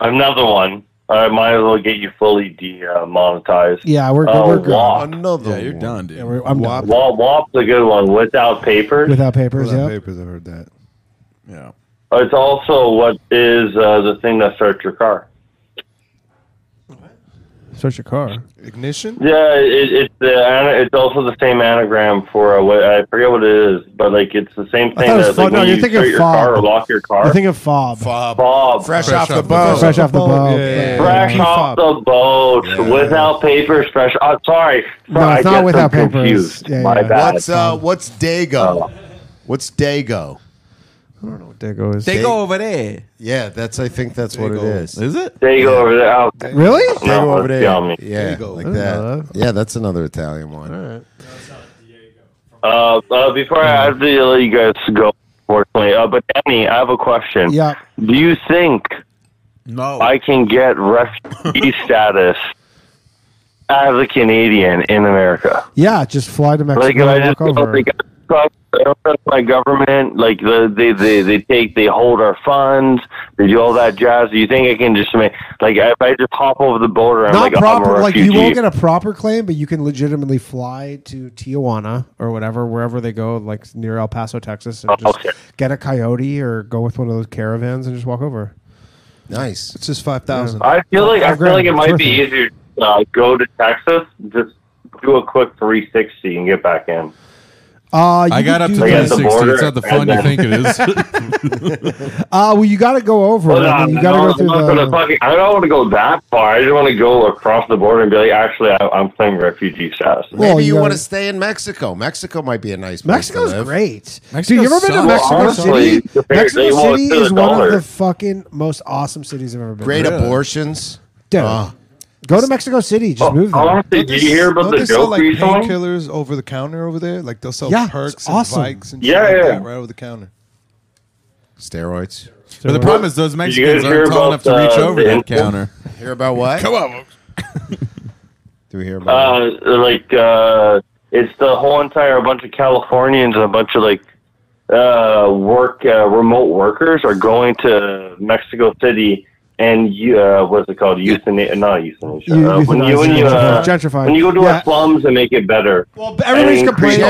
[SPEAKER 13] another one. I might as well get you fully demonetized.
[SPEAKER 1] Yeah, we're
[SPEAKER 13] uh,
[SPEAKER 1] good. We're good.
[SPEAKER 13] WAP.
[SPEAKER 6] Another
[SPEAKER 2] you're done, dude.
[SPEAKER 1] I'm
[SPEAKER 13] WAP, WAP's a good one. Without paper.
[SPEAKER 1] Without papers, yeah.
[SPEAKER 4] papers. I heard that.
[SPEAKER 2] Yeah.
[SPEAKER 13] It's also what is uh, the thing that starts your car.
[SPEAKER 1] Search your car.
[SPEAKER 4] Ignition.
[SPEAKER 13] Yeah, it, it's the ana- it's also the same anagram for uh, what I forget what it is, but like it's the same thing
[SPEAKER 1] I thought it
[SPEAKER 13] that
[SPEAKER 1] was fob.
[SPEAKER 13] like
[SPEAKER 1] No,
[SPEAKER 13] when
[SPEAKER 1] you're
[SPEAKER 13] you
[SPEAKER 1] thinking
[SPEAKER 13] start
[SPEAKER 1] of
[SPEAKER 13] your
[SPEAKER 1] fob.
[SPEAKER 13] car or lock your car.
[SPEAKER 1] I think of fob.
[SPEAKER 6] Fob.
[SPEAKER 13] Bob.
[SPEAKER 6] Fresh, off, the boat.
[SPEAKER 1] Fresh off the boat.
[SPEAKER 13] Fresh off the boat, without papers. Fresh. Oh, sorry,
[SPEAKER 6] No,
[SPEAKER 13] I
[SPEAKER 6] it's not
[SPEAKER 13] guess
[SPEAKER 6] without
[SPEAKER 13] I'm
[SPEAKER 6] papers.
[SPEAKER 13] confused.
[SPEAKER 1] Yeah,
[SPEAKER 13] My bad. Um, uh,
[SPEAKER 6] What's uh, what's Dago? What's Dago?
[SPEAKER 1] I don't know what Dago is.
[SPEAKER 6] They
[SPEAKER 2] go over there.
[SPEAKER 6] Yeah, that's. I think that's what it is.
[SPEAKER 2] Is it?
[SPEAKER 13] There you go over there. Oh,
[SPEAKER 1] Really?
[SPEAKER 13] No,
[SPEAKER 6] Dago over there.
[SPEAKER 13] yummy.
[SPEAKER 6] Yeah, like
[SPEAKER 1] I didn't know
[SPEAKER 6] that. Yeah, that's another Italian one.
[SPEAKER 13] Uh, uh, before I have to let you guys go, unfortunately, uh, but Danny, I have a question.
[SPEAKER 1] Yeah.
[SPEAKER 13] Do you think
[SPEAKER 2] no.
[SPEAKER 13] I can get refugee status as a Canadian in America.
[SPEAKER 1] Yeah, just fly to Mexico
[SPEAKER 13] Like
[SPEAKER 1] and
[SPEAKER 13] I just
[SPEAKER 1] walk
[SPEAKER 13] feel
[SPEAKER 1] over.
[SPEAKER 13] like I don't trust my government. Like the they, they they take they hold our funds. They do all that jazz. You think I can just make like if I just hop over the border? I'm
[SPEAKER 1] Not
[SPEAKER 13] like
[SPEAKER 1] proper.
[SPEAKER 13] I'm a
[SPEAKER 1] like
[SPEAKER 13] refugee.
[SPEAKER 1] you won't get a proper claim, but you can legitimately fly to Tijuana or whatever, wherever they go, like near El Paso, Texas,
[SPEAKER 13] Oh,
[SPEAKER 1] and just get a coyote or go with one of those caravans and just walk over.
[SPEAKER 6] Nice.
[SPEAKER 4] It's just five thousand.
[SPEAKER 13] I feel like I feel
[SPEAKER 1] Five grand.
[SPEAKER 13] like it might
[SPEAKER 1] It's
[SPEAKER 13] be
[SPEAKER 1] worth it.
[SPEAKER 13] easier to uh, go to Texas, just do a quick 360 and get back in.
[SPEAKER 1] Uh, you
[SPEAKER 13] I got
[SPEAKER 1] could
[SPEAKER 13] up
[SPEAKER 1] do
[SPEAKER 13] to
[SPEAKER 1] that.
[SPEAKER 13] 360. It's not the fun you think it is.
[SPEAKER 1] uh, well, you got to go over.
[SPEAKER 13] Well, no,
[SPEAKER 1] I mean, you
[SPEAKER 13] I'm
[SPEAKER 1] got to
[SPEAKER 13] not-
[SPEAKER 1] go through
[SPEAKER 13] I'm not
[SPEAKER 1] the.
[SPEAKER 13] gonna fucking- I don't want to go that far. I just want to go across the border and be like, actually, I, I'm claiming refugee status.
[SPEAKER 6] Maybe you want to stay in Mexico. Mexico might be a nice place
[SPEAKER 1] Mexico's
[SPEAKER 6] to live.
[SPEAKER 1] great. Dude, you ever been to Mexico City? Mexico City is one of the fucking most awesome cities I've ever been.
[SPEAKER 6] Great
[SPEAKER 1] to.
[SPEAKER 6] abortions.
[SPEAKER 1] Dude,
[SPEAKER 6] Ah.
[SPEAKER 1] go to Mexico City.
[SPEAKER 13] Oh,
[SPEAKER 1] Just move there.
[SPEAKER 4] Don't they sell, like painkillers over the counter over there? Like they'll sell
[SPEAKER 1] Yeah, it's
[SPEAKER 4] perks
[SPEAKER 1] awesome.
[SPEAKER 4] and Vikes and
[SPEAKER 1] Yeah,
[SPEAKER 4] shit like
[SPEAKER 1] yeah.
[SPEAKER 4] that right over the counter.
[SPEAKER 6] Steroids.
[SPEAKER 2] But the problem is those
[SPEAKER 6] Did
[SPEAKER 4] you
[SPEAKER 2] Mexicans
[SPEAKER 4] guys hear
[SPEAKER 2] aren't tall enough
[SPEAKER 6] about,
[SPEAKER 2] to reach
[SPEAKER 6] uh,
[SPEAKER 2] over
[SPEAKER 6] the
[SPEAKER 2] that
[SPEAKER 6] infant?
[SPEAKER 2] counter.
[SPEAKER 6] Hear about what?
[SPEAKER 2] Come on, folks.
[SPEAKER 6] Do we hear about
[SPEAKER 13] Uh, like uh, it's the whole entire bunch of Californians and a bunch of like uh, work uh, remote workers are going to Mexico City and you, uh, what's it called? Euthanasia? Not euthanasia.
[SPEAKER 1] You-
[SPEAKER 13] uh, when you when you uh,
[SPEAKER 1] Gentrifying.
[SPEAKER 13] when you go to
[SPEAKER 1] Yeah.
[SPEAKER 13] our slums and make it better. Well,
[SPEAKER 1] everybody's complaining.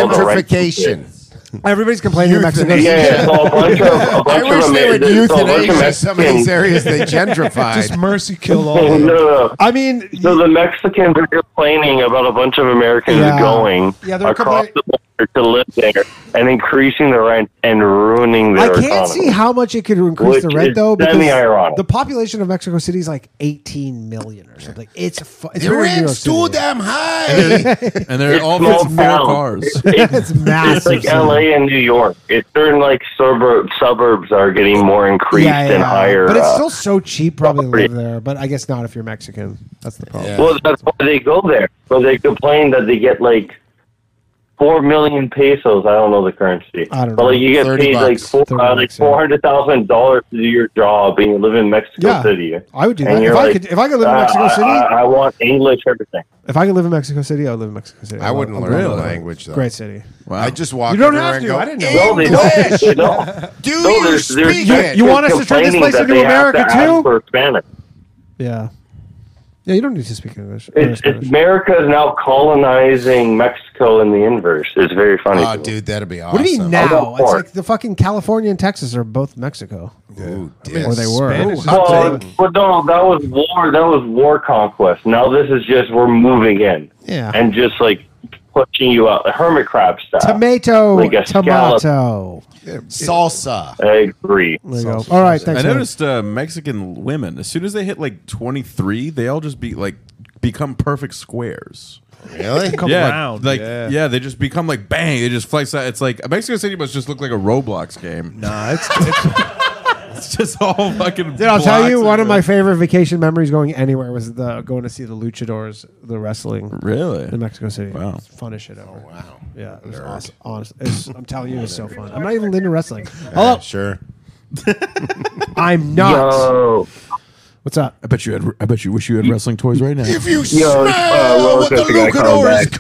[SPEAKER 1] Everybody's complaining in Mexico City.
[SPEAKER 13] Yeah, so a bunch of a bunch
[SPEAKER 1] wish
[SPEAKER 13] of
[SPEAKER 1] they
[SPEAKER 13] Amer-
[SPEAKER 1] would
[SPEAKER 13] so a bunch of
[SPEAKER 1] euthanasia some of
[SPEAKER 13] Mexicans-
[SPEAKER 1] these areas they gentrified.
[SPEAKER 4] Just mercy kill all.
[SPEAKER 13] no, no,
[SPEAKER 4] of them.
[SPEAKER 13] no.
[SPEAKER 1] I mean,
[SPEAKER 13] so the Mexicans are complaining about a bunch of Americans
[SPEAKER 4] Yeah.
[SPEAKER 13] going
[SPEAKER 1] Yeah, they're
[SPEAKER 13] across the border to live there and increasing the rent and ruining
[SPEAKER 1] I
[SPEAKER 13] their
[SPEAKER 1] can't
[SPEAKER 13] economy.
[SPEAKER 1] see how much it could increase
[SPEAKER 13] Which
[SPEAKER 1] the rent
[SPEAKER 13] is
[SPEAKER 1] though. because
[SPEAKER 13] semi-ironic.
[SPEAKER 1] The population of Mexico City is like 18 million or something. It's fu- it's
[SPEAKER 6] The
[SPEAKER 1] bigger than New
[SPEAKER 6] rent's too
[SPEAKER 1] York
[SPEAKER 6] damn
[SPEAKER 1] City.
[SPEAKER 6] high.
[SPEAKER 2] And they're
[SPEAKER 13] It's
[SPEAKER 2] all
[SPEAKER 13] small
[SPEAKER 2] from four
[SPEAKER 13] town.
[SPEAKER 2] cars.
[SPEAKER 1] it's
[SPEAKER 13] It's like
[SPEAKER 1] massive.
[SPEAKER 13] LA and New York. It's certain like suburb suburbs are getting more increased and higher.
[SPEAKER 1] but it's
[SPEAKER 13] uh,
[SPEAKER 1] still so cheap probably to live there. But I guess not if you're Mexican. That's the problem.
[SPEAKER 13] Well, that's why they go there. But they complain that they get like four million pesos. I don't know the currency.
[SPEAKER 1] I don't
[SPEAKER 13] but like
[SPEAKER 1] know.
[SPEAKER 13] you get
[SPEAKER 1] 30
[SPEAKER 13] paid like
[SPEAKER 1] bucks.
[SPEAKER 13] four,
[SPEAKER 1] 30
[SPEAKER 13] uh, like
[SPEAKER 1] bucks, yeah.
[SPEAKER 13] four hundred thousand dollars to do your job, and you live in Mexico
[SPEAKER 1] Yeah,
[SPEAKER 13] City.
[SPEAKER 1] I would do
[SPEAKER 13] And
[SPEAKER 1] that.
[SPEAKER 13] you're
[SPEAKER 1] If I
[SPEAKER 13] like,
[SPEAKER 1] could- if I could live in
[SPEAKER 13] "Ah,
[SPEAKER 1] Mexico
[SPEAKER 13] I-
[SPEAKER 1] City-
[SPEAKER 13] I, I want English everything.
[SPEAKER 1] If I could live in Mexico City, I would live in Mexico City.
[SPEAKER 6] I wouldn't
[SPEAKER 1] love-
[SPEAKER 6] learn the
[SPEAKER 1] love it.
[SPEAKER 6] language though.
[SPEAKER 1] Great city.
[SPEAKER 6] I just walk.
[SPEAKER 1] You don't
[SPEAKER 6] everywhere
[SPEAKER 1] have
[SPEAKER 6] and
[SPEAKER 1] to.
[SPEAKER 6] Go,
[SPEAKER 1] I
[SPEAKER 13] No,
[SPEAKER 1] didn't know.
[SPEAKER 13] they don't. They don't.
[SPEAKER 6] Do
[SPEAKER 13] no,
[SPEAKER 6] you
[SPEAKER 13] there's, there's,
[SPEAKER 6] speak
[SPEAKER 1] it? You want us to turn this
[SPEAKER 13] complaining
[SPEAKER 1] place
[SPEAKER 13] that
[SPEAKER 1] into
[SPEAKER 13] they have
[SPEAKER 1] America,
[SPEAKER 13] to ask
[SPEAKER 1] too?
[SPEAKER 13] For Spanish.
[SPEAKER 1] Yeah. Yeah, you don't need to speak English. or
[SPEAKER 13] It's,
[SPEAKER 1] Spanish.
[SPEAKER 13] it's America is now colonizing Mexico in the inverse. It's very funny.
[SPEAKER 6] Oh,
[SPEAKER 13] to me. Oh,
[SPEAKER 6] dude, that'd be awesome.
[SPEAKER 1] What do you mean
[SPEAKER 13] Although
[SPEAKER 1] now? It's
[SPEAKER 13] for-
[SPEAKER 1] like the fucking California and Texas are both Mexico.
[SPEAKER 6] Ooh,
[SPEAKER 1] I mean, or they were.
[SPEAKER 13] Well, but no, that was war. That was war conquest. Now this is just we're moving in.
[SPEAKER 1] Yeah.
[SPEAKER 13] And just like pushing you out, hermit crab style.
[SPEAKER 1] Tomato,
[SPEAKER 13] Uh, Like a
[SPEAKER 1] tomato.
[SPEAKER 13] scallop.
[SPEAKER 6] Salsa.
[SPEAKER 13] I agree.
[SPEAKER 1] There you go. All right, thanks.
[SPEAKER 2] I
[SPEAKER 1] man.
[SPEAKER 2] noticed uh, Mexican women, as soon as they hit like 23, they all just be like become perfect squares.
[SPEAKER 6] Really? Become
[SPEAKER 2] yeah,
[SPEAKER 6] round,
[SPEAKER 2] Like,
[SPEAKER 6] yeah.
[SPEAKER 2] yeah. they just become like bang. They just flex out. It's like Mexico City must just look like a Roblox game.
[SPEAKER 4] Nah, it's
[SPEAKER 2] it's just all fucking.
[SPEAKER 1] Dude, I'll tell
[SPEAKER 2] blocks
[SPEAKER 1] you,
[SPEAKER 2] and
[SPEAKER 1] one of my
[SPEAKER 2] everything.
[SPEAKER 1] favorite vacation memories going anywhere was the going to see the Luchadors, the wrestling.
[SPEAKER 2] Really?
[SPEAKER 1] In Mexico City.
[SPEAKER 2] Wow.
[SPEAKER 1] It's fun as shit ever. Oh, wow. Yeah, it was awesome. Honest, it's- I'm telling you, it was so fun. I'm not even into wrestling. Hello?
[SPEAKER 6] sure.
[SPEAKER 1] I'm not. What's up?
[SPEAKER 2] I bet you had. I bet you wish you had wrestling toys right now.
[SPEAKER 6] If you
[SPEAKER 1] Yo, it's, uh,
[SPEAKER 6] smell
[SPEAKER 1] roller
[SPEAKER 6] what the
[SPEAKER 1] coaster guy coming
[SPEAKER 6] Lucador is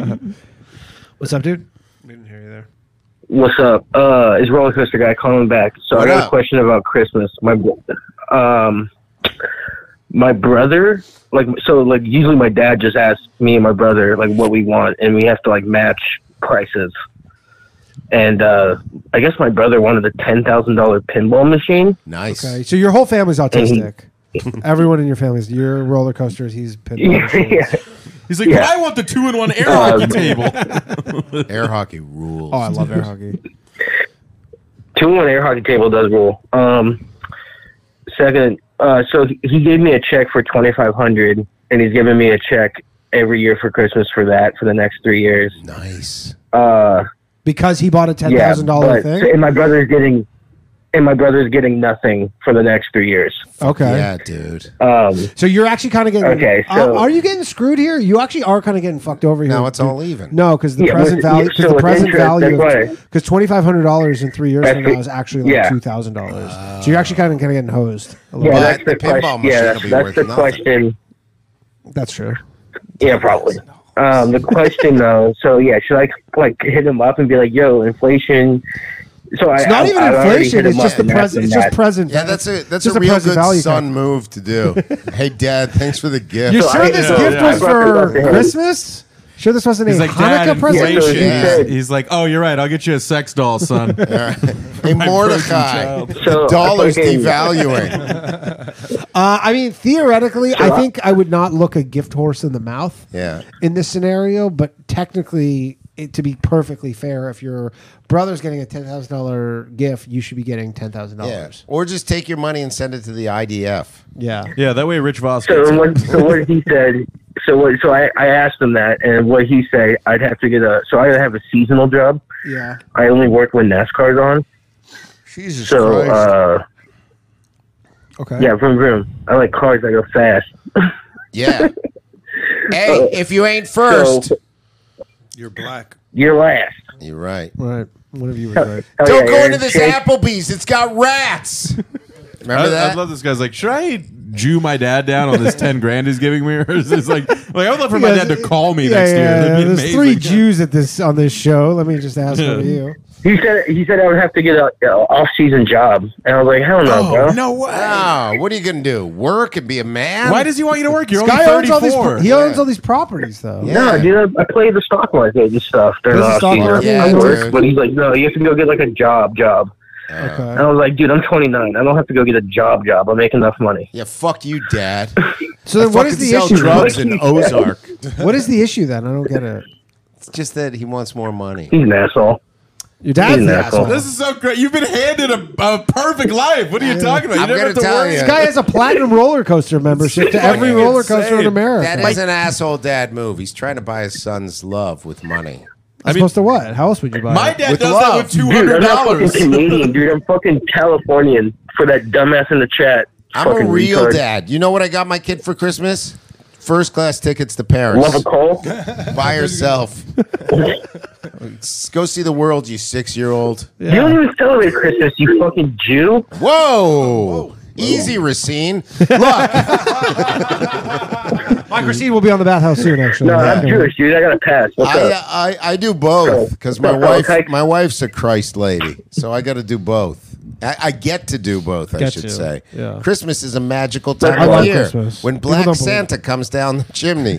[SPEAKER 1] back.
[SPEAKER 6] cooking.
[SPEAKER 1] What's up, dude?
[SPEAKER 10] What's up? Uh, it's roller coaster guy calling back. So I got a question about Christmas. My, bro- um, my brother, like, so like usually my dad just asks me and my brother like what we want, and we have to like match prices. And uh, I guess my brother wanted a ten thousand dollar pinball machine.
[SPEAKER 6] Nice.
[SPEAKER 1] Okay, so your whole family's autistic.
[SPEAKER 10] Mhm.
[SPEAKER 1] Everyone in your family's your roller coasters. He's pin-
[SPEAKER 2] He's like, I want the two in one air
[SPEAKER 1] Um,
[SPEAKER 2] hockey table.
[SPEAKER 6] air hockey rules.
[SPEAKER 1] Oh, I love air hockey.
[SPEAKER 10] Two in one air hockey table does rule. Um, second, uh, so he- he gave me a check for twenty five hundred, and he's giving me a check every year for Christmas for that for the next three years.
[SPEAKER 6] Nice.
[SPEAKER 10] Uh,
[SPEAKER 1] because he bought a ten
[SPEAKER 10] yeah,
[SPEAKER 1] thousand dollar
[SPEAKER 10] but-
[SPEAKER 1] thing.
[SPEAKER 10] and my brother's getting, and my brother's getting nothing for the next three years.
[SPEAKER 1] Okay.
[SPEAKER 6] Yeah, dude.
[SPEAKER 10] Um,
[SPEAKER 1] so you're actually kind of getting.
[SPEAKER 10] Okay,
[SPEAKER 1] Uh,
[SPEAKER 10] so-
[SPEAKER 1] are you getting screwed here? You actually are kind of getting fucked over here.
[SPEAKER 6] No, it's all even.
[SPEAKER 1] No, because the
[SPEAKER 6] Yeah,
[SPEAKER 1] present
[SPEAKER 6] with-
[SPEAKER 1] value.
[SPEAKER 6] yeah,
[SPEAKER 1] Because
[SPEAKER 6] so
[SPEAKER 1] the
[SPEAKER 6] with
[SPEAKER 1] present
[SPEAKER 6] interest, that's
[SPEAKER 1] value.
[SPEAKER 6] why-
[SPEAKER 1] Because twenty five hundred dollars in three years
[SPEAKER 6] That's
[SPEAKER 1] from now
[SPEAKER 6] it.
[SPEAKER 1] is actually like
[SPEAKER 6] Yeah.
[SPEAKER 1] two thousand dollars. So you're actually kind of kind of getting hosed. a
[SPEAKER 10] yeah,
[SPEAKER 1] little bit.
[SPEAKER 10] that's the, question. Yeah, that's, that's the question.
[SPEAKER 1] That's true.
[SPEAKER 11] Yeah, probably. Um, the question though, so yeah, should I like hit him up and be like, "Yo, inflation"? So
[SPEAKER 1] It's
[SPEAKER 11] I,
[SPEAKER 1] not
[SPEAKER 11] I-
[SPEAKER 1] even
[SPEAKER 11] I already
[SPEAKER 1] inflation,
[SPEAKER 11] hit him
[SPEAKER 1] it's
[SPEAKER 11] up
[SPEAKER 1] just the
[SPEAKER 11] and asked
[SPEAKER 1] present-
[SPEAKER 11] him
[SPEAKER 1] it's just
[SPEAKER 11] that.
[SPEAKER 1] present-
[SPEAKER 6] Yeah, that's a that's
[SPEAKER 1] Just
[SPEAKER 6] a
[SPEAKER 1] a
[SPEAKER 6] real
[SPEAKER 1] present
[SPEAKER 6] good
[SPEAKER 1] value
[SPEAKER 6] son move to do. hey, Dad, thanks for the gift.
[SPEAKER 1] You sure this gift was for Christmas? Sure this wasn't
[SPEAKER 2] He's
[SPEAKER 1] a
[SPEAKER 2] like, Dad,
[SPEAKER 1] Hanukkah present?
[SPEAKER 2] inflation. He's, he's like, oh, you're right. I'll get you a sex doll, son. hey,
[SPEAKER 6] Mordecai, the dollar's devaluing.
[SPEAKER 1] Uh, I mean, theoretically,
[SPEAKER 6] Sure.
[SPEAKER 1] I think I would not look a gift horse in the mouth
[SPEAKER 6] Yeah.
[SPEAKER 1] in this scenario, but technically, it, to be perfectly fair, if your brother's getting a ten thousand dollar gift, you should be getting ten thousand
[SPEAKER 6] Yeah.
[SPEAKER 1] dollars.
[SPEAKER 6] Or just take your money and send it to the IDF.
[SPEAKER 1] Yeah.
[SPEAKER 2] Yeah, that way Rich Voss. gets
[SPEAKER 11] So
[SPEAKER 2] it.
[SPEAKER 11] what? So what he said. So what? So I, I asked him that, and what he said, I'd have to get a. So I have a seasonal job.
[SPEAKER 1] Yeah.
[SPEAKER 11] I only work when NASCAR's on.
[SPEAKER 6] Jesus
[SPEAKER 11] so,
[SPEAKER 6] Christ.
[SPEAKER 11] uh,
[SPEAKER 4] okay.
[SPEAKER 11] yeah, vroom vroom. I like cars that go fast.
[SPEAKER 6] Yeah. hey, if you ain't first,
[SPEAKER 11] oh,
[SPEAKER 4] You're black.
[SPEAKER 11] You're last.
[SPEAKER 6] You're right.
[SPEAKER 1] Right. One of you was right.
[SPEAKER 6] Don't go into this Applebee's. It's got rats. Remember
[SPEAKER 2] I,
[SPEAKER 6] that?
[SPEAKER 2] I love this guy's like, should I Jew my dad down on this 10 grand he's giving me? Or is this like, like I would love for my
[SPEAKER 1] Yeah,
[SPEAKER 2] dad to call me next year. That'd be
[SPEAKER 1] There's
[SPEAKER 2] amazing.
[SPEAKER 1] three Jews at this on this show. Let me just ask one of you.
[SPEAKER 11] He said he said I would have to get a, a off season job, and I was like, hell no,
[SPEAKER 2] Oh,
[SPEAKER 1] Oh,
[SPEAKER 11] bro.
[SPEAKER 2] way.
[SPEAKER 6] Wow. What are you going to do? Work and be a man?
[SPEAKER 11] Why does he want you to work? You're
[SPEAKER 1] This guy
[SPEAKER 11] only
[SPEAKER 1] owns all these. pro-
[SPEAKER 11] 34.
[SPEAKER 1] He owns all these properties, though.
[SPEAKER 11] No, dude, I, I play the stock market and stuff during
[SPEAKER 1] Does
[SPEAKER 11] the
[SPEAKER 1] the
[SPEAKER 11] off
[SPEAKER 1] stock
[SPEAKER 11] season.
[SPEAKER 1] market
[SPEAKER 11] I
[SPEAKER 1] work?
[SPEAKER 11] work, but he's like, no, you have to go get like a job, job.
[SPEAKER 6] Oh.
[SPEAKER 11] And I was like, dude, I'm 29. I don't have to go get a job, job. I make enough money.
[SPEAKER 6] Yeah, fuck you, dad.
[SPEAKER 1] So then,
[SPEAKER 6] I
[SPEAKER 1] what is
[SPEAKER 6] fucking
[SPEAKER 1] the
[SPEAKER 6] sell
[SPEAKER 1] issue?
[SPEAKER 6] drugs in Ozark.
[SPEAKER 1] what is the issue then? I don't get it.
[SPEAKER 6] It's just that he wants more money.
[SPEAKER 11] He's an asshole.
[SPEAKER 1] Your dad's an asshole.
[SPEAKER 2] This is so great. You've been handed a, a perfect life. What are you talking about? You
[SPEAKER 6] I'm
[SPEAKER 2] never
[SPEAKER 6] gonna
[SPEAKER 2] have to
[SPEAKER 6] tell
[SPEAKER 2] worry.
[SPEAKER 6] you.
[SPEAKER 1] This guy has a platinum roller coaster membership to every
[SPEAKER 6] Fucking
[SPEAKER 1] roller coaster in
[SPEAKER 6] insane.
[SPEAKER 1] America.
[SPEAKER 6] That is an asshole dad move. He's trying to buy his son's love with money.
[SPEAKER 1] As opposed to what? How else would you buy?
[SPEAKER 6] Uh, My
[SPEAKER 1] it?
[SPEAKER 6] dad With does
[SPEAKER 11] Wow. Dude, I'm not fucking Canadian, dude. I'm fucking Californian for that dumbass in the chat.
[SPEAKER 6] I'm a
[SPEAKER 11] Fucking
[SPEAKER 6] real
[SPEAKER 11] retard.
[SPEAKER 6] dad. You know what I got my kid for Christmas? First class tickets to Paris.
[SPEAKER 11] Love a call?
[SPEAKER 6] By herself. Go see the world, you six year old.
[SPEAKER 11] You don't even celebrate Christmas, you fucking Jew.
[SPEAKER 6] Whoa. Easy, Racine.
[SPEAKER 1] Mike Racine will be on the bathhouse soon, actually.
[SPEAKER 11] No, I'm Jewish, dude. I got to pass. What's up?
[SPEAKER 6] I, I, I do both because my wife my wife's a Christ lady, so I got to do both. I, I get to do both, I
[SPEAKER 1] Get
[SPEAKER 6] should
[SPEAKER 1] to,
[SPEAKER 6] say.
[SPEAKER 1] yeah.
[SPEAKER 6] Christmas is a magical
[SPEAKER 1] That's
[SPEAKER 6] time
[SPEAKER 1] I
[SPEAKER 6] of
[SPEAKER 1] like
[SPEAKER 6] year
[SPEAKER 1] Christmas.
[SPEAKER 6] when
[SPEAKER 1] People
[SPEAKER 6] Black
[SPEAKER 1] don't believe
[SPEAKER 6] Santa comes down the chimney.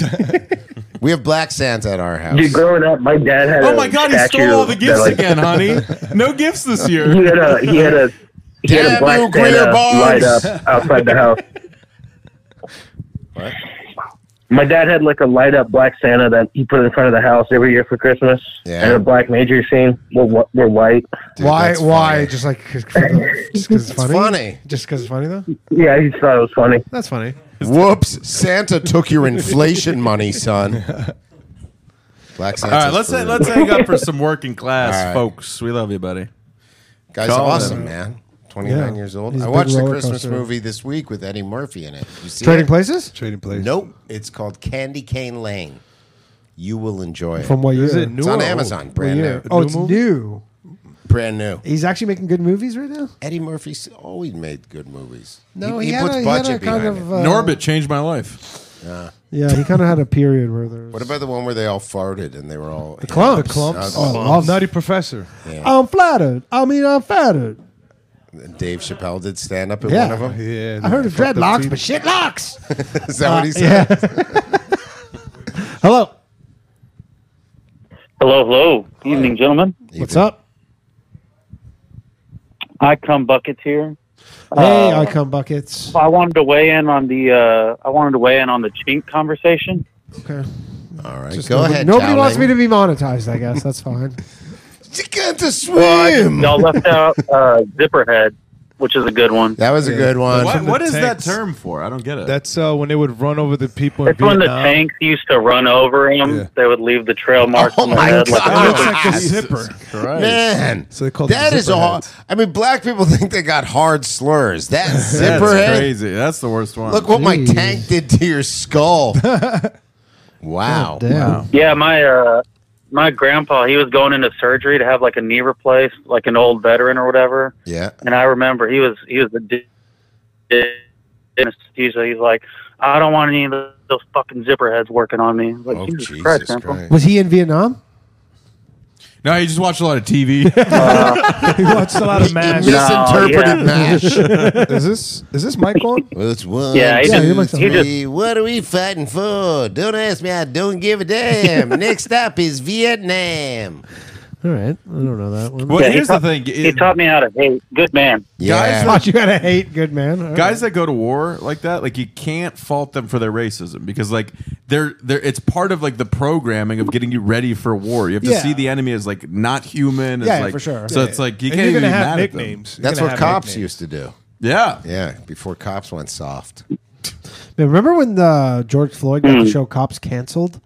[SPEAKER 6] we have Black Santa at our house.
[SPEAKER 11] Dude, growing up, my dad had.
[SPEAKER 2] Oh
[SPEAKER 11] a
[SPEAKER 2] my God, he
[SPEAKER 11] statue
[SPEAKER 2] stole all the
[SPEAKER 11] that,
[SPEAKER 2] gifts
[SPEAKER 11] like-
[SPEAKER 2] again, honey. No gifts this year.
[SPEAKER 11] He had a he had a he had
[SPEAKER 2] Damn
[SPEAKER 11] a black
[SPEAKER 2] you, Greer
[SPEAKER 11] Santa
[SPEAKER 2] Barnes.
[SPEAKER 11] light up outside the house.
[SPEAKER 6] What?
[SPEAKER 11] My dad had like a light up black Santa that he put in front of the house every year for Christmas. Yeah. And a black major scene. We're, wh- we're white.
[SPEAKER 1] why? Why? Just like just because it's funny.
[SPEAKER 6] funny.
[SPEAKER 1] Just because it's funny though.
[SPEAKER 11] Yeah, he thought it was funny.
[SPEAKER 1] That's funny.
[SPEAKER 6] Whoops! Santa took your inflation money, son. Black
[SPEAKER 2] All
[SPEAKER 6] Santa.
[SPEAKER 2] right, let's let's hang up for some working class
[SPEAKER 6] All right.
[SPEAKER 2] folks. We love you, buddy.
[SPEAKER 6] Guys,
[SPEAKER 2] Call
[SPEAKER 6] awesome,
[SPEAKER 2] in.
[SPEAKER 6] man. 29 years old.
[SPEAKER 2] He's a
[SPEAKER 6] I
[SPEAKER 2] big
[SPEAKER 6] watched the
[SPEAKER 2] roller
[SPEAKER 6] Christmas
[SPEAKER 2] coaster.
[SPEAKER 6] movie this week with Eddie Murphy in it. You see
[SPEAKER 1] Trading
[SPEAKER 6] it?
[SPEAKER 1] Places?
[SPEAKER 4] Trading Places.
[SPEAKER 6] Nope. It's called Candy Cane Lane. You will enjoy it.
[SPEAKER 1] From what year?
[SPEAKER 6] Is it It's on Amazon. Brand new.
[SPEAKER 1] Oh, it's new.
[SPEAKER 6] Brand new.
[SPEAKER 1] He's actually making good movies right now.
[SPEAKER 6] Eddie Murphy's always made good movies.
[SPEAKER 1] No, he had a- he had a kind of, uh,
[SPEAKER 2] Norbit changed my life.
[SPEAKER 6] Yeah.
[SPEAKER 1] Yeah, he kind of had a period where there.
[SPEAKER 6] What about the one where they all farted and they were all Uh, the
[SPEAKER 1] clumps. The clumps. Oh, I love
[SPEAKER 4] Nutty Professor.
[SPEAKER 1] I'm flattered. I mean, I'm flattered.
[SPEAKER 6] Dave Chappelle did stand up in
[SPEAKER 1] Yeah.
[SPEAKER 6] one of them. Yeah,
[SPEAKER 1] I heard of dreadlocks, but shit locks.
[SPEAKER 6] Is that
[SPEAKER 1] Uh,
[SPEAKER 6] what he said?
[SPEAKER 1] yeah. Hello.
[SPEAKER 14] Hello, hello. Evening, gentlemen.
[SPEAKER 1] What's up?
[SPEAKER 14] I come buckets here.
[SPEAKER 1] Hey,
[SPEAKER 14] Uh,
[SPEAKER 1] I come buckets.
[SPEAKER 14] I wanted to weigh in on the uh, I wanted to weigh in on the chink conversation.
[SPEAKER 1] Okay.
[SPEAKER 6] All right,
[SPEAKER 1] Just
[SPEAKER 6] go
[SPEAKER 1] nobody,
[SPEAKER 6] ahead.
[SPEAKER 1] Nobody wants
[SPEAKER 6] Cowling.
[SPEAKER 1] me to be monetized. I guess that's fine.
[SPEAKER 6] You get to
[SPEAKER 14] Well, I- y'all left out uh, Zipperhead, which is a good one.
[SPEAKER 6] That was a good one.
[SPEAKER 2] What,
[SPEAKER 4] From the
[SPEAKER 2] what is that
[SPEAKER 4] tanks.
[SPEAKER 2] term for? I don't get it.
[SPEAKER 4] That's uh, when they would run over the people.
[SPEAKER 14] That's
[SPEAKER 4] in
[SPEAKER 14] when the
[SPEAKER 4] Vietnam.
[SPEAKER 14] tanks used to run over him. They would leave the
[SPEAKER 1] Oh
[SPEAKER 14] trail marks on their head. Like,
[SPEAKER 2] Ah,
[SPEAKER 4] It looks like a zipper.
[SPEAKER 6] Man,
[SPEAKER 4] So they called
[SPEAKER 6] that
[SPEAKER 4] them
[SPEAKER 6] is a hard. I mean, black people think they got hard slurs. That
[SPEAKER 2] That's
[SPEAKER 6] zipperhead.
[SPEAKER 2] crazy. That's the worst one.
[SPEAKER 6] Look what my tank did to your skull. wow.
[SPEAKER 1] Wow.
[SPEAKER 14] Yeah, my uh, my grandpa, he was going into surgery to have like a knee replaced, like an old veteran or whatever.
[SPEAKER 6] Yeah.
[SPEAKER 14] And I remember he was he was the d- d- anesthesia. He's like, I don't want any of those- those fucking zipper heads working on me. Like,
[SPEAKER 2] Oh,
[SPEAKER 14] Jesus,
[SPEAKER 2] Jesus
[SPEAKER 14] Christ, Grandpa.
[SPEAKER 1] Was he in Vietnam?
[SPEAKER 2] No, you just watch a lot of TV.
[SPEAKER 4] He watched a lot of MASH.
[SPEAKER 6] misinterpreted
[SPEAKER 4] MASH.
[SPEAKER 6] MASH.
[SPEAKER 4] is this is this mic on?
[SPEAKER 6] Well, it's one,
[SPEAKER 4] Yeah, he
[SPEAKER 6] two,
[SPEAKER 4] just- he just-
[SPEAKER 6] three. What are we fighting for? Don't ask me. I don't give a damn. Next stop is Vietnam.
[SPEAKER 1] All right. I don't know that one.
[SPEAKER 2] Well, Yeah, he here's the taught- thing.
[SPEAKER 14] He taught me how to hate. Good man.
[SPEAKER 1] Guys, thought you had a hate, good man. All
[SPEAKER 2] guys that go to war like that like you can't fault them for their racism because like they're they're it's part of like the programming of getting you ready for war you have to
[SPEAKER 1] Yeah.
[SPEAKER 2] see the enemy as like not human as,
[SPEAKER 1] Yeah,
[SPEAKER 2] like,
[SPEAKER 1] for sure.
[SPEAKER 2] so
[SPEAKER 1] Yeah.
[SPEAKER 2] it's like you
[SPEAKER 1] And
[SPEAKER 2] can't
[SPEAKER 1] you're
[SPEAKER 2] even
[SPEAKER 1] gonna
[SPEAKER 2] be
[SPEAKER 1] have
[SPEAKER 2] mad at
[SPEAKER 1] nicknames.
[SPEAKER 2] them.
[SPEAKER 1] You're
[SPEAKER 6] That's
[SPEAKER 1] gonna
[SPEAKER 6] what
[SPEAKER 1] have
[SPEAKER 6] cops
[SPEAKER 1] nicknames.
[SPEAKER 6] used to do.
[SPEAKER 2] Yeah.
[SPEAKER 6] Yeah. Before cops went soft.
[SPEAKER 1] Man, remember when the George Floyd got the
[SPEAKER 6] Mm.
[SPEAKER 1] show Cops canceled?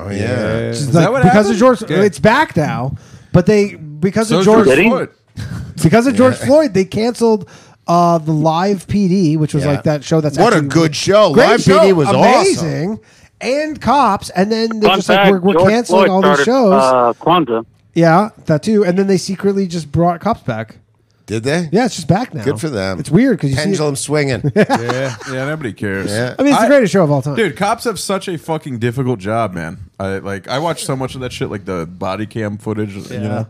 [SPEAKER 6] Oh, yeah. Yeah.
[SPEAKER 1] Just
[SPEAKER 6] Is
[SPEAKER 1] like-
[SPEAKER 6] that what
[SPEAKER 1] because
[SPEAKER 6] happened?
[SPEAKER 1] of George,
[SPEAKER 6] Yeah.
[SPEAKER 1] it's back now. But they because
[SPEAKER 6] So
[SPEAKER 1] of
[SPEAKER 6] is
[SPEAKER 1] George,
[SPEAKER 6] George Floyd.
[SPEAKER 1] because of George
[SPEAKER 6] Yeah.
[SPEAKER 1] Floyd, they canceled uh, the Live PD, which was
[SPEAKER 6] Yeah.
[SPEAKER 1] like that show. That's
[SPEAKER 6] What a
[SPEAKER 1] actually-
[SPEAKER 6] good show.
[SPEAKER 1] Great
[SPEAKER 6] Live
[SPEAKER 1] show,
[SPEAKER 6] PD was
[SPEAKER 1] amazing. And cops, and then they're
[SPEAKER 14] Fun
[SPEAKER 1] just like
[SPEAKER 14] fact,
[SPEAKER 1] we're, we're
[SPEAKER 14] George
[SPEAKER 1] canceling
[SPEAKER 14] Floyd
[SPEAKER 1] all these
[SPEAKER 14] started,
[SPEAKER 1] shows.
[SPEAKER 14] Uh, Kwanzaa.
[SPEAKER 1] yeah, that too. And then they secretly just brought cops back.
[SPEAKER 6] Did they?
[SPEAKER 1] Yeah, it's just back now.
[SPEAKER 6] Good for them.
[SPEAKER 1] It's weird because you
[SPEAKER 6] Pendulum
[SPEAKER 1] see
[SPEAKER 6] swinging.
[SPEAKER 2] yeah yeah nobody cares
[SPEAKER 6] Yeah.
[SPEAKER 1] I mean, it's the greatest show of all time.
[SPEAKER 2] Dude, cops have such a fucking difficult job, man. I like I watch so much of that shit, like the body cam footage, you
[SPEAKER 1] Yeah.
[SPEAKER 2] know,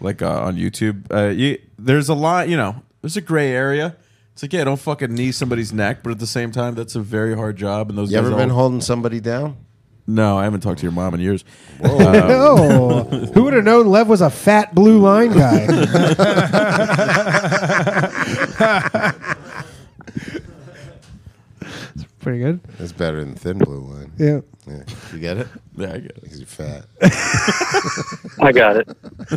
[SPEAKER 2] like uh, on YouTube. Uh, you, there's a lot, you know, there's a gray area. It's like, yeah, don't fucking knee somebody's neck, but at the same time, that's a very hard job. And those
[SPEAKER 6] You
[SPEAKER 2] guys
[SPEAKER 6] ever been
[SPEAKER 2] all-
[SPEAKER 6] holding somebody down?
[SPEAKER 2] No, I haven't talked to your mom in years. Um,
[SPEAKER 1] no, who would have known Lev was a fat blue line guy? Pretty good.
[SPEAKER 6] That's better than thin blue line.
[SPEAKER 1] Yeah.
[SPEAKER 6] You get it?
[SPEAKER 2] Yeah, I get it.
[SPEAKER 6] Because you're fat.
[SPEAKER 14] I got it.
[SPEAKER 4] I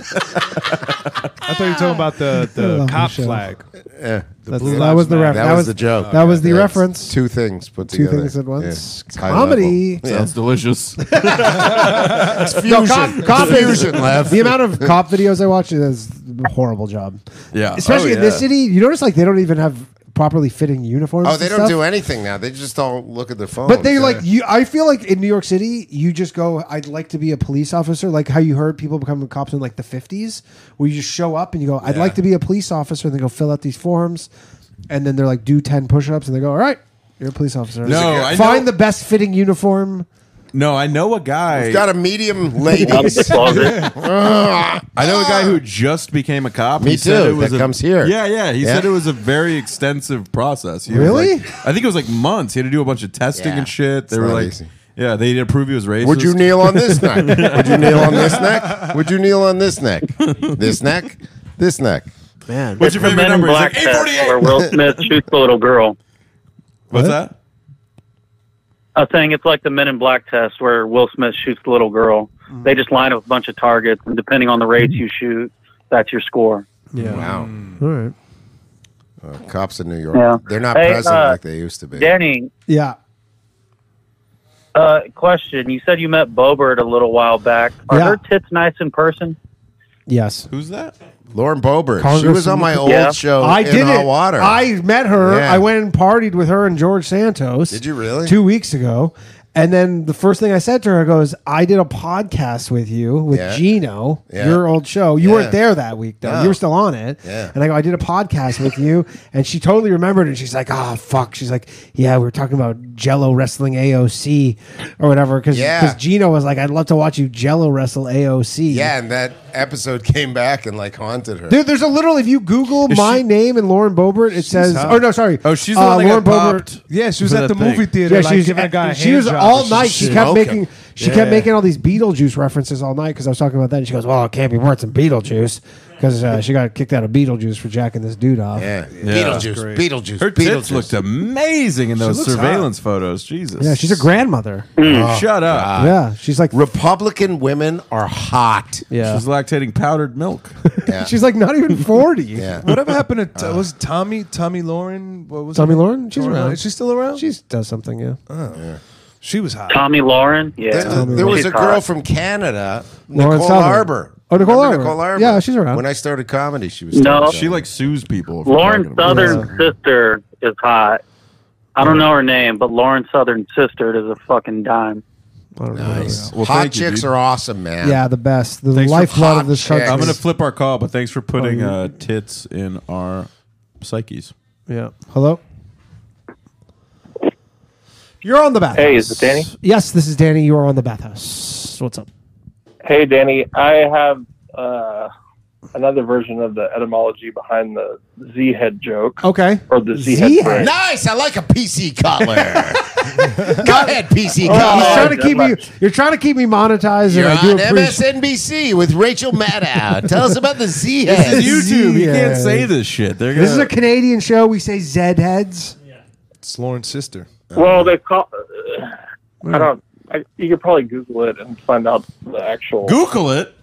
[SPEAKER 4] thought you were talking about the, the cop flag.
[SPEAKER 6] Yeah,
[SPEAKER 1] That's- that was the ref-
[SPEAKER 6] That,
[SPEAKER 1] that
[SPEAKER 6] was,
[SPEAKER 1] was-
[SPEAKER 6] the joke.
[SPEAKER 1] that was the
[SPEAKER 6] That's
[SPEAKER 1] reference.
[SPEAKER 6] Two things put
[SPEAKER 1] Two
[SPEAKER 6] together.
[SPEAKER 1] things at once.
[SPEAKER 6] it's high
[SPEAKER 1] Comedy.
[SPEAKER 6] level.
[SPEAKER 1] Sounds
[SPEAKER 2] delicious.
[SPEAKER 6] it's
[SPEAKER 1] No,
[SPEAKER 6] fusion.
[SPEAKER 1] cop, cop
[SPEAKER 6] It's
[SPEAKER 1] is-
[SPEAKER 6] fusion, Lev.
[SPEAKER 1] The amount of cop videos I watch is a horrible job.
[SPEAKER 2] Yeah.
[SPEAKER 1] Especially
[SPEAKER 6] Oh,
[SPEAKER 1] in this
[SPEAKER 6] yeah.
[SPEAKER 1] city, you notice like they don't even have properly fitting uniforms.
[SPEAKER 6] Oh,
[SPEAKER 1] and
[SPEAKER 6] they don't
[SPEAKER 1] stuff.
[SPEAKER 6] do anything now. They just don't look at their phone.
[SPEAKER 1] But they like you. I feel like in New York City, you just go. I'd like to be a police officer, like how you heard people becoming cops in like the fifties, where you just show up and you go, "I'd
[SPEAKER 6] Yeah.
[SPEAKER 1] like to be a police officer," and they go fill out these forms, and then they're like, "Do ten push-ups," and they go, "All right, you're a police officer."
[SPEAKER 2] No, I
[SPEAKER 1] find the best fitting uniform.
[SPEAKER 2] No, I know a guy.
[SPEAKER 6] We've got a medium
[SPEAKER 2] Ladies.
[SPEAKER 6] ladies.
[SPEAKER 2] I know a guy who just became a cop.
[SPEAKER 6] Ah. Me
[SPEAKER 2] he Said
[SPEAKER 6] too,
[SPEAKER 2] it was
[SPEAKER 6] that
[SPEAKER 2] a-
[SPEAKER 6] comes here.
[SPEAKER 2] Yeah, yeah. He
[SPEAKER 6] Yeah.
[SPEAKER 2] said it was a very extensive process. He was
[SPEAKER 6] Really?
[SPEAKER 2] like- I think it was like months. He had to do a bunch of testing
[SPEAKER 6] Yeah.
[SPEAKER 2] and shit. They
[SPEAKER 6] It's
[SPEAKER 2] were
[SPEAKER 6] not
[SPEAKER 2] like,
[SPEAKER 6] easy.
[SPEAKER 2] yeah, they didn't prove he was racist.
[SPEAKER 6] Would you kneel on this neck? Would you kneel on this neck? Would you kneel on this neck? This neck? This neck?
[SPEAKER 1] Man.
[SPEAKER 2] What's your
[SPEAKER 14] The
[SPEAKER 2] favorite
[SPEAKER 14] Men in
[SPEAKER 2] number? He's
[SPEAKER 14] Black
[SPEAKER 2] like
[SPEAKER 14] test,
[SPEAKER 2] 848.
[SPEAKER 14] Where Will Smith shoots the little girl.
[SPEAKER 2] What's that?
[SPEAKER 14] I'm saying it's like the Men in Black test where Will Smith shoots the little girl.
[SPEAKER 2] Hmm.
[SPEAKER 14] They just line up a bunch of targets, and depending on the rates you shoot, that's your score.
[SPEAKER 1] Yeah.
[SPEAKER 6] Wow.
[SPEAKER 2] Hmm.
[SPEAKER 1] All right.
[SPEAKER 6] Uh, cops in New York.
[SPEAKER 14] Yeah.
[SPEAKER 6] They're not
[SPEAKER 14] Hey,
[SPEAKER 6] present
[SPEAKER 14] uh,
[SPEAKER 6] like they used to be.
[SPEAKER 14] Danny,
[SPEAKER 1] Yeah.
[SPEAKER 14] uh, question: You said you met Bobert a little while back. Are
[SPEAKER 1] Yeah.
[SPEAKER 14] her tits nice in person?
[SPEAKER 1] Yes.
[SPEAKER 2] Who's that?
[SPEAKER 6] Lauren Boebert. she was on my old
[SPEAKER 14] Yeah.
[SPEAKER 6] show
[SPEAKER 1] I
[SPEAKER 6] in
[SPEAKER 1] did
[SPEAKER 6] Hot
[SPEAKER 1] it.
[SPEAKER 6] Water.
[SPEAKER 1] I met her.
[SPEAKER 6] Yeah.
[SPEAKER 1] I went and partied with her and George Santos.
[SPEAKER 6] Did you really?
[SPEAKER 1] Two weeks ago. And then the first thing I said to her goes, I did a podcast with you, with
[SPEAKER 6] Yeah.
[SPEAKER 1] Gino,
[SPEAKER 6] Yeah.
[SPEAKER 1] your old show. You
[SPEAKER 6] Yeah.
[SPEAKER 1] weren't there that week, though.
[SPEAKER 6] No.
[SPEAKER 1] You were still on it.
[SPEAKER 6] Yeah.
[SPEAKER 1] And I go, I did a podcast with you. And she totally remembered. And she's like, oh, fuck. She's like, yeah, we were talking about Jello wrestling AOC or whatever. Because
[SPEAKER 6] Yeah.
[SPEAKER 1] Gino was like, I'd love to watch you Jello wrestle AOC.
[SPEAKER 6] yeah, and that episode came back and like haunted her.
[SPEAKER 1] Dude, there's a literal. If you Google
[SPEAKER 6] Is
[SPEAKER 1] my name and Lauren Bobert, it says.
[SPEAKER 6] hot.
[SPEAKER 1] Oh no, sorry.
[SPEAKER 6] Oh, she's the one that got popped
[SPEAKER 4] Yeah, she was
[SPEAKER 1] for
[SPEAKER 4] at
[SPEAKER 1] that
[SPEAKER 4] the movie theater, like, giving a guy a
[SPEAKER 1] she
[SPEAKER 4] hand
[SPEAKER 1] was
[SPEAKER 4] job
[SPEAKER 1] all
[SPEAKER 4] and
[SPEAKER 1] night. She
[SPEAKER 4] she's
[SPEAKER 1] kept
[SPEAKER 4] smoking.
[SPEAKER 1] making. She
[SPEAKER 4] Yeah.
[SPEAKER 1] kept making all these Beetlejuice references all night because I was talking about that. And she goes, "Well, it can't be worth some Beetlejuice because uh, she got kicked out of Beetlejuice for jacking this dude off."
[SPEAKER 6] Yeah.
[SPEAKER 2] Great.
[SPEAKER 6] Beetlejuice, Beetlejuice,
[SPEAKER 2] Her tits
[SPEAKER 6] Beetlejuice.
[SPEAKER 2] looked amazing in
[SPEAKER 6] She
[SPEAKER 2] those
[SPEAKER 6] looks
[SPEAKER 2] surveillance photos. Jesus.
[SPEAKER 1] Yeah, she's a grandmother.
[SPEAKER 2] Mm, Shut up. God.
[SPEAKER 1] Yeah, she's like
[SPEAKER 6] Republican women are hot.
[SPEAKER 1] Yeah.
[SPEAKER 2] She's lactating powdered milk.
[SPEAKER 6] Yeah.
[SPEAKER 1] She's like not even forty.
[SPEAKER 6] Yeah.
[SPEAKER 4] Whatever happened to was Tommy Tommy Lauren? What was
[SPEAKER 1] Tommy
[SPEAKER 4] her name?
[SPEAKER 1] Lauren? She's
[SPEAKER 4] Lauren,
[SPEAKER 1] around.
[SPEAKER 4] Is she still around?
[SPEAKER 1] She does something. Yeah.
[SPEAKER 4] Oh. She was hot.
[SPEAKER 14] Tommy Lauren. Yeah.
[SPEAKER 6] There, there was
[SPEAKER 14] She's
[SPEAKER 6] a girl
[SPEAKER 14] hot.
[SPEAKER 6] from Canada,
[SPEAKER 1] Lauren
[SPEAKER 6] Nicole
[SPEAKER 1] Sutherland.
[SPEAKER 6] Arbor.
[SPEAKER 1] Oh, Nicole
[SPEAKER 6] Remember
[SPEAKER 1] Arbor. Yeah, she's around.
[SPEAKER 6] When I started comedy, she was
[SPEAKER 14] No.
[SPEAKER 6] still-
[SPEAKER 2] She like sues people.
[SPEAKER 14] Lauren
[SPEAKER 6] Southern.
[SPEAKER 14] Southern's sister is hot. I don't know her name, but Lauren Southern's sister is a fucking dime.
[SPEAKER 6] Nice.
[SPEAKER 2] Well,
[SPEAKER 6] Hot
[SPEAKER 2] thank you,
[SPEAKER 6] chicks
[SPEAKER 2] dude.
[SPEAKER 6] are awesome, man.
[SPEAKER 1] Yeah, the best, the
[SPEAKER 2] Thanks for
[SPEAKER 1] lifeblood of
[SPEAKER 2] hot
[SPEAKER 1] this country.
[SPEAKER 2] chicks. I'm gonna flip our call, but thanks for putting
[SPEAKER 1] Oh, yeah.
[SPEAKER 2] uh, tits in our psyches.
[SPEAKER 1] Yeah. Hello. You're on the bathhouse.
[SPEAKER 15] Hey, is it Danny?
[SPEAKER 1] Yes, this is Danny. You are on the bathhouse. What's up?
[SPEAKER 15] Hey, Danny, I have uh, another version of the etymology behind the Z head joke.
[SPEAKER 1] Okay.
[SPEAKER 15] Or the Z
[SPEAKER 6] Z-head.
[SPEAKER 15] head phrase.
[SPEAKER 6] Nice. I like a PC cutler. Go ahead, PC
[SPEAKER 1] Oh, He's
[SPEAKER 6] cutler.
[SPEAKER 1] trying to keep you. You're trying to keep me monetized,
[SPEAKER 6] You're
[SPEAKER 1] and I
[SPEAKER 6] on
[SPEAKER 1] do appreciate.
[SPEAKER 6] MSNBC with Rachel Maddow. Tell us about the Z
[SPEAKER 2] This
[SPEAKER 6] head.
[SPEAKER 2] is YouTube. You can't say
[SPEAKER 1] this
[SPEAKER 2] shit. They're
[SPEAKER 1] This is
[SPEAKER 2] gonna-
[SPEAKER 1] a Canadian show. We say Zed heads.
[SPEAKER 4] It's Lauren's sister.
[SPEAKER 15] Well, they call. Uh, I don't. I, you could probably Google it and find out the actual
[SPEAKER 2] Google it.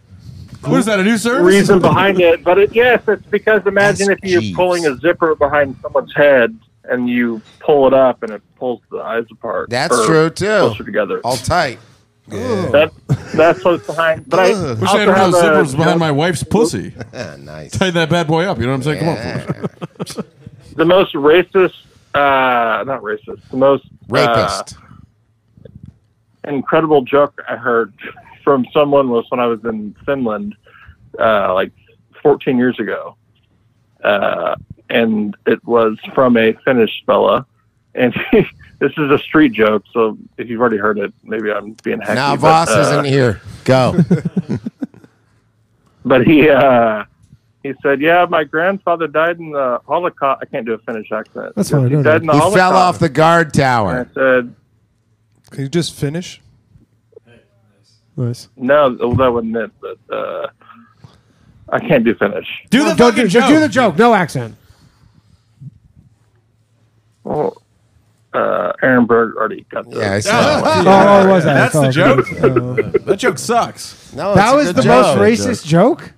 [SPEAKER 2] What is that? A new service?
[SPEAKER 15] reason behind it. But it, yes, it's because imagine if you're pulling a zipper behind someone's head and you pull it up and it pulls the eyes apart.
[SPEAKER 6] That's
[SPEAKER 15] or
[SPEAKER 6] true, too.
[SPEAKER 15] Closer together.
[SPEAKER 6] All tight.
[SPEAKER 15] That, that's what's behind. But I
[SPEAKER 2] Wish
[SPEAKER 15] also
[SPEAKER 2] I had one of
[SPEAKER 15] have
[SPEAKER 2] those
[SPEAKER 15] a
[SPEAKER 2] zippers behind
[SPEAKER 15] joke-
[SPEAKER 2] my wife's pussy.
[SPEAKER 6] nice.
[SPEAKER 2] Tighten that bad boy up. You know what I'm saying? Come on.
[SPEAKER 15] the most racist, uh, not racist, the most
[SPEAKER 2] Rapist.
[SPEAKER 15] Uh, incredible joke I heard from someone was when I was in Finland, uh, like 14 years ago, uh, and it was from a Finnish fella, and. This is a street joke, so if you've already heard it, maybe I'm being hacky.
[SPEAKER 6] Now
[SPEAKER 15] but,
[SPEAKER 6] Voss
[SPEAKER 15] uh,
[SPEAKER 6] isn't e- here. Go.
[SPEAKER 15] but he uh, he said, "Yeah, my grandfather died in the Holocaust." I can't do a Finnish accent.
[SPEAKER 6] That's
[SPEAKER 15] he died in the
[SPEAKER 6] He
[SPEAKER 15] Holocaust.
[SPEAKER 6] fell off the guard tower.
[SPEAKER 15] And I said,
[SPEAKER 4] Can you just finish?
[SPEAKER 1] Nice.
[SPEAKER 15] "No, well, that wasn't it." But uh, I can't do Finnish.
[SPEAKER 1] Do the do, do the joke. No accent.
[SPEAKER 15] Well, uh, Aaron Berg already cut the. Yeah, I
[SPEAKER 1] saw that. Oh, oh, was uh,
[SPEAKER 2] That's
[SPEAKER 1] that?
[SPEAKER 2] the
[SPEAKER 1] I
[SPEAKER 2] joke.
[SPEAKER 1] thought-
[SPEAKER 2] that joke sucks.
[SPEAKER 6] No,
[SPEAKER 1] that was the most racist joke.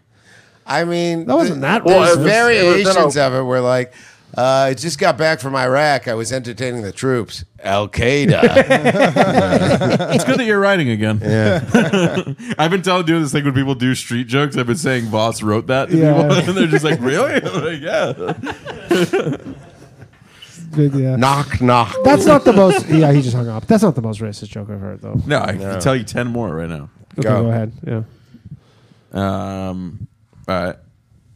[SPEAKER 6] I mean,
[SPEAKER 1] That wasn't that
[SPEAKER 6] There's
[SPEAKER 1] racist.
[SPEAKER 6] variations of it where, like, uh, I just got back from Iraq. I was entertaining the troops. Al Qaeda.
[SPEAKER 2] it's good that you're writing again.
[SPEAKER 6] Yeah.
[SPEAKER 2] I've been telling doing this thing when people do street jokes. I've been saying Voss wrote that to
[SPEAKER 1] Yeah.
[SPEAKER 2] people, and they're just like, "Really?" I'm like, yeah.
[SPEAKER 1] Good, yeah.
[SPEAKER 6] Knock, knock.
[SPEAKER 1] That's not the most. Yeah, he just hung up. That's not the most racist joke I've heard though.
[SPEAKER 2] No, I
[SPEAKER 1] No.
[SPEAKER 2] can tell you ten more right now.
[SPEAKER 1] Okay, Go. go ahead. Yeah.
[SPEAKER 2] Um. All right.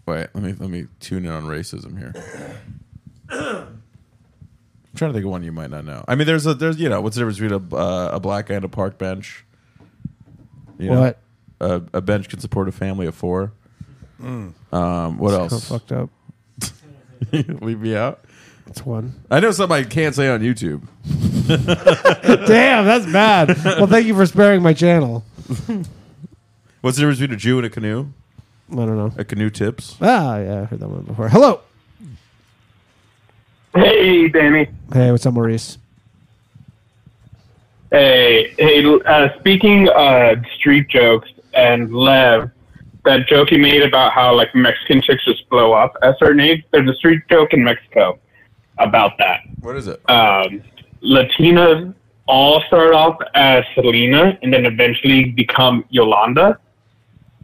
[SPEAKER 2] Wait. Let me let me tune in on racism here. I'm trying to think of one you might not know. I mean, there's a there's you know what's the difference between a uh, a black guy and a park bench? You know,
[SPEAKER 1] What?
[SPEAKER 2] A, a bench can support a family of four.
[SPEAKER 1] Mm.
[SPEAKER 2] Um. What
[SPEAKER 1] It's
[SPEAKER 2] else?
[SPEAKER 1] kinda fucked up.
[SPEAKER 2] Leave me out.
[SPEAKER 1] That's one.
[SPEAKER 2] I know something I can't say on YouTube.
[SPEAKER 1] Damn, that's bad. Well, thank you for sparing my channel.
[SPEAKER 2] What's the difference between a Jew and a canoe?
[SPEAKER 1] I don't know.
[SPEAKER 2] A canoe tips.
[SPEAKER 1] Ah, yeah, I heard that one before. Hello.
[SPEAKER 16] Hey, Danny.
[SPEAKER 1] Hey, what's up, Maurice?
[SPEAKER 16] Hey, hey. Uh, speaking uh, street jokes and Lev, that joke you made about how like Mexican chicks just blow up at certain age. There's a street joke in Mexico about that.
[SPEAKER 2] What is it?
[SPEAKER 16] Um, Latinas all start off as Selena and then eventually become Yolanda.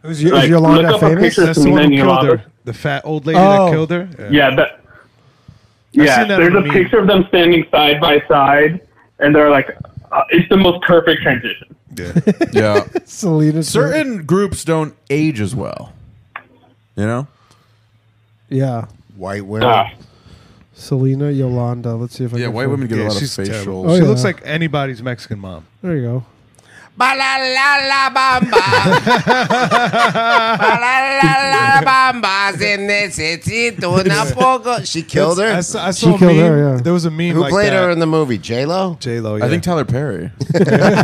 [SPEAKER 1] Who's,
[SPEAKER 4] Yo-
[SPEAKER 16] Like,
[SPEAKER 4] is Yolanda
[SPEAKER 16] look up a
[SPEAKER 4] famous?
[SPEAKER 16] picture of
[SPEAKER 4] That's the
[SPEAKER 16] Selena
[SPEAKER 4] one
[SPEAKER 16] and
[SPEAKER 4] who killed
[SPEAKER 16] Yolanda.
[SPEAKER 4] her. The fat old lady
[SPEAKER 16] Oh.
[SPEAKER 4] that killed her.
[SPEAKER 16] Yeah, that, yeah.
[SPEAKER 4] seen that
[SPEAKER 16] There's
[SPEAKER 4] on
[SPEAKER 16] a
[SPEAKER 4] a meme.
[SPEAKER 16] picture of them standing side by side, and they're like, uh, it's the most perfect transition.
[SPEAKER 2] Yeah.
[SPEAKER 1] Selena.
[SPEAKER 2] Certain groups don't age as well. You know.
[SPEAKER 1] Yeah.
[SPEAKER 6] White
[SPEAKER 2] women. Ah.
[SPEAKER 1] Selena Yolanda. Let's see if I
[SPEAKER 2] Yeah,
[SPEAKER 1] can
[SPEAKER 2] white
[SPEAKER 1] find-
[SPEAKER 2] women get a
[SPEAKER 4] Yeah,
[SPEAKER 2] lot of
[SPEAKER 4] she's
[SPEAKER 2] facial-
[SPEAKER 4] terrible.
[SPEAKER 1] Oh,
[SPEAKER 4] she
[SPEAKER 1] yeah.
[SPEAKER 4] looks like anybody's Mexican mom.
[SPEAKER 1] There you go.
[SPEAKER 6] Ba la la la bamba. Ba la la la bamba. Se necesito una poco. She killed her.
[SPEAKER 4] I saw, I saw a meme. There was a meme.
[SPEAKER 6] Who
[SPEAKER 4] like
[SPEAKER 6] played
[SPEAKER 4] that.
[SPEAKER 6] her in the movie? J Lo.
[SPEAKER 4] J Lo.
[SPEAKER 2] I think Tyler Perry.